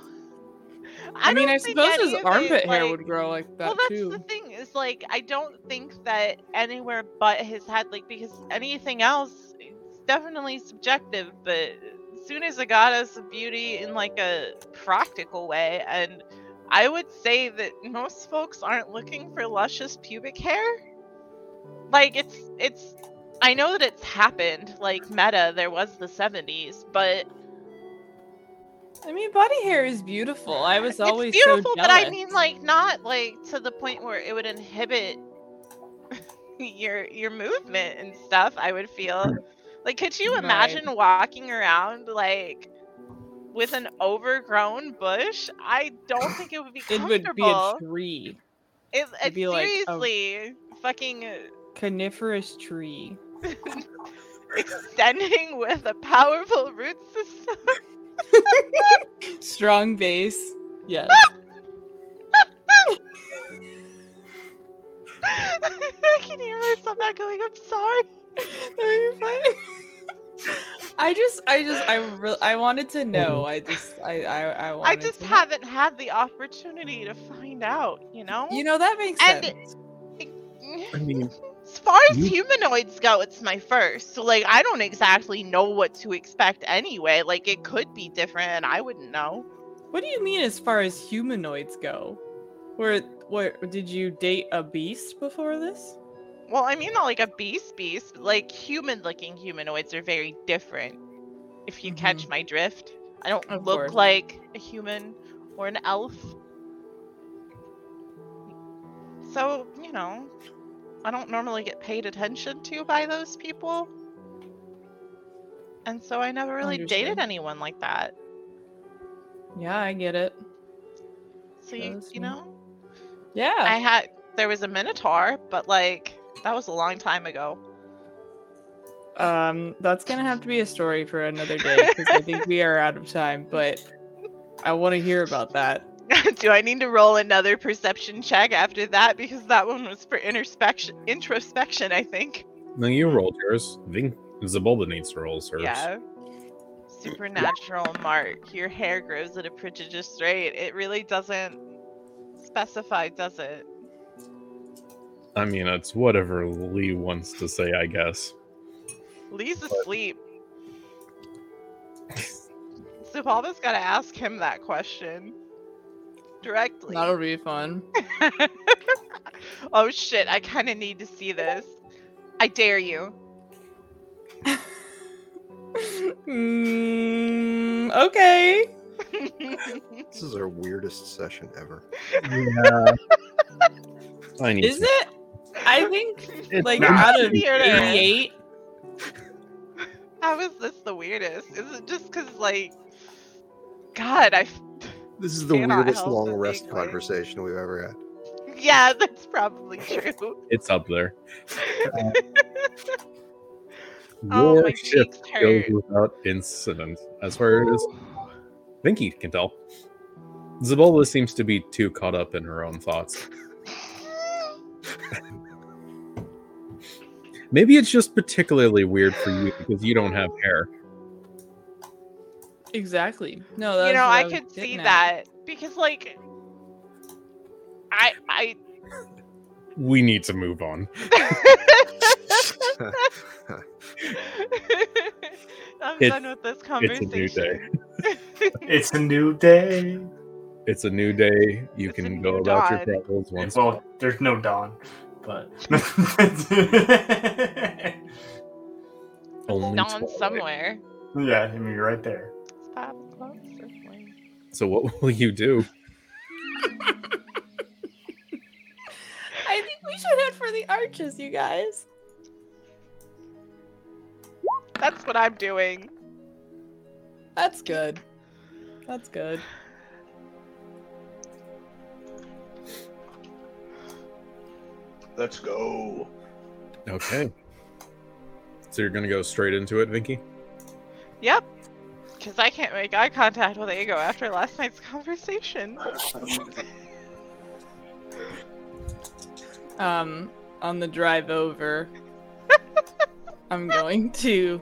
Speaker 4: I, mean,
Speaker 1: don't
Speaker 4: I
Speaker 1: think
Speaker 4: suppose
Speaker 1: any
Speaker 4: his
Speaker 1: of it,
Speaker 4: armpit hair
Speaker 1: like-
Speaker 4: would grow like that
Speaker 1: well, that's
Speaker 4: too.
Speaker 1: the thing is like I don't think that anywhere but his head, like because anything else, it's definitely subjective. But soon as a goddess of beauty in like a practical way, and I would say that most folks aren't looking for luscious pubic hair. Like it's it's. I know that it's happened. Like meta, there was the '70s, but
Speaker 4: I mean, body hair is beautiful. I was always
Speaker 1: it's beautiful,
Speaker 4: so
Speaker 1: but I
Speaker 4: jealous.
Speaker 1: mean, like, not like to the point where it would inhibit [laughs] your your movement and stuff. I would feel like, could you
Speaker 4: Right.
Speaker 1: imagine walking around like with an overgrown bush? I don't think it would be
Speaker 4: it
Speaker 1: comfortable.
Speaker 4: would be a tree,
Speaker 1: It-
Speaker 4: it'd
Speaker 1: it-
Speaker 4: be like oh. a-
Speaker 1: seriously fucking
Speaker 4: coniferous tree.
Speaker 1: extending with a powerful root system. [laughs]
Speaker 4: Strong base. Yes.
Speaker 1: I can hear myself not going. I'm sorry.
Speaker 4: I just, I just, I, re- I wanted to know. I just, I, I, I wanted.
Speaker 1: I just
Speaker 4: to know.
Speaker 1: haven't had the opportunity to find out. You know.
Speaker 4: You know that makes
Speaker 1: And-
Speaker 4: sense.
Speaker 2: I mean,
Speaker 1: [laughs] As far as
Speaker 2: You-
Speaker 1: humanoids go, it's my first. So like I don't exactly know what to expect anyway. Like it could be different and I wouldn't know.
Speaker 4: What do you mean as far as humanoids go? Where, where did you date a beast before this?
Speaker 1: Well, I mean not like a beast beast, but, like human looking humanoids are very different. If you catch my drift. I don't
Speaker 4: Mm-hmm. Of
Speaker 1: look
Speaker 4: course.
Speaker 1: like a human or an elf. So, you know, I don't normally get paid attention to by those people. And so I never really dated
Speaker 4: Understood.
Speaker 1: anyone like that.
Speaker 4: Yeah, I get it.
Speaker 1: So you,
Speaker 4: Those
Speaker 1: you
Speaker 4: ones.
Speaker 1: know,
Speaker 4: Yeah.
Speaker 1: I had there was a minotaur, but like that was a long time ago.
Speaker 4: um, that's gonna have to be a story for another day because I think we are out of time. But I want to hear about that.
Speaker 1: [laughs] Do I need to roll another perception check after that because that one was for introspection? Introspection, I think.
Speaker 2: no, you rolled yours. I think Zabulba needs to roll hers.
Speaker 1: Yeah. Supernatural mark. Your hair grows at a prodigious rate. It really doesn't specify, does it?
Speaker 2: I mean, it's whatever Lee wants to say, I guess.
Speaker 1: Lee's asleep. So Papa's gotta ask him that question directly.
Speaker 4: That'll be fun. [laughs]
Speaker 1: oh shit, I kind of need to see this. I dare you.
Speaker 4: mm, okay.
Speaker 3: This is our weirdest session ever.
Speaker 2: Yeah. I need
Speaker 4: Is
Speaker 2: some-
Speaker 4: it?
Speaker 1: [laughs]
Speaker 4: I think
Speaker 2: It's
Speaker 4: like
Speaker 2: not-
Speaker 4: out of
Speaker 1: Here it is.
Speaker 4: eighty-eight.
Speaker 1: How is this the weirdest? Is it just because, like, God, I. f-
Speaker 3: This is the
Speaker 1: Cannot
Speaker 3: weirdest
Speaker 1: help
Speaker 3: long
Speaker 1: but
Speaker 3: rest
Speaker 1: think, right?
Speaker 3: conversation we've ever had.
Speaker 1: Yeah, [laughs] that's probably
Speaker 2: [laughs]
Speaker 1: true.
Speaker 2: it's up there.
Speaker 1: [laughs] oh,
Speaker 2: Your
Speaker 1: my
Speaker 2: shift
Speaker 1: cheeks
Speaker 2: goes
Speaker 1: hurt.
Speaker 2: without incident. As far as
Speaker 4: Oh,
Speaker 2: I think you can tell, Zabulba seems to be too caught up in her own thoughts. Maybe it's just particularly weird for you because you don't have hair.
Speaker 4: Exactly. No, that's
Speaker 1: You know,
Speaker 4: what
Speaker 1: I
Speaker 4: was
Speaker 1: could see
Speaker 4: getting at.
Speaker 1: that because, like, I, I. [laughs]
Speaker 2: We need to move on.
Speaker 1: I'm
Speaker 2: It's-
Speaker 1: done with this
Speaker 2: It's a
Speaker 1: conversation. [laughs]
Speaker 2: [laughs] new day.
Speaker 6: It's a new day.
Speaker 2: It's a new day. You
Speaker 1: It's a
Speaker 2: can
Speaker 1: new
Speaker 2: go about
Speaker 1: dawn.
Speaker 2: your travels once.
Speaker 6: Well, there's no dawn, but [laughs]
Speaker 2: only
Speaker 1: Down
Speaker 2: twilight.
Speaker 1: somewhere.
Speaker 6: yeah, I mean you're right there. [laughs]
Speaker 1: It's five o'clock somewhere.
Speaker 2: So what [laughs] will you do?
Speaker 4: I think we should head for the arches, you guys.
Speaker 1: That's what I'm doing.
Speaker 4: That's good. That's good.
Speaker 5: Let's go.
Speaker 2: Okay. So you're gonna go straight into it, Vinky?
Speaker 1: Yep. Because I can't make eye contact with Ego after last night's
Speaker 2: [laughs]
Speaker 1: conversation.
Speaker 4: Um, on the
Speaker 1: [laughs]
Speaker 4: drive over, I'm going to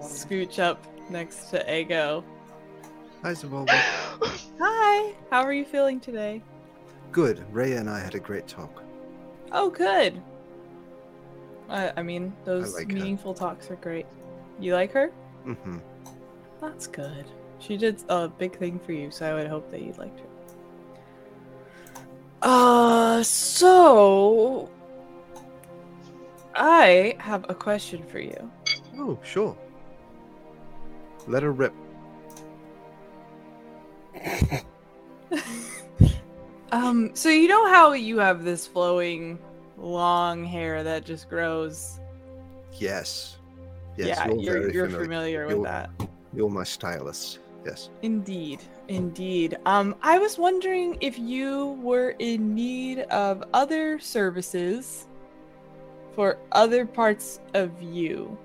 Speaker 4: scooch up next to Ego.
Speaker 3: Hi, Zabulba.
Speaker 4: Hi. How are you feeling today?
Speaker 3: Good. Raya and I had a great talk.
Speaker 4: Oh, good. I, I mean, those
Speaker 3: like her.
Speaker 4: meaningful talks are great. You like her?
Speaker 3: Mm-hmm.
Speaker 4: That's good. She did a big thing for you, so I would hope that you liked her. Uh, so I have a question for you. [laughs]
Speaker 3: Oh, sure. Let her rip.
Speaker 4: um, so you know how you have this flowing long hair that just grows?
Speaker 3: Yes. Yes,
Speaker 4: yeah,
Speaker 3: you're,
Speaker 4: you're,
Speaker 3: very
Speaker 4: you're
Speaker 3: familiar.
Speaker 4: familiar
Speaker 3: You're-
Speaker 4: with that.
Speaker 3: You're my stylist. Yes.
Speaker 4: Indeed, indeed. Um, I was wondering if you were in need of other services for other parts of you,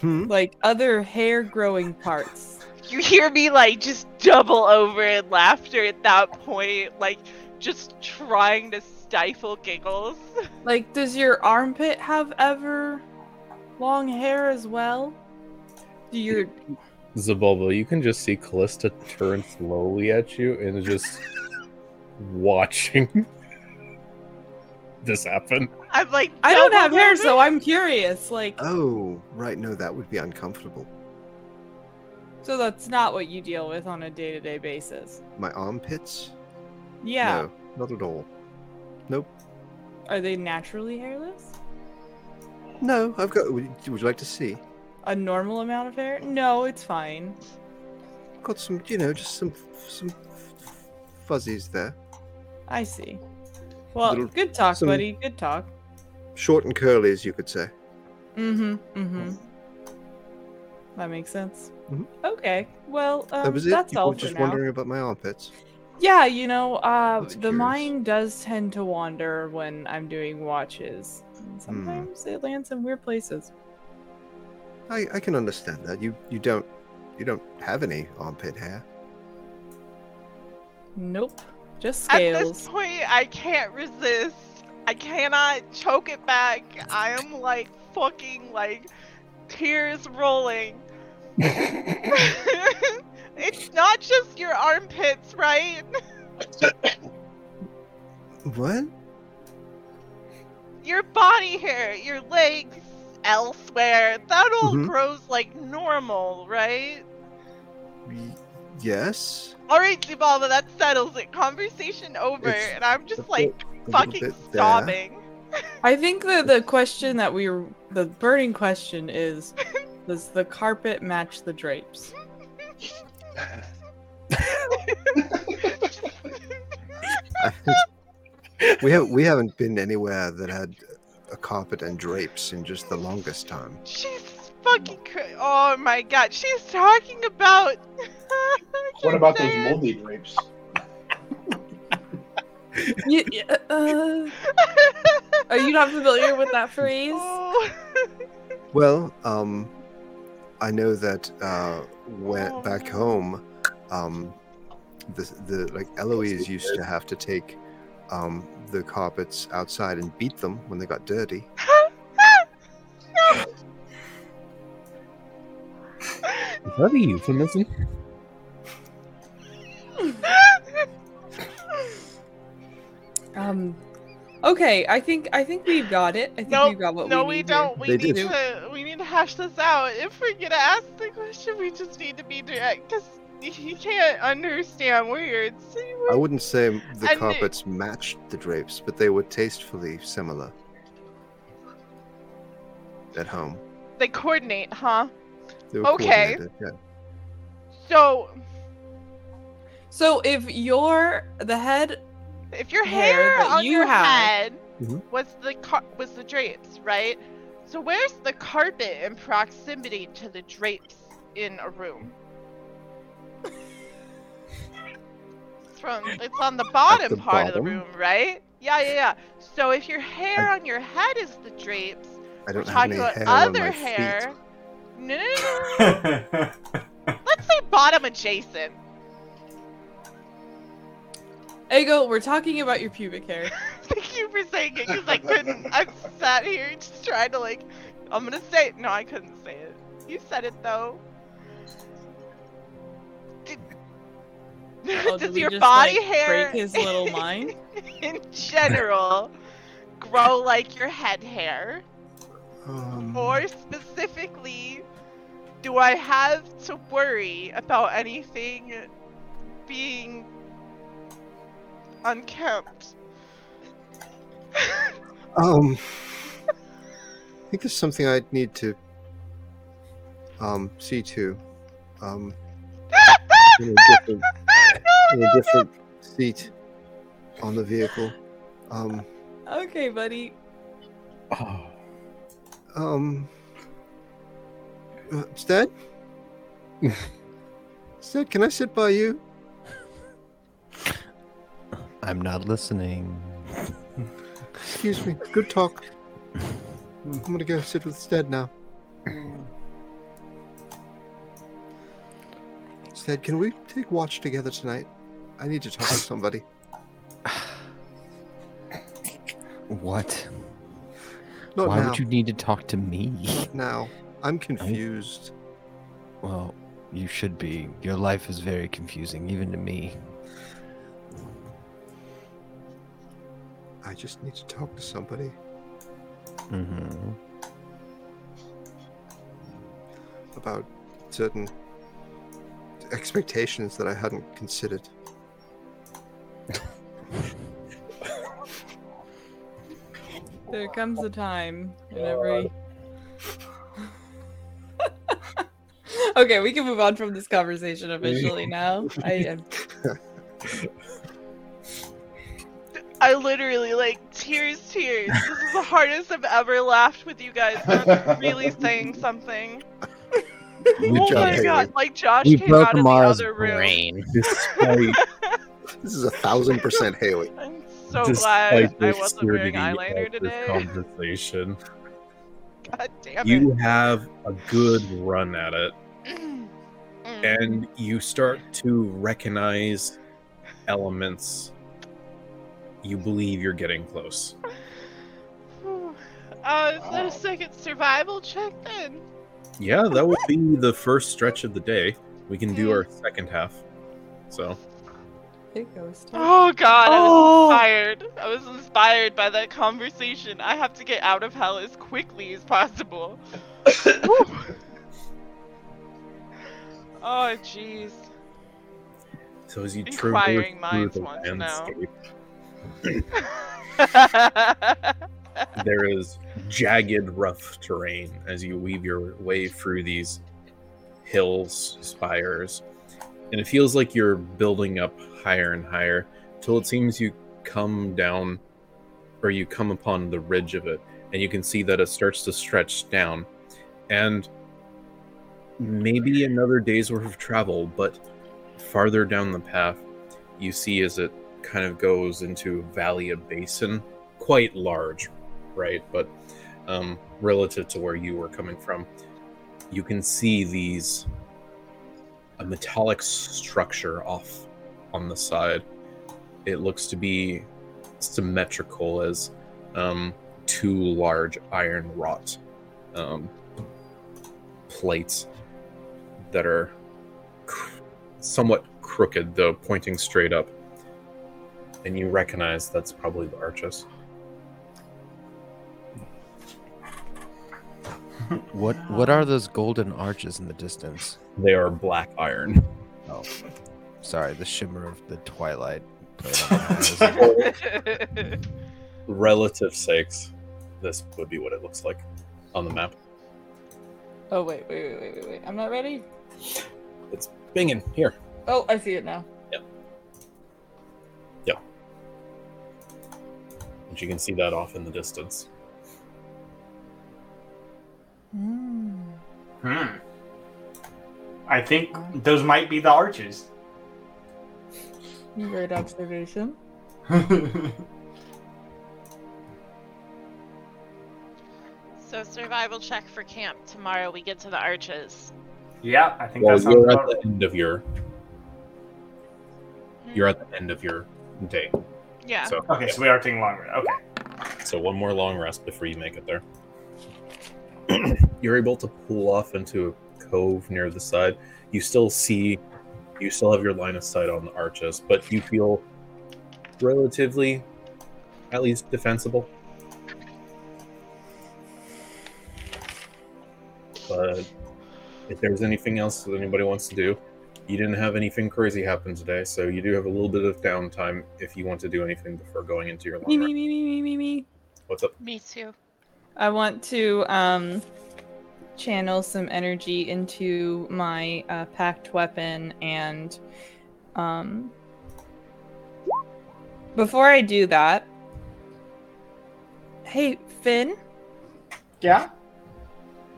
Speaker 3: Hmm.
Speaker 4: like other hair growing parts.
Speaker 1: You hear me like just double over in laughter at that point, like just trying to stifle giggles. [laughs]
Speaker 4: Like, does your armpit have ever long hair as well? Do your
Speaker 2: Zabulba, you can just see Callista turn slowly at you and is just watching this happen.
Speaker 1: I'm like,
Speaker 4: I don't
Speaker 1: double
Speaker 4: have hair,
Speaker 1: over?
Speaker 4: so I'm curious. Like,
Speaker 3: Oh, right. No, that would be uncomfortable.
Speaker 4: so that's not what you deal with on a day-to-day basis.
Speaker 3: My armpits?
Speaker 4: Yeah.
Speaker 3: No, not at all.
Speaker 4: Are they naturally hairless?
Speaker 3: No, I've got. Would you, would you like to see?
Speaker 4: A normal amount of hair? No, it's fine.
Speaker 3: I've got some, you know, just some some fuzzies there.
Speaker 4: I see. Well,
Speaker 3: Little-
Speaker 4: good talk,
Speaker 3: some-
Speaker 4: buddy. Good talk.
Speaker 3: Short and curly, as you could say.
Speaker 4: Mm-hmm. Mm-hmm. That makes sense.
Speaker 3: Mhm.
Speaker 4: Okay. Well, um,
Speaker 3: that was it.
Speaker 4: that's
Speaker 3: People
Speaker 4: all
Speaker 3: were just
Speaker 4: for now.
Speaker 3: wondering about my armpits.
Speaker 4: Yeah, you know, uh,
Speaker 3: That's
Speaker 4: the
Speaker 3: curious.
Speaker 4: mind does tend to wander when I'm doing watches.
Speaker 3: Hmm.
Speaker 4: And sometimes it lands in weird places.
Speaker 3: I, I can understand that. You you don't you don't have any armpit hair.
Speaker 4: Nope.
Speaker 1: [laughs]
Speaker 4: Just
Speaker 1: At this
Speaker 4: scales.
Speaker 1: point, I can't resist. I cannot choke it back. I am like fucking like tears rolling. [laughs] it's not just your armpits, right?
Speaker 3: What?
Speaker 1: Your body hair, your legs, elsewhere. That all
Speaker 3: Mhm.
Speaker 1: grows like normal, right?
Speaker 3: Y- yes.
Speaker 1: All right, Zubala, that settles it. Conversation over,
Speaker 3: It's
Speaker 1: and I'm
Speaker 3: A
Speaker 1: just
Speaker 3: bit-
Speaker 1: like
Speaker 3: a little
Speaker 1: fucking
Speaker 3: bit there. [laughs]
Speaker 1: sobbing.
Speaker 4: I think that the question that we were, the burning question is, does the carpet match the drapes?
Speaker 3: [laughs] we have we haven't been anywhere that had a carpet and drapes in just the longest time.
Speaker 1: She's fucking. Cra- oh my god, she's talking about. [laughs] I
Speaker 5: what
Speaker 1: can't
Speaker 5: about
Speaker 1: say
Speaker 5: those
Speaker 1: it.
Speaker 5: moldy grapes?
Speaker 4: you, you- uh, are you
Speaker 1: [laughs]
Speaker 4: not familiar with that phrase?
Speaker 1: Oh. [laughs]
Speaker 3: Well, um, I know that uh, when
Speaker 1: Oh,
Speaker 3: back
Speaker 1: no.
Speaker 3: home, um, the the like Eloise used to have to take um, the carpets outside and beat them when they got dirty.
Speaker 2: Is that
Speaker 1: [laughs]
Speaker 3: [laughs]
Speaker 2: a euphemism?
Speaker 4: Um, okay, I think I think we've got it. I think
Speaker 1: Nope,
Speaker 4: we've got what
Speaker 1: no,
Speaker 4: we,
Speaker 1: we
Speaker 4: need
Speaker 1: don't. We
Speaker 3: They
Speaker 1: need
Speaker 3: do.
Speaker 1: to. We need to hash this out. If we're gonna ask the question, we just need to be direct. Cause you can't understand what you're insinuating.
Speaker 3: I wouldn't say the
Speaker 1: And-
Speaker 3: carpets matched the drapes, but they were tastefully similar. At home,
Speaker 1: They coordinate, huh?
Speaker 3: they were
Speaker 1: Okay.
Speaker 3: coordinated, Yeah.
Speaker 1: So
Speaker 4: So if you're the head,
Speaker 1: if your hair,
Speaker 4: Hair that
Speaker 1: on
Speaker 4: you
Speaker 1: your
Speaker 4: have.
Speaker 1: head
Speaker 3: Mhm.
Speaker 1: was the car- was the drapes, right? So where's the carpet in proximity to the drapes in a
Speaker 3: [laughs]
Speaker 1: room? it's from it's on the bottom
Speaker 3: the
Speaker 1: part of
Speaker 3: bottom?
Speaker 1: the room, right? Yeah, yeah, yeah. So if your hair on your head is the drapes, we're
Speaker 3: I don't have
Speaker 1: talking
Speaker 3: any
Speaker 1: about
Speaker 3: hair on
Speaker 1: other
Speaker 3: my
Speaker 1: hair.
Speaker 3: feet.
Speaker 1: No, no, no, no, no.
Speaker 6: That's
Speaker 1: Let's say bottom adjacent.
Speaker 4: Ego, we're talking about your pubic
Speaker 1: [laughs]
Speaker 4: hair.
Speaker 1: Thank you for saying it because I couldn't. I sat here just trying to like. I'm gonna say it. No, I couldn't say it. You said it though. Did- [laughs]
Speaker 4: Oh, did
Speaker 1: Does
Speaker 4: we
Speaker 1: your
Speaker 4: just,
Speaker 1: body
Speaker 4: like,
Speaker 1: hair
Speaker 4: break
Speaker 1: [laughs]
Speaker 4: his little mind?
Speaker 1: in general grow like your head hair?
Speaker 3: Um,
Speaker 1: More specifically, do I have to worry about anything being unkempt? [laughs]
Speaker 3: um, I think there's something I'd need to um see to. Um, in a
Speaker 1: [laughs]
Speaker 3: different, in a different seat on the vehicle. Um,
Speaker 4: Okay, buddy.
Speaker 2: Oh,
Speaker 3: Um. uh, [laughs] Stead? Stead, can I sit by you?
Speaker 7: I'm not listening.
Speaker 3: Excuse me. Good talk. I'm gonna go sit with Stead now. Stead, can we take watch together tonight? I need to talk to [laughs] somebody.
Speaker 7: What?
Speaker 3: Not
Speaker 7: Why
Speaker 3: now.
Speaker 7: would you need to talk to me?
Speaker 3: Now. I'm confused.
Speaker 7: Well, you should be. Your life is very confusing, even to me.
Speaker 3: I just need to talk to somebody.
Speaker 7: Mm-hmm.
Speaker 3: about certain expectations that I hadn't considered.
Speaker 4: There comes a time in every. [laughs] okay, we can move on from this conversation officially now. I am
Speaker 1: I literally like tears, tears. This is the hardest I've ever laughed with you guys. Not really saying something. oh
Speaker 3: job,
Speaker 1: my
Speaker 3: Haley.
Speaker 1: god! Like Josh
Speaker 7: We
Speaker 1: came out of
Speaker 7: broke Mara's
Speaker 1: the other room. [laughs]
Speaker 7: brain.
Speaker 2: despite
Speaker 3: This is a thousand [laughs] percent Haley.
Speaker 1: I'm [laughs] so glad
Speaker 2: despite the
Speaker 1: I wasn't wearing
Speaker 2: absurdity of
Speaker 1: eyeliner
Speaker 2: this
Speaker 1: today.
Speaker 2: Conversation.
Speaker 1: [laughs] God damn
Speaker 2: You
Speaker 1: it.
Speaker 2: have a good run at it.
Speaker 1: Mm. [sighs] Mm-hmm.
Speaker 2: and you start to recognize elements you believe you're getting close
Speaker 1: uh, is that a second survival check then?
Speaker 2: yeah that would be the first stretch of the day we can
Speaker 1: Mm-hmm.
Speaker 2: do our second half so
Speaker 4: it goes to
Speaker 1: Oh god, I
Speaker 4: Oh.
Speaker 1: was inspired. I was inspired by that conversation. I have to get out of hell as quickly as possible. Whew. oh jeez.
Speaker 2: so as you
Speaker 1: Inquiring
Speaker 2: traverse through
Speaker 1: minds want
Speaker 2: the
Speaker 1: to know.
Speaker 2: landscape
Speaker 1: I
Speaker 2: there is jagged rough terrain as you weave your way through these hills spires and it feels like you're building up higher and higher till it seems you come down or you come upon the ridge of it and you can see that it starts to stretch down and maybe another day's worth of travel but farther down the path you see as it kind of goes into a valley of basin quite large right? But um, relative to where you were coming from, you can see these a metallic structure off on the side. It looks to be symmetrical as um, two large iron wrought um, plates that are cr- somewhat crooked, though pointing straight up. And you recognize that's probably the arches.
Speaker 7: What What are those golden arches in the distance?
Speaker 2: They are black iron.
Speaker 7: Oh, sorry. The shimmer of the twilight. played on my eyes.
Speaker 2: relative sakes, this would be what it looks like on the map.
Speaker 4: Oh wait, wait, wait, wait, wait, wait. I'm not ready.
Speaker 2: Bingen, here.
Speaker 4: Oh, I see it now.
Speaker 2: And you can see that off in the distance.
Speaker 6: Hmm. I think those might be the arches.
Speaker 4: Great observation.
Speaker 1: So survival check for camp tomorrow. We get to the arches.
Speaker 6: yeah, I think
Speaker 2: Well,
Speaker 6: that sounds
Speaker 2: you're at
Speaker 6: about
Speaker 2: the end of your you're at the end of your day.
Speaker 1: Yeah.
Speaker 2: So
Speaker 6: Okay, so we are taking longer. Okay.
Speaker 2: So one more long rest before you make it there. [clears throat] You're able to pull off into a cove near the side. You still see, you still have your line of sight on the arches, but you feel relatively, at least, defensible. But if there's anything else that anybody wants to do, you didn't have anything crazy happen today, so you do have a little bit of downtime if you want to do anything before going into your
Speaker 4: Me
Speaker 2: long
Speaker 4: me
Speaker 2: rest.
Speaker 4: me me me me me.
Speaker 2: What's up?
Speaker 1: Me too.
Speaker 4: I want to um, channel some energy into my uh, packed weapon and um, before I do that, hey Finn,
Speaker 6: Yeah.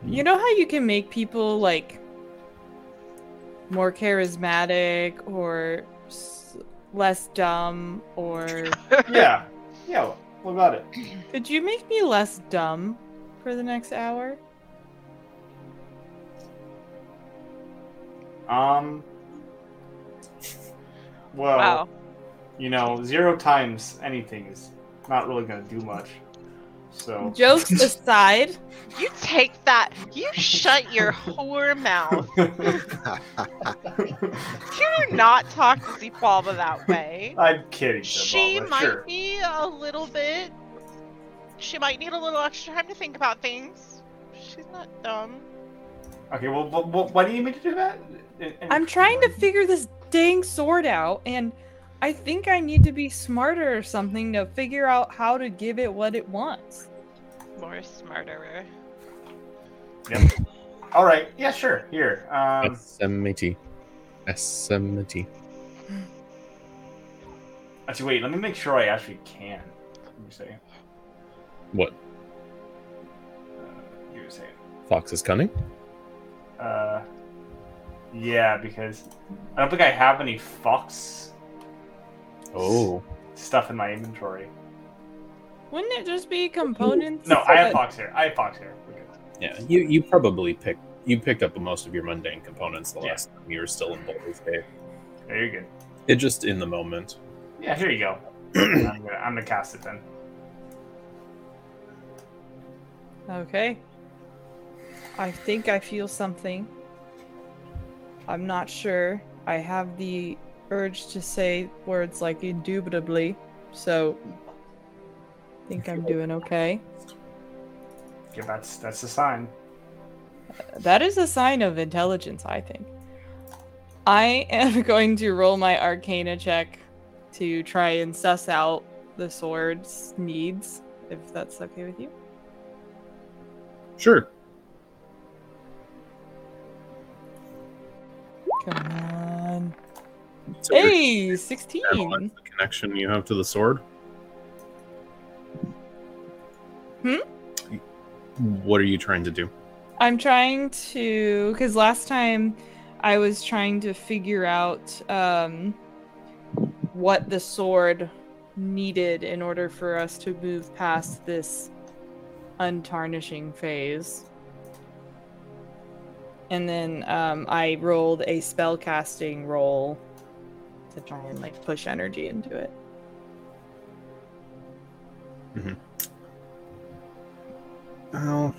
Speaker 4: you know how you can make people like more charismatic or s- less dumb or
Speaker 6: Yeah. Yeah. What about it?
Speaker 4: could you make me less dumb for the next hour?
Speaker 6: Um. Well,
Speaker 2: Oh.
Speaker 1: Wow.
Speaker 6: you know, zero times anything is not really going to do much. So. [laughs]
Speaker 4: Jokes aside,
Speaker 1: You take that. You shut your whore mouth. You do not talk to Zipalba that way.
Speaker 6: I'm kidding.
Speaker 1: She
Speaker 6: Zavala,
Speaker 1: might
Speaker 6: sure.
Speaker 1: be a little bit. She might need a little extra time to think about things. She's not dumb.
Speaker 6: Okay. Well, wh- wh- why do you mean to do that? And- and-
Speaker 4: I'm trying to figure this dang sword out, and I think I need to be smarter or something to figure out how to give it what it wants.
Speaker 1: More smarterer.
Speaker 6: All right. Yeah. Sure. Here. Um.
Speaker 2: SMT. SMT.
Speaker 6: Actually, wait. Let me make sure I actually can. Let me say.
Speaker 2: What?
Speaker 6: Uh, give me a second.
Speaker 2: Fox is cunning?
Speaker 6: Uh, yeah, because I don't think I have any fox Oh. stuff in my inventory.
Speaker 4: Wouldn't it just be components?
Speaker 6: No,
Speaker 4: so
Speaker 6: I have
Speaker 4: that-
Speaker 6: fox hair. I have fox hair. We're good.
Speaker 2: Yeah, you, you probably picked you picked up most of your mundane components the
Speaker 6: Yeah.
Speaker 2: last time you were still in Boulder's Cave.
Speaker 6: Yeah, you're good.
Speaker 2: It just in the moment.
Speaker 6: Yeah, here you [clears throat] go. I'm gonna, I'm gonna cast it then.
Speaker 4: [laughs] Okay. I think I feel something. I'm not sure. I have the urge to say words like indubitably, so I think I'm doing okay.
Speaker 6: Yeah, that's that's a sign.
Speaker 4: That is a sign of intelligence, I think. I am [laughs] going to roll my arcana check to try and suss out the sword's needs, if that's okay with you.
Speaker 2: Sure.
Speaker 4: Come on.
Speaker 2: So you're
Speaker 4: Hey,
Speaker 2: trying to analyze
Speaker 4: 16.
Speaker 2: the connection you have to the sword. What are you trying to do?
Speaker 4: I'm trying to, because last time I was trying to figure out um, what the sword needed in order for us to move past this untarnishing phase. And then um, I rolled a spell casting roll to try and like push energy into it.
Speaker 2: Well,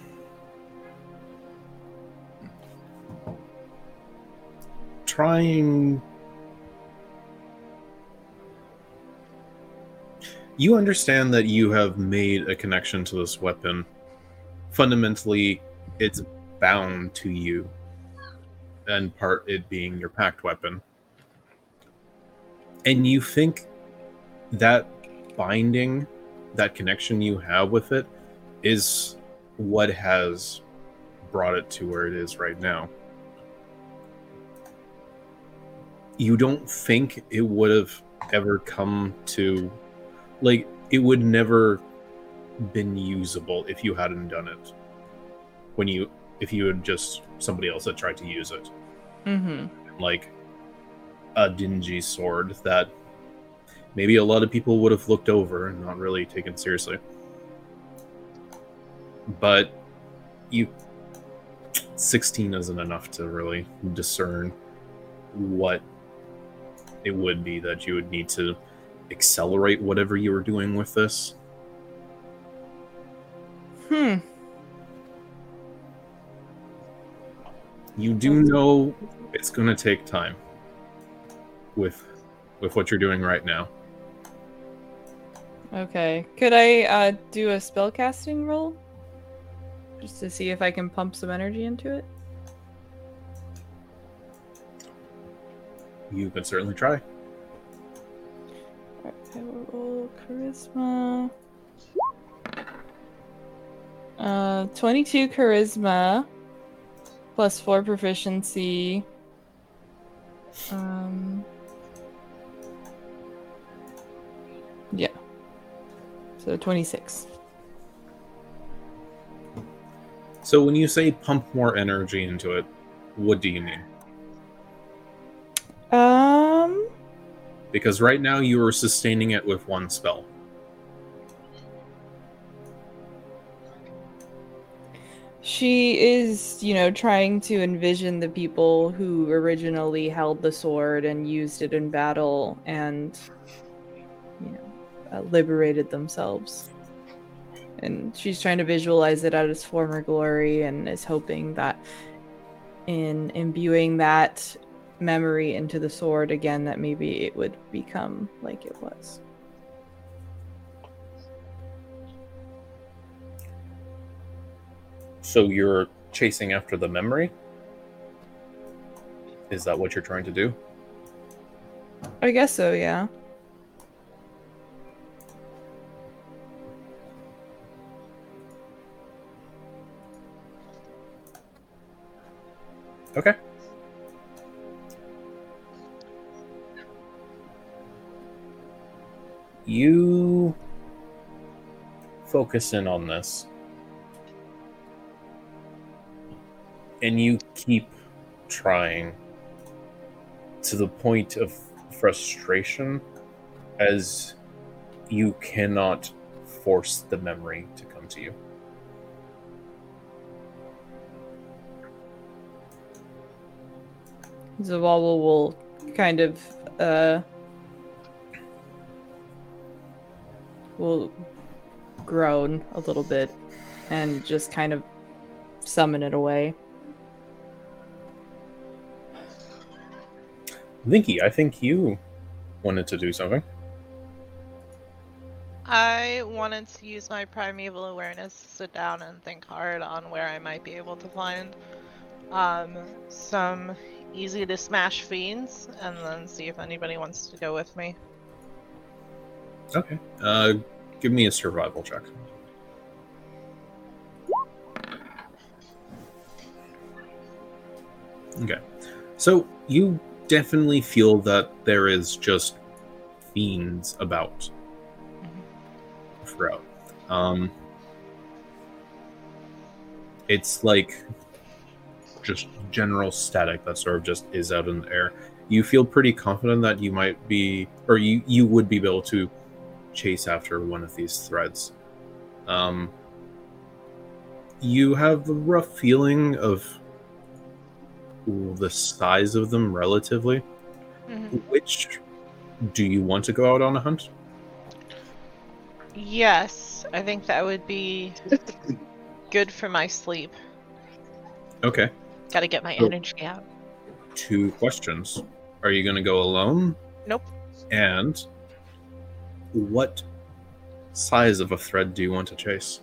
Speaker 2: trying. You understand that you have made a connection to this weapon. Fundamentally, it's bound to you, and part it being your packed weapon. and you think that binding that connection you have with it is what has brought it to where it is right now you don't think it would have ever come to like it would never been usable if you hadn't done it when you if you had just somebody else had tried to use it
Speaker 4: Mm-hmm.
Speaker 2: like a dingy sword that maybe a lot of people would have looked over and not really taken seriously. But you 16 isn't enough to really discern what it would be that you would need to accelerate whatever you were doing with this.
Speaker 4: Hmm.
Speaker 2: You do know it's going to take time with with what you're doing right now.
Speaker 4: Okay. Could I uh, do a spellcasting roll? Just to see if I can pump some energy into it?
Speaker 2: You can certainly try.
Speaker 4: Alright, I will roll charisma. Uh, 22 charisma plus 4 proficiency. Um, yeah. So 26.
Speaker 2: So when you say pump more energy into it, what do you mean?
Speaker 4: Um,
Speaker 2: Because right now you are sustaining it with one spell.
Speaker 4: She is, you know, trying to envision the people who originally held the sword and used it in battle and, you know, uh, liberated themselves. And she's trying to visualize it at its former glory and is hoping that in imbuing that memory into the sword again, that maybe it would become like it was.
Speaker 2: So you're chasing after the memory? Is that what you're trying to do?
Speaker 4: I guess so, yeah.
Speaker 2: Okay. You focus in on this. And you keep trying to the point of frustration as you cannot force the memory to come to you.
Speaker 4: Zavala will kind of uh will groan a little bit and just kind of summon it away.
Speaker 2: Vinky, I think you wanted to do something.
Speaker 1: I wanted to use my primeval awareness to sit down and think hard on where I might be able to find um, some easy to smash fiends and then see if anybody wants to go with me.
Speaker 2: Okay. Uh, give me a survival check. Okay. So you definitely feel that there is just fiends about throughout. Um, it's like just general static that sort of just is out in the air. You feel pretty confident that you might be, or you you would be able to chase after one of these threads. Um, you have a rough feeling of the size of them relatively. Mm-hmm. Which do you want to go out on a hunt?
Speaker 1: Yes, I think that would be good for my sleep.
Speaker 2: Okay,
Speaker 1: Gotta get my
Speaker 2: Oh.
Speaker 1: energy out.
Speaker 2: two questions. Are you going to go alone?
Speaker 1: Nope.
Speaker 2: And what size of a thread do you want to chase?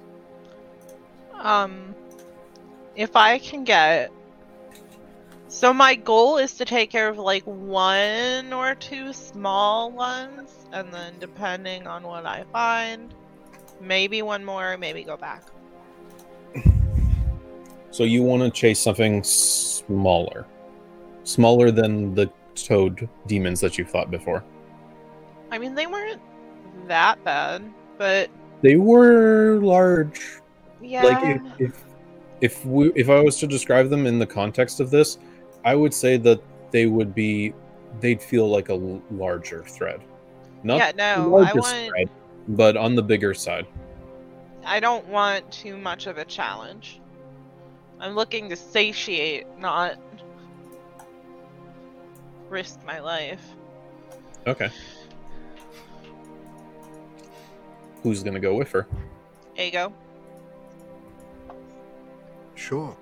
Speaker 1: Um, if I can get So my goal is to take care of like one or two small ones, and then depending on what I find, maybe one more, maybe go back.
Speaker 2: So you want to chase something smaller, smaller than the toad demons that you fought before.
Speaker 1: I mean, they weren't that bad, but
Speaker 2: They were large.
Speaker 1: yeah.
Speaker 2: Like if, if if we if I was to describe them in the context of this, I would say that they would be they'd feel like a l- larger thread, not
Speaker 1: yeah,
Speaker 2: the
Speaker 1: no, I
Speaker 2: largest
Speaker 1: want.
Speaker 2: thread, but on the bigger side.
Speaker 1: I don't want too much of a challenge. I'm looking to satiate, not risk my life.
Speaker 2: Okay. Who's gonna go with her?
Speaker 1: Ego.
Speaker 3: Sure.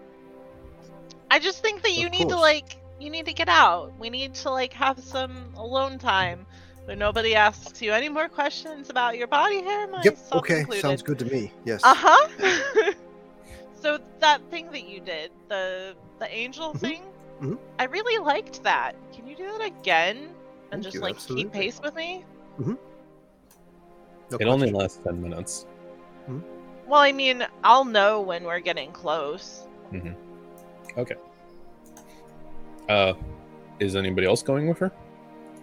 Speaker 1: I just think that you
Speaker 3: Of
Speaker 1: need to
Speaker 3: course.
Speaker 1: like you need to get out. We need to like have some alone time where nobody asks you any more questions about your body hair.
Speaker 3: Yep.
Speaker 1: myself
Speaker 3: Okay. Sounds
Speaker 1: included.
Speaker 3: good to me. Yes.
Speaker 1: Uh huh. [laughs] so that thing that you did, the the angel
Speaker 3: Mhm.
Speaker 1: thing,
Speaker 3: Mhm.
Speaker 1: I really liked that. Can you do that again and
Speaker 3: Thank
Speaker 1: just
Speaker 3: you,
Speaker 1: like
Speaker 3: absolutely.
Speaker 1: keep pace with me?
Speaker 3: No
Speaker 2: It only
Speaker 3: question.
Speaker 2: lasts ten minutes.
Speaker 1: Well, I mean, I'll know when we're getting close.
Speaker 2: Uh, is anybody else going with her?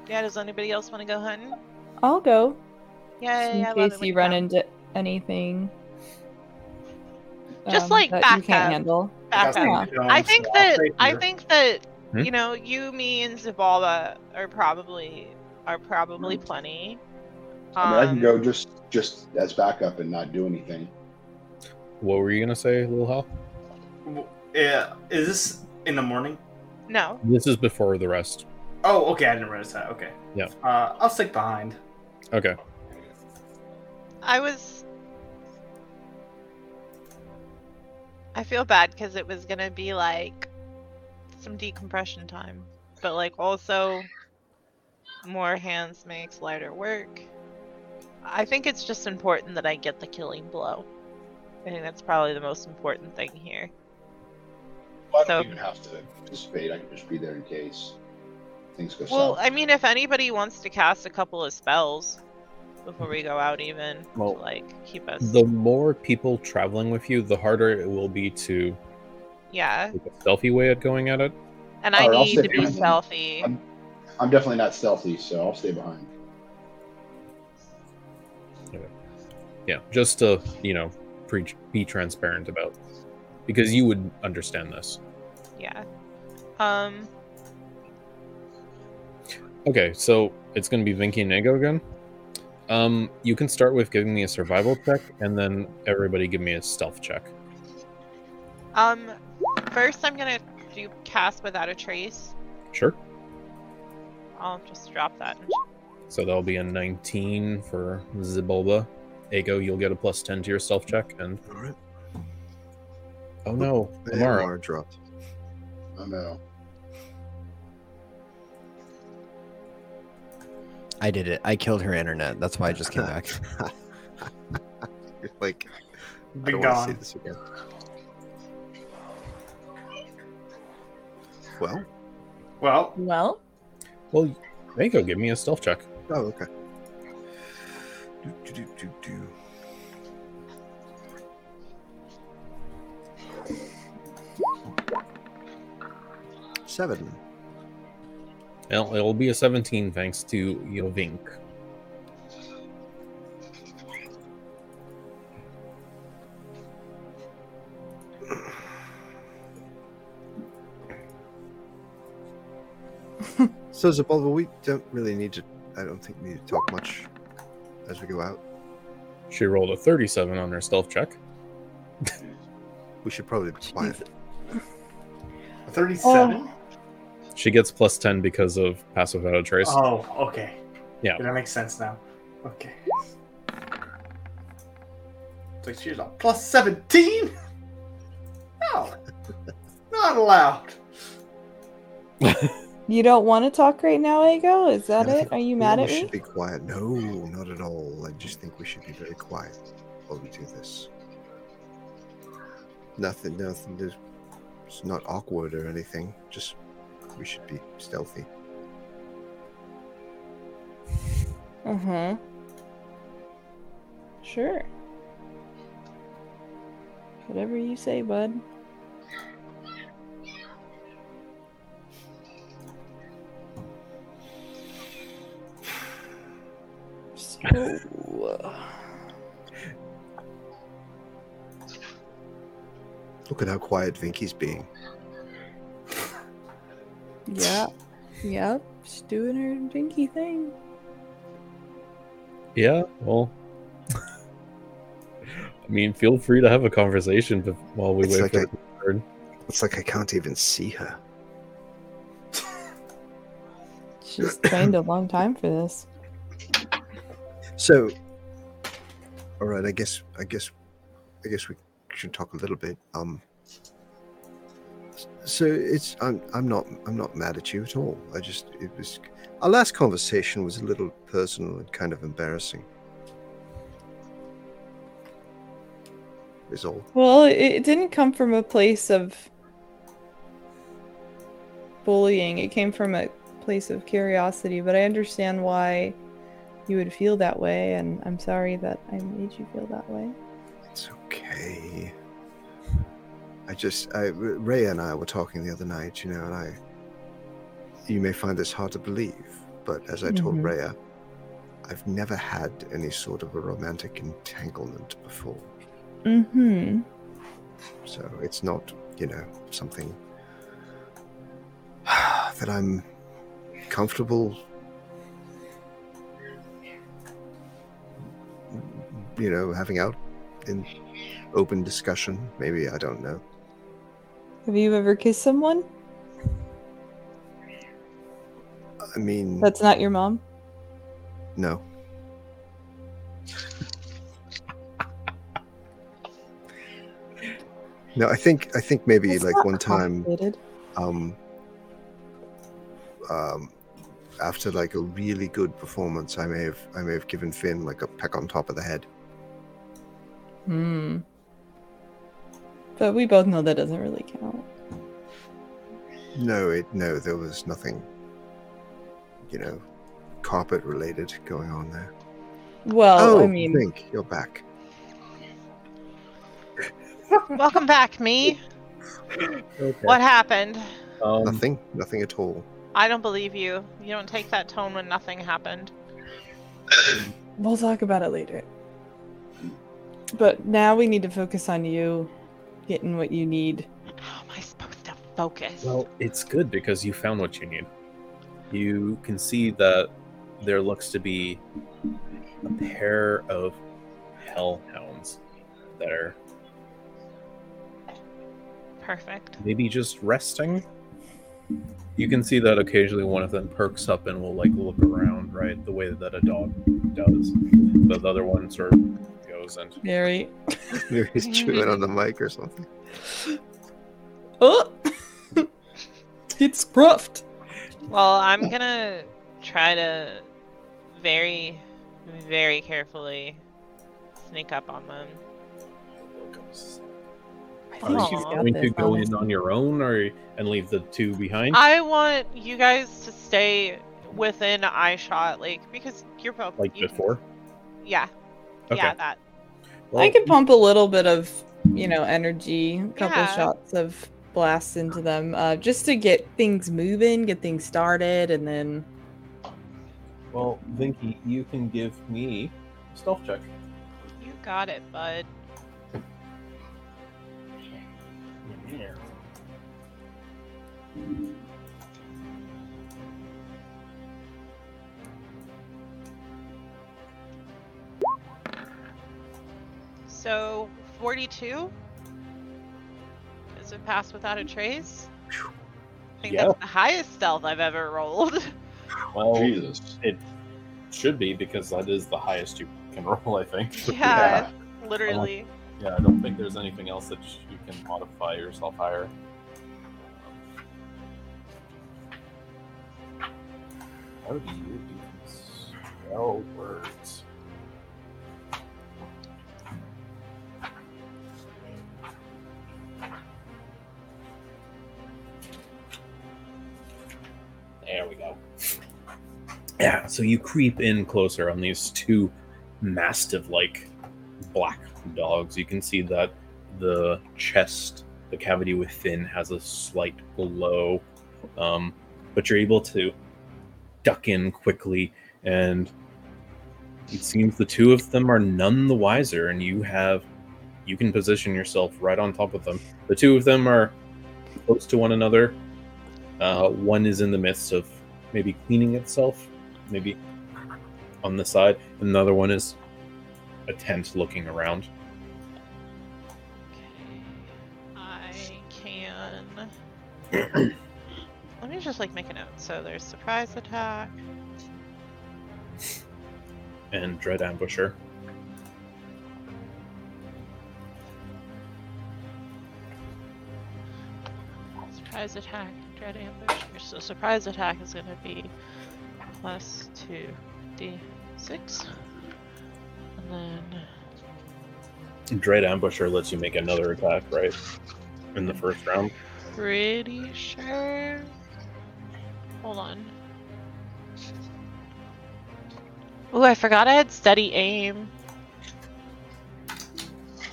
Speaker 1: Yeah. Does anybody else want to go hunting?
Speaker 4: I'll go.
Speaker 1: Yeah.
Speaker 4: in
Speaker 1: yeah,
Speaker 4: case you run into anything. um,
Speaker 1: Just, like,
Speaker 4: that you
Speaker 1: back
Speaker 4: can't
Speaker 1: up.
Speaker 4: handle.
Speaker 1: back
Speaker 4: Yeah.
Speaker 5: Oh,
Speaker 1: I think that I think that
Speaker 2: Hmm?
Speaker 1: you know you, me, and Zavala are probably are probably plenty.
Speaker 5: I mean, I
Speaker 1: Um,
Speaker 5: can go just just as backup and not do anything.
Speaker 2: What were you gonna say, Lil Hal?
Speaker 6: W- Yeah. Is this in the morning?
Speaker 1: No,
Speaker 2: This is before the rest.
Speaker 6: Oh, okay. I didn't realize that. Okay.
Speaker 2: Yeah.
Speaker 6: Uh, I'll stick behind.
Speaker 2: Okay.
Speaker 1: I was. I feel bad because it was gonna be like some decompression time, but like also more hands makes lighter work. I think it's just important that I get the killing blow. I think that's probably the most important thing here.
Speaker 5: I don't
Speaker 1: So-
Speaker 5: even have to participate. I can just be there in case things go
Speaker 1: Well,
Speaker 5: south.
Speaker 1: I mean, if anybody wants to cast a couple of spells before we go out, even
Speaker 2: Well,
Speaker 1: to, like keep us,
Speaker 2: The more people traveling with you, the harder it will be to
Speaker 1: yeah.
Speaker 2: take a stealthy way at going at it.
Speaker 1: And I
Speaker 5: Alright, I'll
Speaker 1: need
Speaker 5: sit
Speaker 1: to be
Speaker 5: behind them.
Speaker 1: stealthy.
Speaker 5: I'm- I'm definitely not stealthy, so I'll stay behind.
Speaker 2: Yeah, just to you know, preach, be transparent about, because you would understand this.
Speaker 1: Yeah. Um.
Speaker 2: Okay, so it's going to be Vinky and Ego again. Um, you can start with giving me a survival check, and then everybody give me a stealth check.
Speaker 1: Um. First, I'm gonna do cast without a trace.
Speaker 2: Sure.
Speaker 1: I'll just drop that.
Speaker 2: So that'll be a 19 for Zibulba. Ego, you'll get a plus 10 to your stealth check, and
Speaker 3: All right.
Speaker 2: oh no,
Speaker 3: The
Speaker 2: Amara.
Speaker 3: AMR dropped.
Speaker 5: I know.
Speaker 7: I did it. I killed her internet. That's why I just came back.
Speaker 3: You're like, I
Speaker 6: Be
Speaker 3: don't want to see
Speaker 6: gone.
Speaker 3: this again. Well,
Speaker 6: Well,
Speaker 4: Well,
Speaker 2: Well, Ego, give me a stealth check.
Speaker 3: oh, okay. Do, do, do, do, do. Seven.
Speaker 2: It'll, it'll be a 17 thanks to Yovink.
Speaker 3: So Zabulba, we don't really need to. I don't think we need to talk much as we go out.
Speaker 2: She rolled a 37 on her stealth check.
Speaker 3: We should probably be quiet.
Speaker 6: thirty-seven.
Speaker 2: She gets plus 10 because of Pass Without a Trace.
Speaker 6: Oh, okay.
Speaker 2: Yeah.
Speaker 6: That makes sense now. Okay. So she's a plus 17? [laughs] No. Not allowed. [laughs]
Speaker 4: you don't want to talk right now, Ego? Is that
Speaker 3: I
Speaker 4: it?
Speaker 3: think
Speaker 4: Are
Speaker 3: we
Speaker 4: you mad
Speaker 3: all
Speaker 4: at me?
Speaker 3: Should be quiet. No, not at all. I just think we should be very quiet while we do this. Nothing. Nothing. There's, it's not awkward or anything. Just We should be stealthy.
Speaker 4: Uh huh. Sure. Whatever you say, bud. So, uh,
Speaker 3: Look at how quiet Vinky's being.
Speaker 4: yeah, yeah, just doing her dinky thing.
Speaker 2: Yeah, well, [laughs] I mean, feel free to have a conversation bef- while we
Speaker 3: It's
Speaker 2: wait
Speaker 3: like
Speaker 2: for
Speaker 3: I-
Speaker 2: the turn.
Speaker 3: It's like I can't even see her.
Speaker 4: She's trained a long time for this.
Speaker 3: So, all right. I guess. I guess. I guess we should talk a little bit. Um. So it's. I'm. I'm not. I'm not mad at you at all. I just. It was. Our last conversation was a little personal and kind of embarrassing. Is all.
Speaker 4: Well, it, it didn't come from a place of bullying. It came from a place of curiosity, but I understand why you would feel that way, and I'm sorry that I made you feel that way.
Speaker 3: It's okay. I just, I, Ray and I were talking the other night, you know, and I, you may find this hard to believe, but as I told
Speaker 4: Mhm.
Speaker 3: Raya, I've never had any sort of a romantic entanglement before.
Speaker 4: Mm-hmm.
Speaker 3: So it's not, you know, something [sighs] that I'm comfortable, you know, having out in open discussion. Maybe, I don't know.
Speaker 4: Have you ever kissed someone
Speaker 3: I mean,
Speaker 4: that's not your mom?
Speaker 3: no. No, I think I think maybe
Speaker 4: That's
Speaker 3: like
Speaker 4: not
Speaker 3: one time
Speaker 4: complicated.
Speaker 3: um, um, after like a really good performance, I may have I may have given Finn like a peck on top of the head.
Speaker 4: Hmm. But we both know that doesn't really count.
Speaker 3: No, it no, there was nothing, you know, carpet related going on there.
Speaker 4: Well, Oh,
Speaker 3: Oh,
Speaker 4: I mean,
Speaker 3: Link, you're back.
Speaker 1: Welcome back, me.
Speaker 2: Okay.
Speaker 1: What happened?
Speaker 2: Um,
Speaker 3: nothing, nothing at
Speaker 4: [laughs]
Speaker 3: all.
Speaker 1: I don't believe you. You don't take that tone when nothing happened.
Speaker 4: we'll talk about it later. But now we need to focus on you getting what you need.
Speaker 1: How am I supposed to focus?
Speaker 2: Well, it's good because you found what you need. You can see that there looks to be a pair of hellhounds that are
Speaker 1: Perfect.
Speaker 2: maybe just resting. You can see that occasionally one of them perks up and will like look around, right, the way that a dog does. But the other one sort of goes and
Speaker 4: Mary.
Speaker 3: Maybe he's chewing on the mic or something.
Speaker 4: Oh! [laughs] it's roughed.
Speaker 1: Well, I'm gonna try to very, very carefully sneak up on them.
Speaker 4: I
Speaker 2: Are you
Speaker 1: think she's
Speaker 4: got
Speaker 2: going to
Speaker 4: this,
Speaker 2: go in
Speaker 4: honestly.
Speaker 2: on your own, or and leave the two behind?
Speaker 1: I want you guys to stay within eye shot, like because you're both
Speaker 2: like
Speaker 1: you-
Speaker 2: before.
Speaker 1: Yeah,
Speaker 2: Okay.
Speaker 1: yeah, that.
Speaker 2: Well,
Speaker 4: I could pump a little bit of, you know, energy, a couple
Speaker 1: Yeah.
Speaker 4: shots of blast into them, uh, just to get things moving, get things started, and then
Speaker 2: Well, Vinky, you can give me a stealth check.
Speaker 1: You got it, bud. So, 42? Does it pass without a trace? I think
Speaker 2: Yeah.
Speaker 1: that's the highest stealth I've ever
Speaker 2: [laughs]
Speaker 1: rolled. [laughs]
Speaker 5: Oh.
Speaker 2: Well,
Speaker 5: Jesus.
Speaker 2: it should be because that is the highest you can [laughs] roll, I think.
Speaker 1: yeah, literally.
Speaker 2: Yeah, I don't think there's anything else that sh- you can modify yourself higher. How do you do spell words? Yeah, so you creep in closer on these two mastiff like black dogs. You can see that the chest, the cavity within, has a slight glow, um, but you're able to duck in quickly, and it seems the two of them are none the wiser, and you have. You can position yourself right on top of them. The two of them are close to one another. Uh, one is in the midst of maybe cleaning itself, maybe on the side. Another one is attent looking around.
Speaker 1: I can. [clears throat] Let me just like make a note. So there's surprise attack.
Speaker 2: and Dread Ambusher.
Speaker 1: Surprise attack, dread ambush. So surprise attack is gonna be plus two D six. And then
Speaker 2: Dread Ambusher lets you make another attack, right? In the first round.
Speaker 1: pretty sure Hold on. Ooh, I forgot I had steady aim.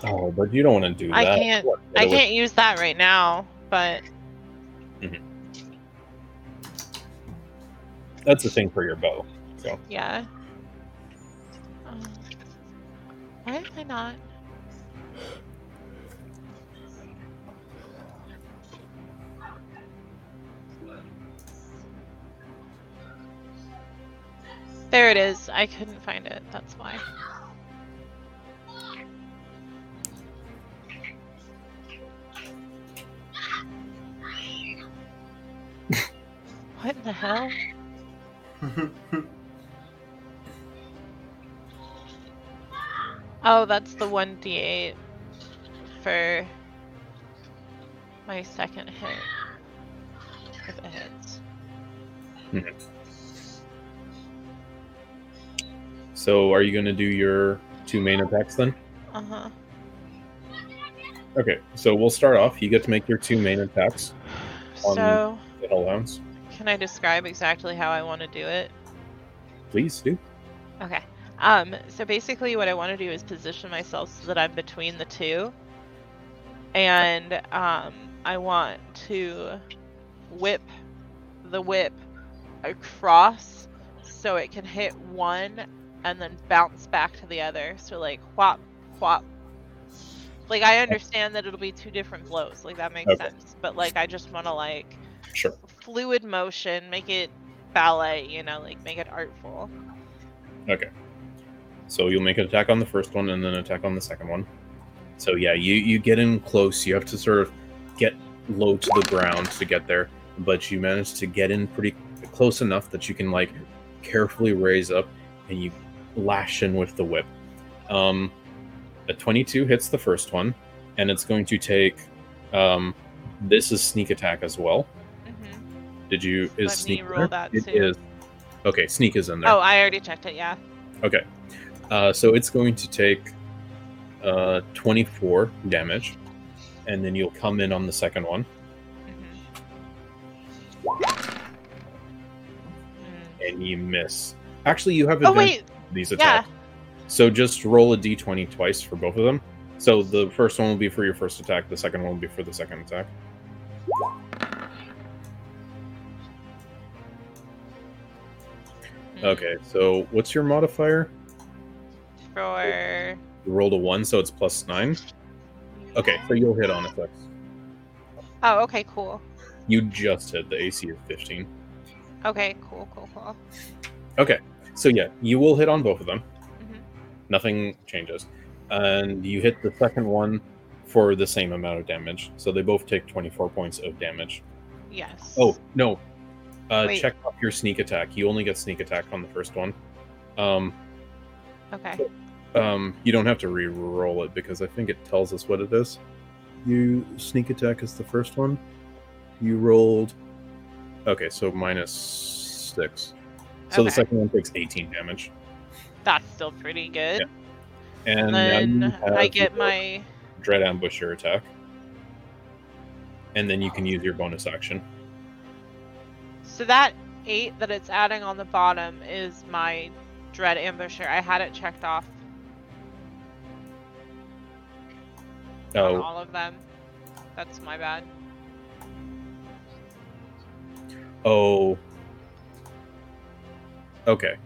Speaker 2: Oh, but you don't want to do
Speaker 1: I
Speaker 2: that.
Speaker 1: can't-
Speaker 2: What,
Speaker 1: I
Speaker 2: it was-
Speaker 1: can't use that right now, but
Speaker 2: That's the thing for your bow.
Speaker 1: yeah. Um, why am I not? There it is. I couldn't find it. That's why. What in the hell? Oh, that's the 1d8 for my second hit. If it hits.
Speaker 2: So, are you going to do your two main attacks then?
Speaker 1: Uh huh.
Speaker 2: Okay, so we'll start off. You get to make your two main attacks. On-
Speaker 1: So,
Speaker 2: It allows.
Speaker 1: can I describe exactly how I want to do it?
Speaker 2: Please do.
Speaker 1: Okay. Um, so basically what I want to do is position myself so that I'm between the two. And um, I want to whip the whip across so it can hit one and then bounce back to the other. So like whop, whop. Like I understand that it'll be two different blows. Like that makes
Speaker 2: Okay.
Speaker 1: sense. But like I just want to like
Speaker 2: Sure.
Speaker 1: fluid motion, make it ballet, you know, like make it artful.
Speaker 2: So you'll make an attack on the first one and then attack on the second one. So yeah, you you get in close. You have to sort of get low to the ground to get there, but you manage to get in pretty close enough that you can like carefully raise up and you lash in with the whip. Um, a 22 hits the first one, and it's going to take. Um, this is sneak attack as well.
Speaker 1: hmm
Speaker 2: Did you is
Speaker 1: Let me
Speaker 2: sneak? in
Speaker 1: roll
Speaker 2: there?
Speaker 1: that
Speaker 2: It
Speaker 1: too.
Speaker 2: is. Okay, sneak is in there.
Speaker 1: Oh, I already checked it. Yeah.
Speaker 2: Okay. Uh, so it's going to take uh, 24 damage, and then you'll come in on the second one,
Speaker 1: Mm-hmm. Mm.
Speaker 2: and you miss. Actually, you have
Speaker 1: Oh
Speaker 2: advantage
Speaker 1: wait,
Speaker 2: on these
Speaker 1: yeah.
Speaker 2: attacks. So just roll a d20 twice for both of them. So the first one will be for your first attack, the second one will be for the second attack.
Speaker 1: Mm,
Speaker 2: Okay, so what's your modifier?
Speaker 1: For
Speaker 2: You rolled a 1, so it's plus 9. Okay, so you'll hit on effects.
Speaker 1: oh, okay, cool.
Speaker 2: You just hit. The AC of 15.
Speaker 1: Okay, cool, cool, cool.
Speaker 2: So yeah, you will hit on both of them.
Speaker 1: Mhm.
Speaker 2: Nothing changes, and you hit the second one for the same amount of damage. So they both take twenty-four points of damage.
Speaker 1: Yes.
Speaker 2: Oh no! Uh,
Speaker 1: Wait.
Speaker 2: check off your sneak attack. You only get sneak attack on the first one. Um,
Speaker 1: Okay.
Speaker 2: um, you don't have to re-roll it because I think it tells us what it is. You sneak attack is the first one. You rolled. Okay, so minus six. So the
Speaker 1: Okay.
Speaker 2: second one takes eighteen damage.
Speaker 1: That's still pretty good.
Speaker 2: And
Speaker 1: And
Speaker 2: now you
Speaker 1: then
Speaker 2: have
Speaker 1: I get
Speaker 2: your
Speaker 1: my
Speaker 2: dread ambusher attack. And then you can use your bonus action.
Speaker 1: so that eight that it's adding on the bottom is my dread ambusher. I had it checked off on
Speaker 2: Oh,
Speaker 1: all of them. That's my bad.
Speaker 2: oh. Okay.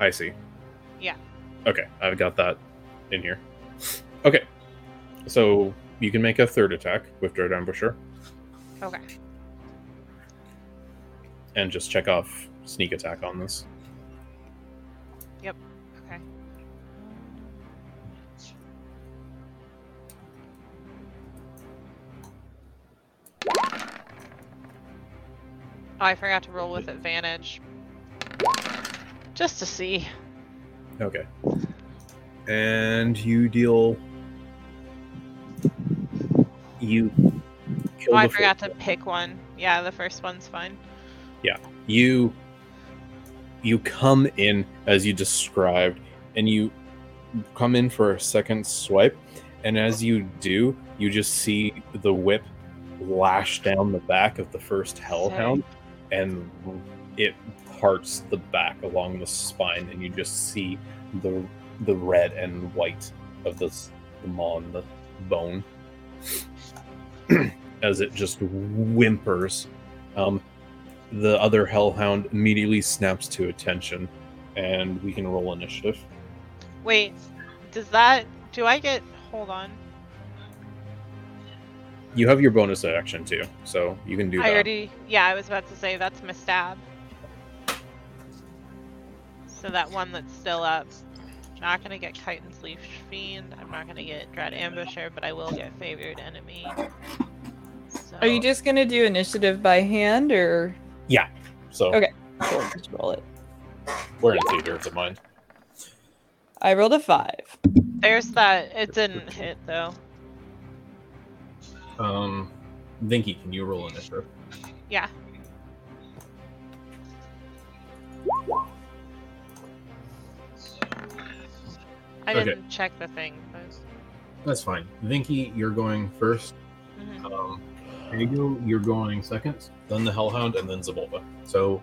Speaker 2: I see.
Speaker 1: Yeah.
Speaker 2: Okay, I've got that in here. Okay. So you can make a third attack with Dread Ambusher
Speaker 1: Okay.
Speaker 2: and just check off sneak attack on this.
Speaker 1: Okay. Oh, I forgot to roll with advantage. Just to see.
Speaker 2: Okay. And you deal. You. kill
Speaker 1: Oh, I
Speaker 2: the first
Speaker 1: forgot to pick one. Yeah, the first one's fine.
Speaker 2: you you come in as you described and you come in for a second swipe and as you do you just see the whip lash down the back of the first hellhound and it parts the back along the spine and you just see the the red and white of this the maw and the bone [clears throat] as it just whimpers um, the other hellhound immediately snaps to attention and we can roll initiative
Speaker 1: Wait, does that. Do I get. Hold on.
Speaker 2: you have your bonus action too so you can do
Speaker 1: I
Speaker 2: that
Speaker 1: already. Yeah, I was about to say that's my stab. So that one that's still up. I'm not gonna get Chitin's Leaf Fiend. I'm not gonna get Dread Ambusher, but I will get Favored Enemy. So,
Speaker 4: Are Oh, you just gonna do initiative by hand or
Speaker 2: so
Speaker 4: Okay. or just roll it?
Speaker 2: we're gonna see here it's a mine
Speaker 4: I rolled a five.
Speaker 1: There's that. It didn't hit though.
Speaker 2: um vinky can you roll initiative
Speaker 1: Yeah. I
Speaker 2: Okay.
Speaker 1: didn't check the thing. But...
Speaker 2: that's fine vinky you're going first
Speaker 1: Mhm.
Speaker 2: um Ego, you're going second then the hellhound and then zabolva so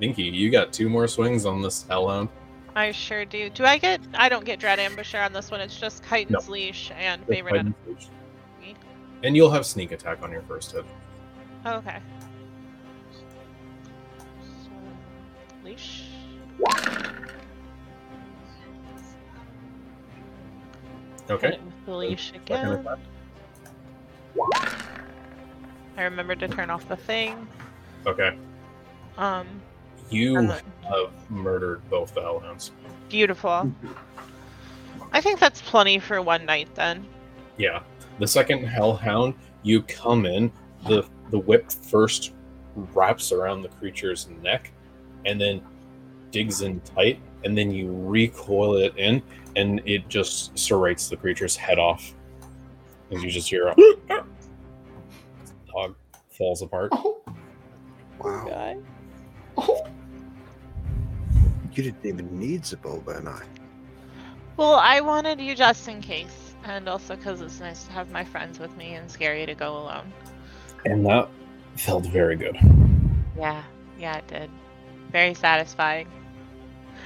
Speaker 2: vinky you got two more swings on this hellhound
Speaker 1: I sure do. Do I get? I don't get Dread Ambusher on this one. It's just Chitin's Leash and Favorite Enemy.
Speaker 2: and you'll have sneak attack on your first hit
Speaker 1: Oh, okay. So, leash.
Speaker 2: okay
Speaker 1: Chitin's Leash
Speaker 2: Second
Speaker 1: again.
Speaker 2: attack.
Speaker 1: I remembered to turn off the thing.
Speaker 2: okay
Speaker 1: Um,
Speaker 2: you
Speaker 1: and the-
Speaker 2: have murdered both the hellhounds
Speaker 1: beautiful. I think that's plenty for one night then.
Speaker 2: Yeah. The second hellhound, you come in, the the whip first wraps around the creature's neck and then digs in tight, and then you recoil it in and it just serrates the creature's head off. And you just hear a dog falls apart.
Speaker 6: Oh,
Speaker 3: Wow.
Speaker 4: God.
Speaker 3: You didn't even need Zaboba and I.
Speaker 1: Well, I wanted you just in case, and also because it's nice to have my friends with me and scary to go alone.
Speaker 2: And that felt very good.
Speaker 1: Yeah, yeah, it did. Very satisfying.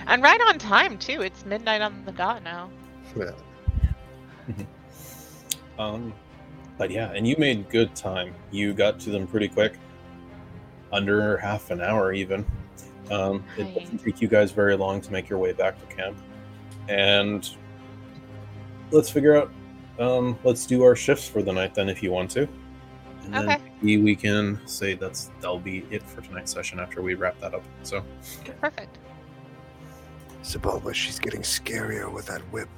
Speaker 1: And right on time, too. It's midnight on the dot now.
Speaker 3: Yeah.
Speaker 2: Um, but yeah, and you made good time. You got to them pretty quick, under half an hour even. Um, it doesn't take you guys very long to make your way back to camp, and let's figure out. Um, let's do our shifts for the night then, if you want to. And then
Speaker 1: Okay.
Speaker 2: maybe we can say that's that'll be it for tonight's session after we wrap that up. So
Speaker 1: Perfect.
Speaker 3: Zaboba, she's getting scarier with that whip.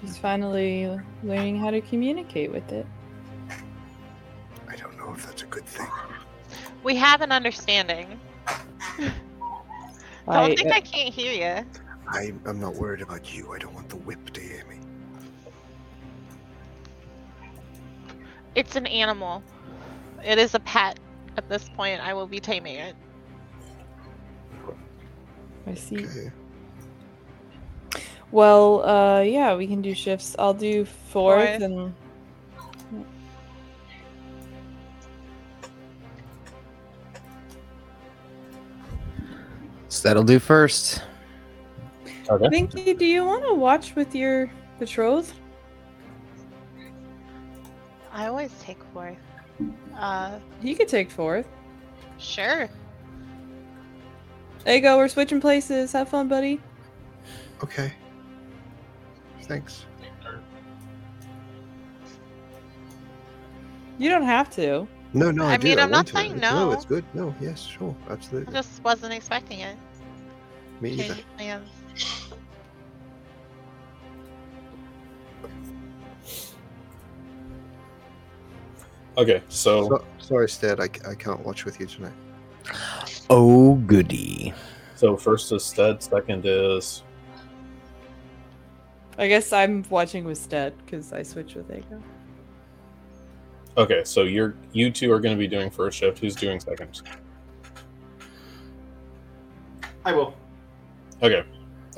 Speaker 4: She's finally learning how to communicate with it.
Speaker 3: I don't know if that's a good thing.
Speaker 1: We have an understanding. Don't
Speaker 4: I,
Speaker 1: think I can't hear you.
Speaker 3: I, I'm not worried about you. I don't want the whip to hear me.
Speaker 1: It's an animal. It is a pet. At this point, I will be taming it.
Speaker 4: I see.
Speaker 3: Okay.
Speaker 4: Well, uh, yeah, we can do shifts. I'll do fourth
Speaker 1: Fourth.
Speaker 4: and
Speaker 7: [laughs] So that'll do first.
Speaker 2: Okay.
Speaker 4: Vinky, do you want to watch with your betrothed?
Speaker 1: I always take fourth. Uh,
Speaker 4: He could take fourth.
Speaker 1: sure.
Speaker 4: There you go. We're switching places. Have fun, buddy.
Speaker 3: Okay. Thanks.
Speaker 4: You don't have to.
Speaker 3: No, no, I,
Speaker 1: I
Speaker 3: do.
Speaker 1: mean, I'm not
Speaker 3: want to.
Speaker 1: saying
Speaker 3: No,
Speaker 1: no.
Speaker 3: it's good. No, yes, sure,
Speaker 1: I
Speaker 3: absolutely.
Speaker 1: just wasn't expecting it.
Speaker 3: Me either.
Speaker 1: Change of plans.
Speaker 2: Okay, so
Speaker 3: So, sorry, Stead, I, c- I can't watch with you tonight. [sighs]
Speaker 7: Oh goody.
Speaker 2: so first is Stead, second is
Speaker 4: I guess I'm watching with Stead because I switch with Aiko.
Speaker 2: okay. So you're you two are going to be doing first shift. Who's doing second?
Speaker 6: I will.
Speaker 2: Okay,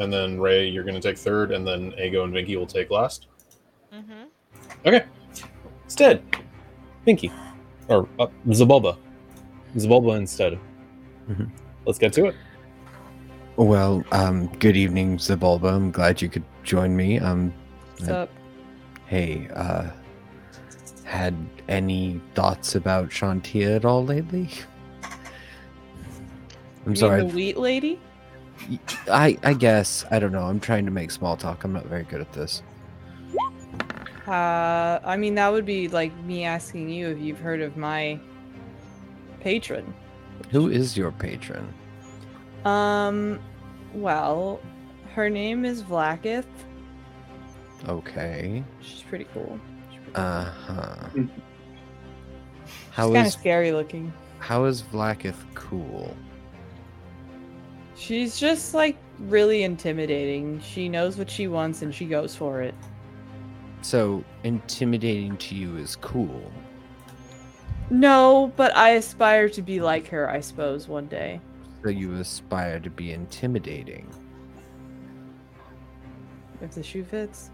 Speaker 2: and then Ray, you're going to take third, and then Ego and Vinky will take last.
Speaker 1: Mm-hmm.
Speaker 2: Stead, Vinky, or uh, Zabulba, Zabulba instead. Mm-hmm.
Speaker 7: Mhm.
Speaker 2: Let's get to it.
Speaker 7: Well, um, good evening, Zabulba. I'm glad you could join me. Um,
Speaker 4: What's
Speaker 7: Yeah.
Speaker 4: up?
Speaker 7: hey, uh, had any thoughts about Shantia at all lately? I'm
Speaker 4: You mean
Speaker 7: sorry.
Speaker 4: The wheat lady?
Speaker 7: I I guess I don't know. I'm trying to make small talk. I'm not very good at this.
Speaker 4: Uh, I mean, that would be like me asking you if you've heard of my patron.
Speaker 7: Who is your patron?
Speaker 4: Um, well, her name is Vlakith.
Speaker 7: Okay.
Speaker 4: She's pretty cool.
Speaker 7: Uh huh.
Speaker 6: Mm.
Speaker 7: How
Speaker 4: She's kind of
Speaker 7: is
Speaker 4: scary looking.
Speaker 7: how is Blacketh cool?
Speaker 4: She's just like really intimidating. She knows what she wants and she goes for it.
Speaker 7: So intimidating to you is cool.
Speaker 4: No, but I aspire to be like her, I suppose, one day.
Speaker 7: So you aspire to be intimidating.
Speaker 4: If the shoe fits.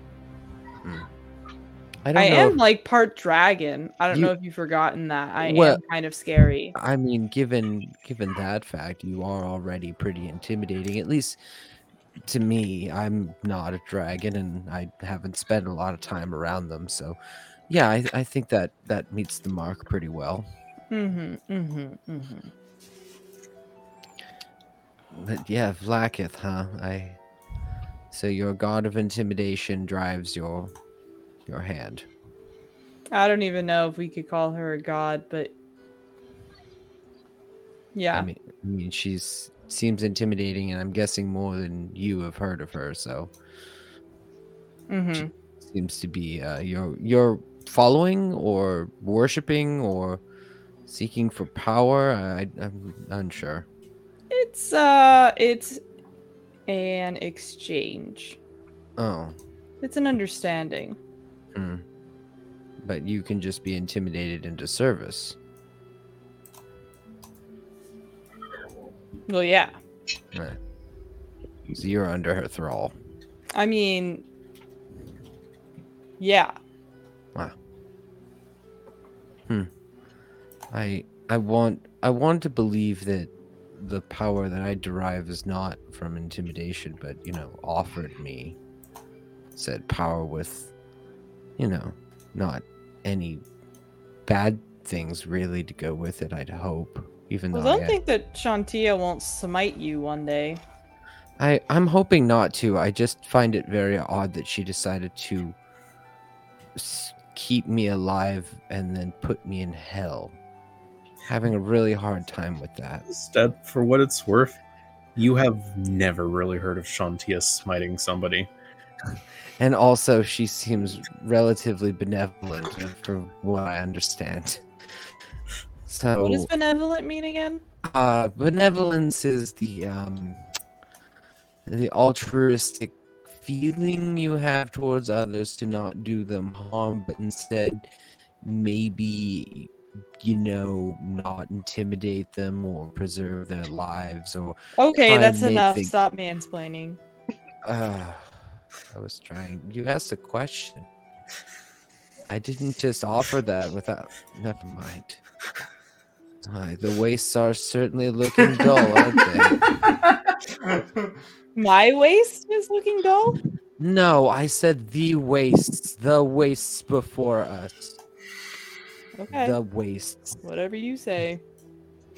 Speaker 7: I
Speaker 4: I,
Speaker 7: don't know.
Speaker 4: am
Speaker 7: if-
Speaker 4: like part dragon. I don't
Speaker 7: You-
Speaker 4: know if you've forgotten that. I
Speaker 7: Well-
Speaker 4: am kind of scary.
Speaker 7: I mean, given given that fact, you are already pretty intimidating. At least to me, I'm not a dragon, and I haven't spent a lot of time around them. So, yeah, I, I think that that meets the mark pretty well.
Speaker 4: Mm-hmm. Mm-hmm. Mm-hmm.
Speaker 7: But yeah, Vlakith, huh? I. So your god of intimidation drives your your hand.
Speaker 4: I don't even know if we could call her a god, but yeah.
Speaker 7: I mean, I mean, she's seems intimidating, and I'm guessing more than you have heard of her. So
Speaker 4: mm-hmm.
Speaker 7: seems to be uh, you're you're following or worshiping or seeking for power. I, I'm unsure.
Speaker 4: It's uh it's an exchange.
Speaker 7: Oh,
Speaker 4: It's an understanding.
Speaker 7: hmm. but you can just be intimidated into service,
Speaker 4: Well, yeah.
Speaker 7: right? So you're under her thrall.
Speaker 4: I mean Yeah.
Speaker 7: I I want I want to believe that the power that I derive is not from intimidation, but you know, offered me said power with you know, not any bad things really to go with it, I'd hope. Even
Speaker 4: Well,
Speaker 7: though I,
Speaker 4: don't think that Shantia won't smite you one day.
Speaker 7: I I'm hoping not to. I just find it very odd that she decided to s- keep me alive and then put me in hell. Having a really hard time with that.
Speaker 2: Stead, for what it's worth, you have never really heard of Shantia smiting somebody.
Speaker 7: And also, she seems relatively benevolent, from what I understand.
Speaker 4: What does
Speaker 7: So,
Speaker 4: benevolent mean again?
Speaker 7: uh, benevolence is the um, the altruistic feeling you have towards others to not do them harm, but instead, maybe you know, not intimidate them or preserve their lives or
Speaker 4: Okay,
Speaker 7: Try
Speaker 4: that's
Speaker 7: and make
Speaker 4: enough.
Speaker 7: things-
Speaker 4: Stop mansplaining.
Speaker 7: Uh, I was trying. You asked a question. I didn't just offer that without. Never mind.
Speaker 6: [laughs]
Speaker 4: [laughs]
Speaker 7: Aye, the wastes are certainly looking dull, aren't they?
Speaker 4: My waist is looking dull.
Speaker 7: No, I said the wastes. The wastes before us.
Speaker 4: Okay.
Speaker 7: The wastes.
Speaker 4: Whatever you say.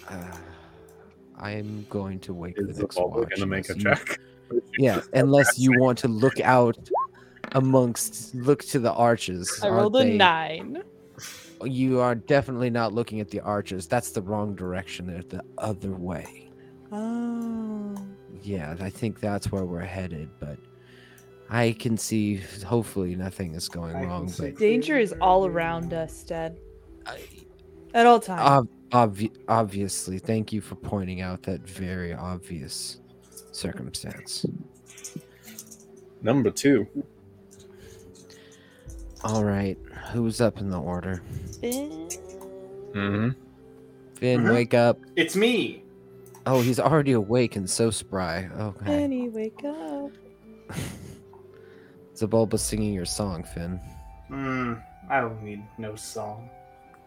Speaker 7: Uh, I'm going to wake
Speaker 2: Is
Speaker 7: the
Speaker 2: the
Speaker 7: next
Speaker 2: public
Speaker 7: watch.
Speaker 2: going to make a
Speaker 7: unless you-
Speaker 2: check?
Speaker 7: Yeah, unless you want to look out amongst, look to the arches.
Speaker 4: I
Speaker 7: aren't
Speaker 4: rolled a
Speaker 7: they-
Speaker 4: nine.
Speaker 7: You are definitely not looking at the arches. That's the wrong direction. They're the other way.
Speaker 4: Oh.
Speaker 7: yeah, I think that's where we're headed, but I can see hopefully nothing is going
Speaker 6: I can
Speaker 7: wrong,
Speaker 6: see
Speaker 7: but
Speaker 4: Danger is all around us, Dad.
Speaker 7: I-
Speaker 4: At all times.
Speaker 7: ob- obvi- obviously, thank you for pointing out that very obvious circumstance.
Speaker 2: Number two.
Speaker 7: All right, who's up in the order?
Speaker 2: Mm-hmm.
Speaker 7: Finn,
Speaker 6: Mhm.
Speaker 7: wake up.
Speaker 6: [laughs] It's me.
Speaker 7: Oh, he's already awake and so spry. [laughs] Okay.
Speaker 4: Benny, wake up.
Speaker 7: Zabulba singing your song, Finn.
Speaker 6: Mm, I don't need no song.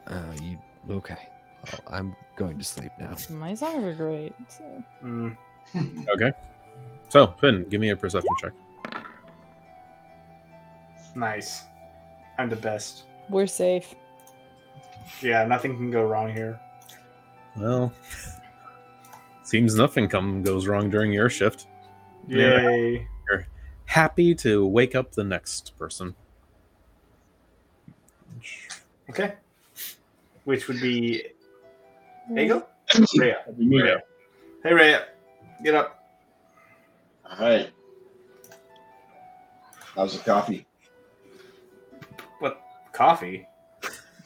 Speaker 7: Uh, you okay? Well, I'm going to sleep now.
Speaker 4: My songs are great. so-
Speaker 6: Mm,
Speaker 2: So, Finn, give me a perception check.
Speaker 6: nice. I'm the best.
Speaker 4: We're safe.
Speaker 6: Yeah, nothing can go wrong here.
Speaker 2: Well, [laughs] seems nothing come goes wrong during your shift. Yeah.
Speaker 6: Yay.
Speaker 2: Happy to wake up the next person.
Speaker 6: Okay. Which would be Ego? Rhea.
Speaker 5: We meet
Speaker 6: Rhea. Hey Rhea. Get up.
Speaker 5: All right. How's the coffee?
Speaker 6: What coffee?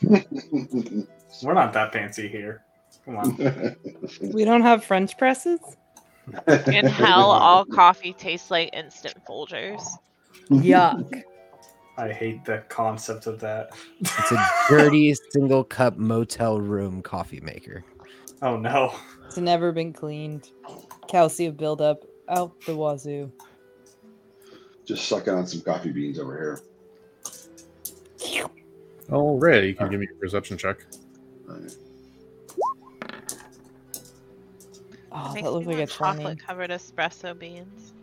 Speaker 6: We're not that fancy here. Come [laughs] on.
Speaker 4: We don't have French presses.
Speaker 1: [laughs] In hell, all coffee tastes like instant Folgers.
Speaker 4: Yuck.
Speaker 6: I hate the concept of that.
Speaker 7: It's
Speaker 6: [laughs]
Speaker 7: a dirty single cup motel room coffee maker.
Speaker 6: oh no. [laughs]
Speaker 4: It's never been cleaned. Calcium buildup out the wazoo.
Speaker 5: Just sucking on some coffee beans over here.
Speaker 2: Oh, Ray, you can give me a perception check.
Speaker 5: All right.
Speaker 4: Oh,
Speaker 1: Makes
Speaker 4: that looks
Speaker 1: me
Speaker 4: like a
Speaker 1: want
Speaker 4: twenty.
Speaker 1: chocolate covered espresso beans.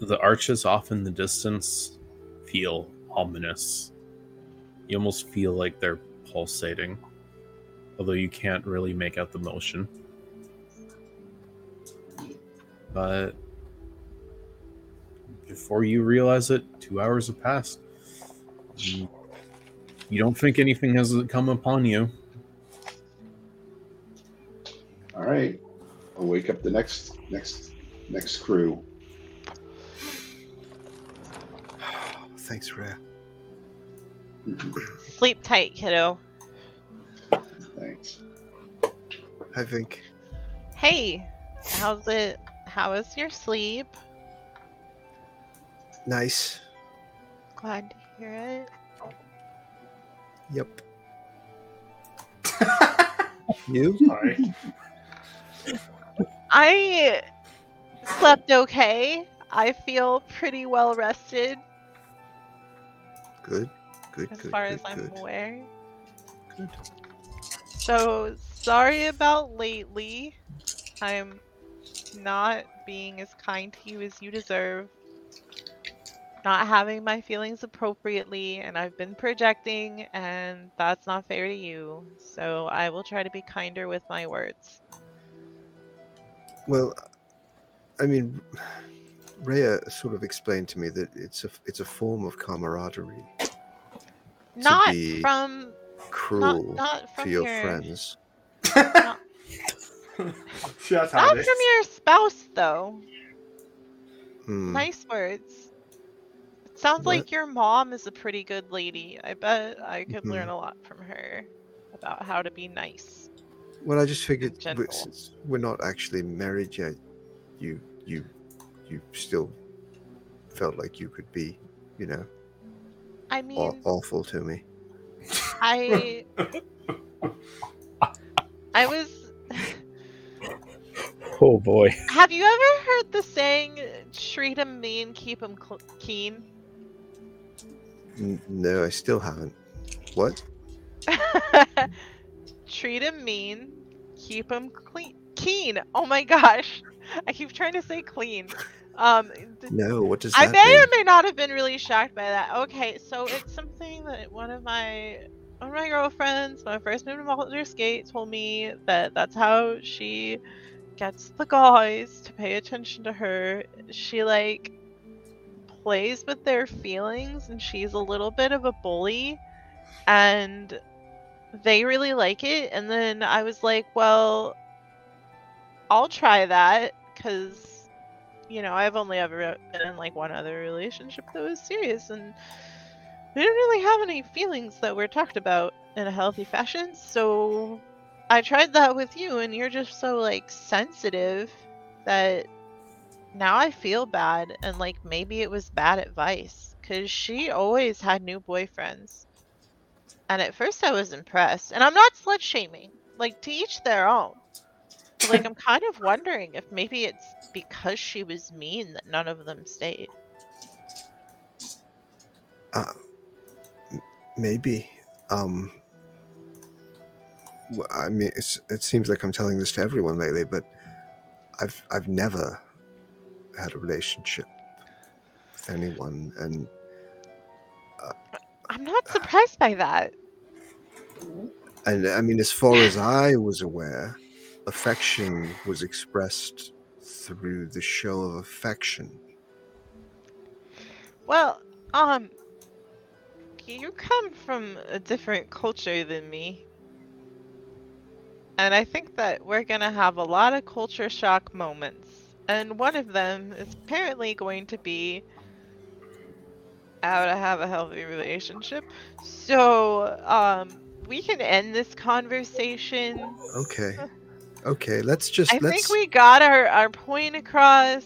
Speaker 2: The arches off in the distance feel ominous. You almost feel like they're pulsating, although you can't really make out the motion. But before you realize it, two hours have passed. You you don't think anything has come upon you.
Speaker 5: All right. I'll wake up the next next next crew.
Speaker 3: Thanks, Rhea.
Speaker 1: Sleep tight, kiddo.
Speaker 5: Thanks.
Speaker 3: Hi, Vink.
Speaker 1: Hey, how's it? How is your sleep?
Speaker 3: Nice.
Speaker 1: Glad to hear it.
Speaker 3: Yep. You?
Speaker 6: Sorry. [laughs]
Speaker 1: I slept okay. I feel pretty well rested
Speaker 3: Good. Good.
Speaker 1: as
Speaker 3: good.
Speaker 1: far
Speaker 3: good,
Speaker 1: as I'm
Speaker 3: good.
Speaker 1: aware.
Speaker 3: Good.
Speaker 1: So sorry about lately. I'm not being as kind to you as you deserve. Not having my feelings appropriately, and I've been projecting, and that's not fair to you. So I will try to be kinder with my words.
Speaker 3: Well, I mean, Rhea sort of explained to me that it's a it's a form of camaraderie,
Speaker 1: Not
Speaker 3: be
Speaker 1: from not,
Speaker 3: cruel
Speaker 1: not from
Speaker 3: to your
Speaker 1: your
Speaker 3: friends.
Speaker 6: That's how
Speaker 1: Not
Speaker 6: it is.
Speaker 1: from your spouse, though.
Speaker 3: Hmm.
Speaker 1: Nice words. It sounds
Speaker 3: What?
Speaker 1: like your mom is a pretty good lady. I bet I could
Speaker 3: Mhm.
Speaker 1: learn a lot from her about how to be nice.
Speaker 3: Well, I just figured we-
Speaker 1: Gentle.
Speaker 3: since we're not actually married yet, you you you still felt like you could be, you know,
Speaker 1: I
Speaker 3: aw-
Speaker 1: mean,
Speaker 3: awful to me.
Speaker 1: I I was
Speaker 2: Oh boy.
Speaker 1: Have you ever heard the saying treat 'em mean, keep 'em cl- keen? [laughs]
Speaker 3: N- No, I still haven't. What?
Speaker 1: treat 'em mean, keep them clean. Keen. Oh my gosh, I keep trying to say clean. Um, th-
Speaker 3: No, what does
Speaker 1: I
Speaker 3: that
Speaker 1: may
Speaker 3: mean?
Speaker 1: or may not have been really shocked by that. Okay, so it's something that one of my one of my girlfriends, when I first moved to Baldur's Gate, told me that that's how she gets the guys to pay attention to her. She like plays with their feelings, and she's a little bit of a bully, and they really like it. And then I was like, well, I'll try that because you know, I've only ever been in like one other relationship that was serious, and we didn't really have any feelings that were talked about in a healthy fashion. So I tried that with you, and you're just so like sensitive that now I feel bad, and like maybe it was bad advice because she always had new boyfriends. And at first, I was impressed, and I'm not slut shaming, like, to each their own. But, [laughs] like I'm kind of wondering if maybe it's because she was mean that none of them stayed.
Speaker 3: Uh, m- maybe. Um, wh- I mean, it's, it seems like I'm telling this to everyone lately, but I've I've never had a relationship with anyone, and
Speaker 1: I'm not surprised by that.
Speaker 3: And I mean, as far as I was aware, affection was expressed through the show of affection.
Speaker 1: Well, um, you come from a different culture than me. And I think that we're going to have a lot of culture shock moments. And one of them is apparently going to be how to have a healthy relationship. So, um, we can end this conversation
Speaker 3: Okay, okay. Let's just
Speaker 1: I
Speaker 3: let's
Speaker 1: think we got our, our point across.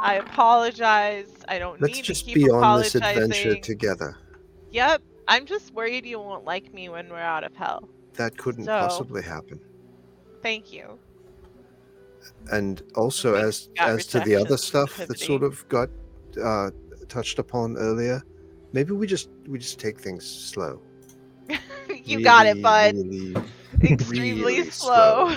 Speaker 1: I apologize. I don't
Speaker 3: let's
Speaker 1: need
Speaker 3: just
Speaker 1: to keep
Speaker 3: be on this
Speaker 1: apologizing.
Speaker 3: adventure together.
Speaker 1: Yep. I'm just worried you won't like me when we're out of hell.
Speaker 3: That couldn't
Speaker 1: So-
Speaker 3: possibly happen.
Speaker 1: Thank you. [laughs]
Speaker 3: And also,
Speaker 1: we
Speaker 3: as
Speaker 1: got
Speaker 3: as to the other
Speaker 1: rejection
Speaker 3: stuff that
Speaker 1: sensitivity.
Speaker 3: sort of got uh, touched upon earlier, maybe we just we just take things slow.
Speaker 1: you got it,
Speaker 3: Really,
Speaker 1: bud.
Speaker 3: really,
Speaker 1: Extremely
Speaker 3: really
Speaker 1: slow.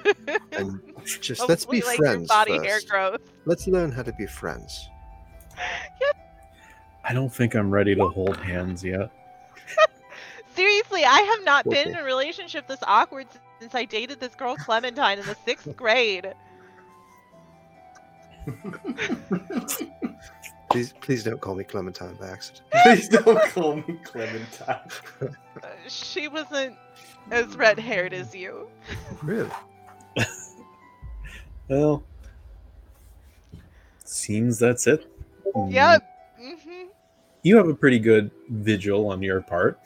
Speaker 1: [laughs]
Speaker 3: and just let's be
Speaker 1: Hopefully, like, your
Speaker 3: friends
Speaker 1: body
Speaker 3: first.
Speaker 1: hair growth.
Speaker 3: Let's learn how to be friends.
Speaker 2: I don't think I'm ready to hold hands yet.
Speaker 1: Seriously, I have not been
Speaker 3: Okay.
Speaker 1: in a relationship this awkward since I dated this girl Clementine in the
Speaker 3: [laughs]
Speaker 1: sixth grade.
Speaker 3: Please, please don't call me Clementine by accident.
Speaker 6: [laughs] Please don't call me Clementine.
Speaker 1: Uh, She wasn't as red haired as you.
Speaker 3: Really?
Speaker 2: Well, seems that's it.
Speaker 3: Mm.
Speaker 1: Yep. hmm
Speaker 2: you have a pretty good vigil on your part.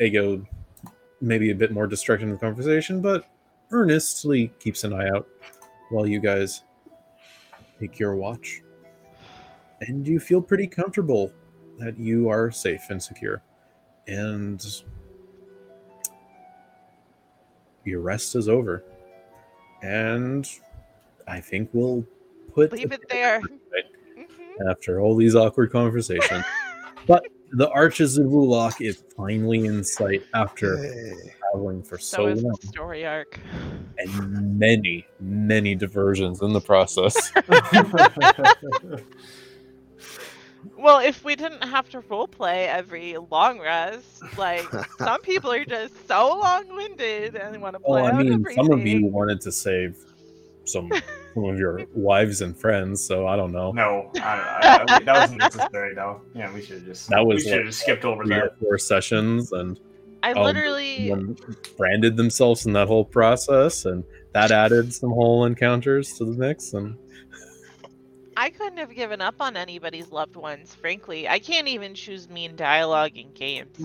Speaker 2: Ego, maybe a bit more distracted in the conversation, but earnestly keeps an eye out while you guys take your watch. And you feel pretty comfortable that you are safe and secure. And your rest is over. And I think we'll put
Speaker 1: Leave it
Speaker 2: [laughs]
Speaker 1: there. hmm
Speaker 2: after all these awkward
Speaker 1: [laughs]
Speaker 2: conversations. but the Arches of Ulok is finally in sight after
Speaker 3: Hey.
Speaker 2: traveling for so,
Speaker 1: So is the
Speaker 2: long
Speaker 1: story arc.
Speaker 2: and many, many diversions in the process.
Speaker 1: Well, if we didn't have to roleplay every long rest,
Speaker 2: [laughs]
Speaker 1: like some people are just so long-winded and want to
Speaker 2: well,
Speaker 1: play
Speaker 2: Oh, I
Speaker 1: out
Speaker 2: mean, some of you
Speaker 1: everything.
Speaker 2: wanted to save some some of your wives and friends, so I don't know.
Speaker 6: no, I, I, I, that wasn't necessary though. Yeah, we should have just
Speaker 2: That was
Speaker 6: we should
Speaker 2: like-
Speaker 6: have skipped over
Speaker 2: Three or
Speaker 6: that.
Speaker 2: four sessions, and
Speaker 1: I
Speaker 2: um,
Speaker 1: literally,
Speaker 2: one branded themselves in that whole process, and that added some whole encounters to the mix. And
Speaker 1: I couldn't have given up on anybody's loved ones. Frankly, I can't even choose mean dialogue in games.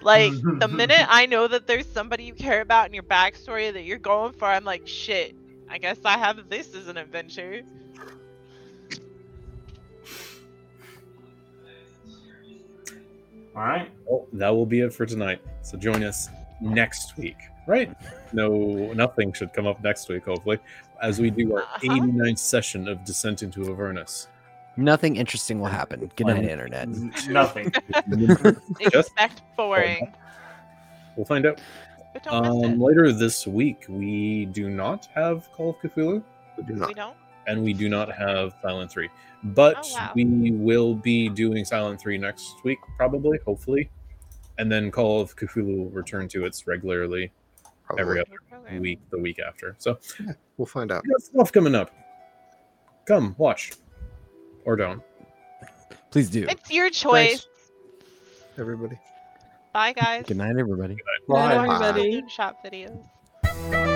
Speaker 1: Like the
Speaker 2: [laughs]
Speaker 1: minute I know that there's somebody you care about in your backstory that you're going for, I'm like, shit. I guess I have this as an adventure.
Speaker 6: All right.
Speaker 2: Well, that will be it for tonight. So join us next week, right? No, nothing should come up next week, hopefully, as
Speaker 1: [laughs]
Speaker 2: we do our
Speaker 1: Uh-huh.
Speaker 2: 89th session of Descent into Avernus.
Speaker 7: Nothing interesting will happen. Good night, internet.
Speaker 6: N- Nothing.
Speaker 2: Just- [laughs]
Speaker 1: Expect boring.
Speaker 2: we'll find out.
Speaker 1: But don't miss
Speaker 2: Um,
Speaker 1: it.
Speaker 2: later this week, we do not have Call of Cthulhu,
Speaker 3: [laughs] We do not.
Speaker 1: We don't.
Speaker 2: and we do not have Silent 3. But
Speaker 1: Oh, wow.
Speaker 2: we will be doing Silent 3 next week, probably, hopefully. And then Call of Cthulhu will return to its regularly every
Speaker 3: Probably.
Speaker 2: other
Speaker 1: Your program.
Speaker 2: week, the week after. So
Speaker 3: We'll find out.
Speaker 2: we got stuff coming up. Come, watch. Or don't.
Speaker 7: Please do.
Speaker 1: It's your choice.
Speaker 3: Everybody.
Speaker 1: Bye, guys.
Speaker 7: Good night, everybody.
Speaker 4: Bye,
Speaker 3: Bye.
Speaker 4: everybody.
Speaker 1: Moonshot videos.
Speaker 3: Bye.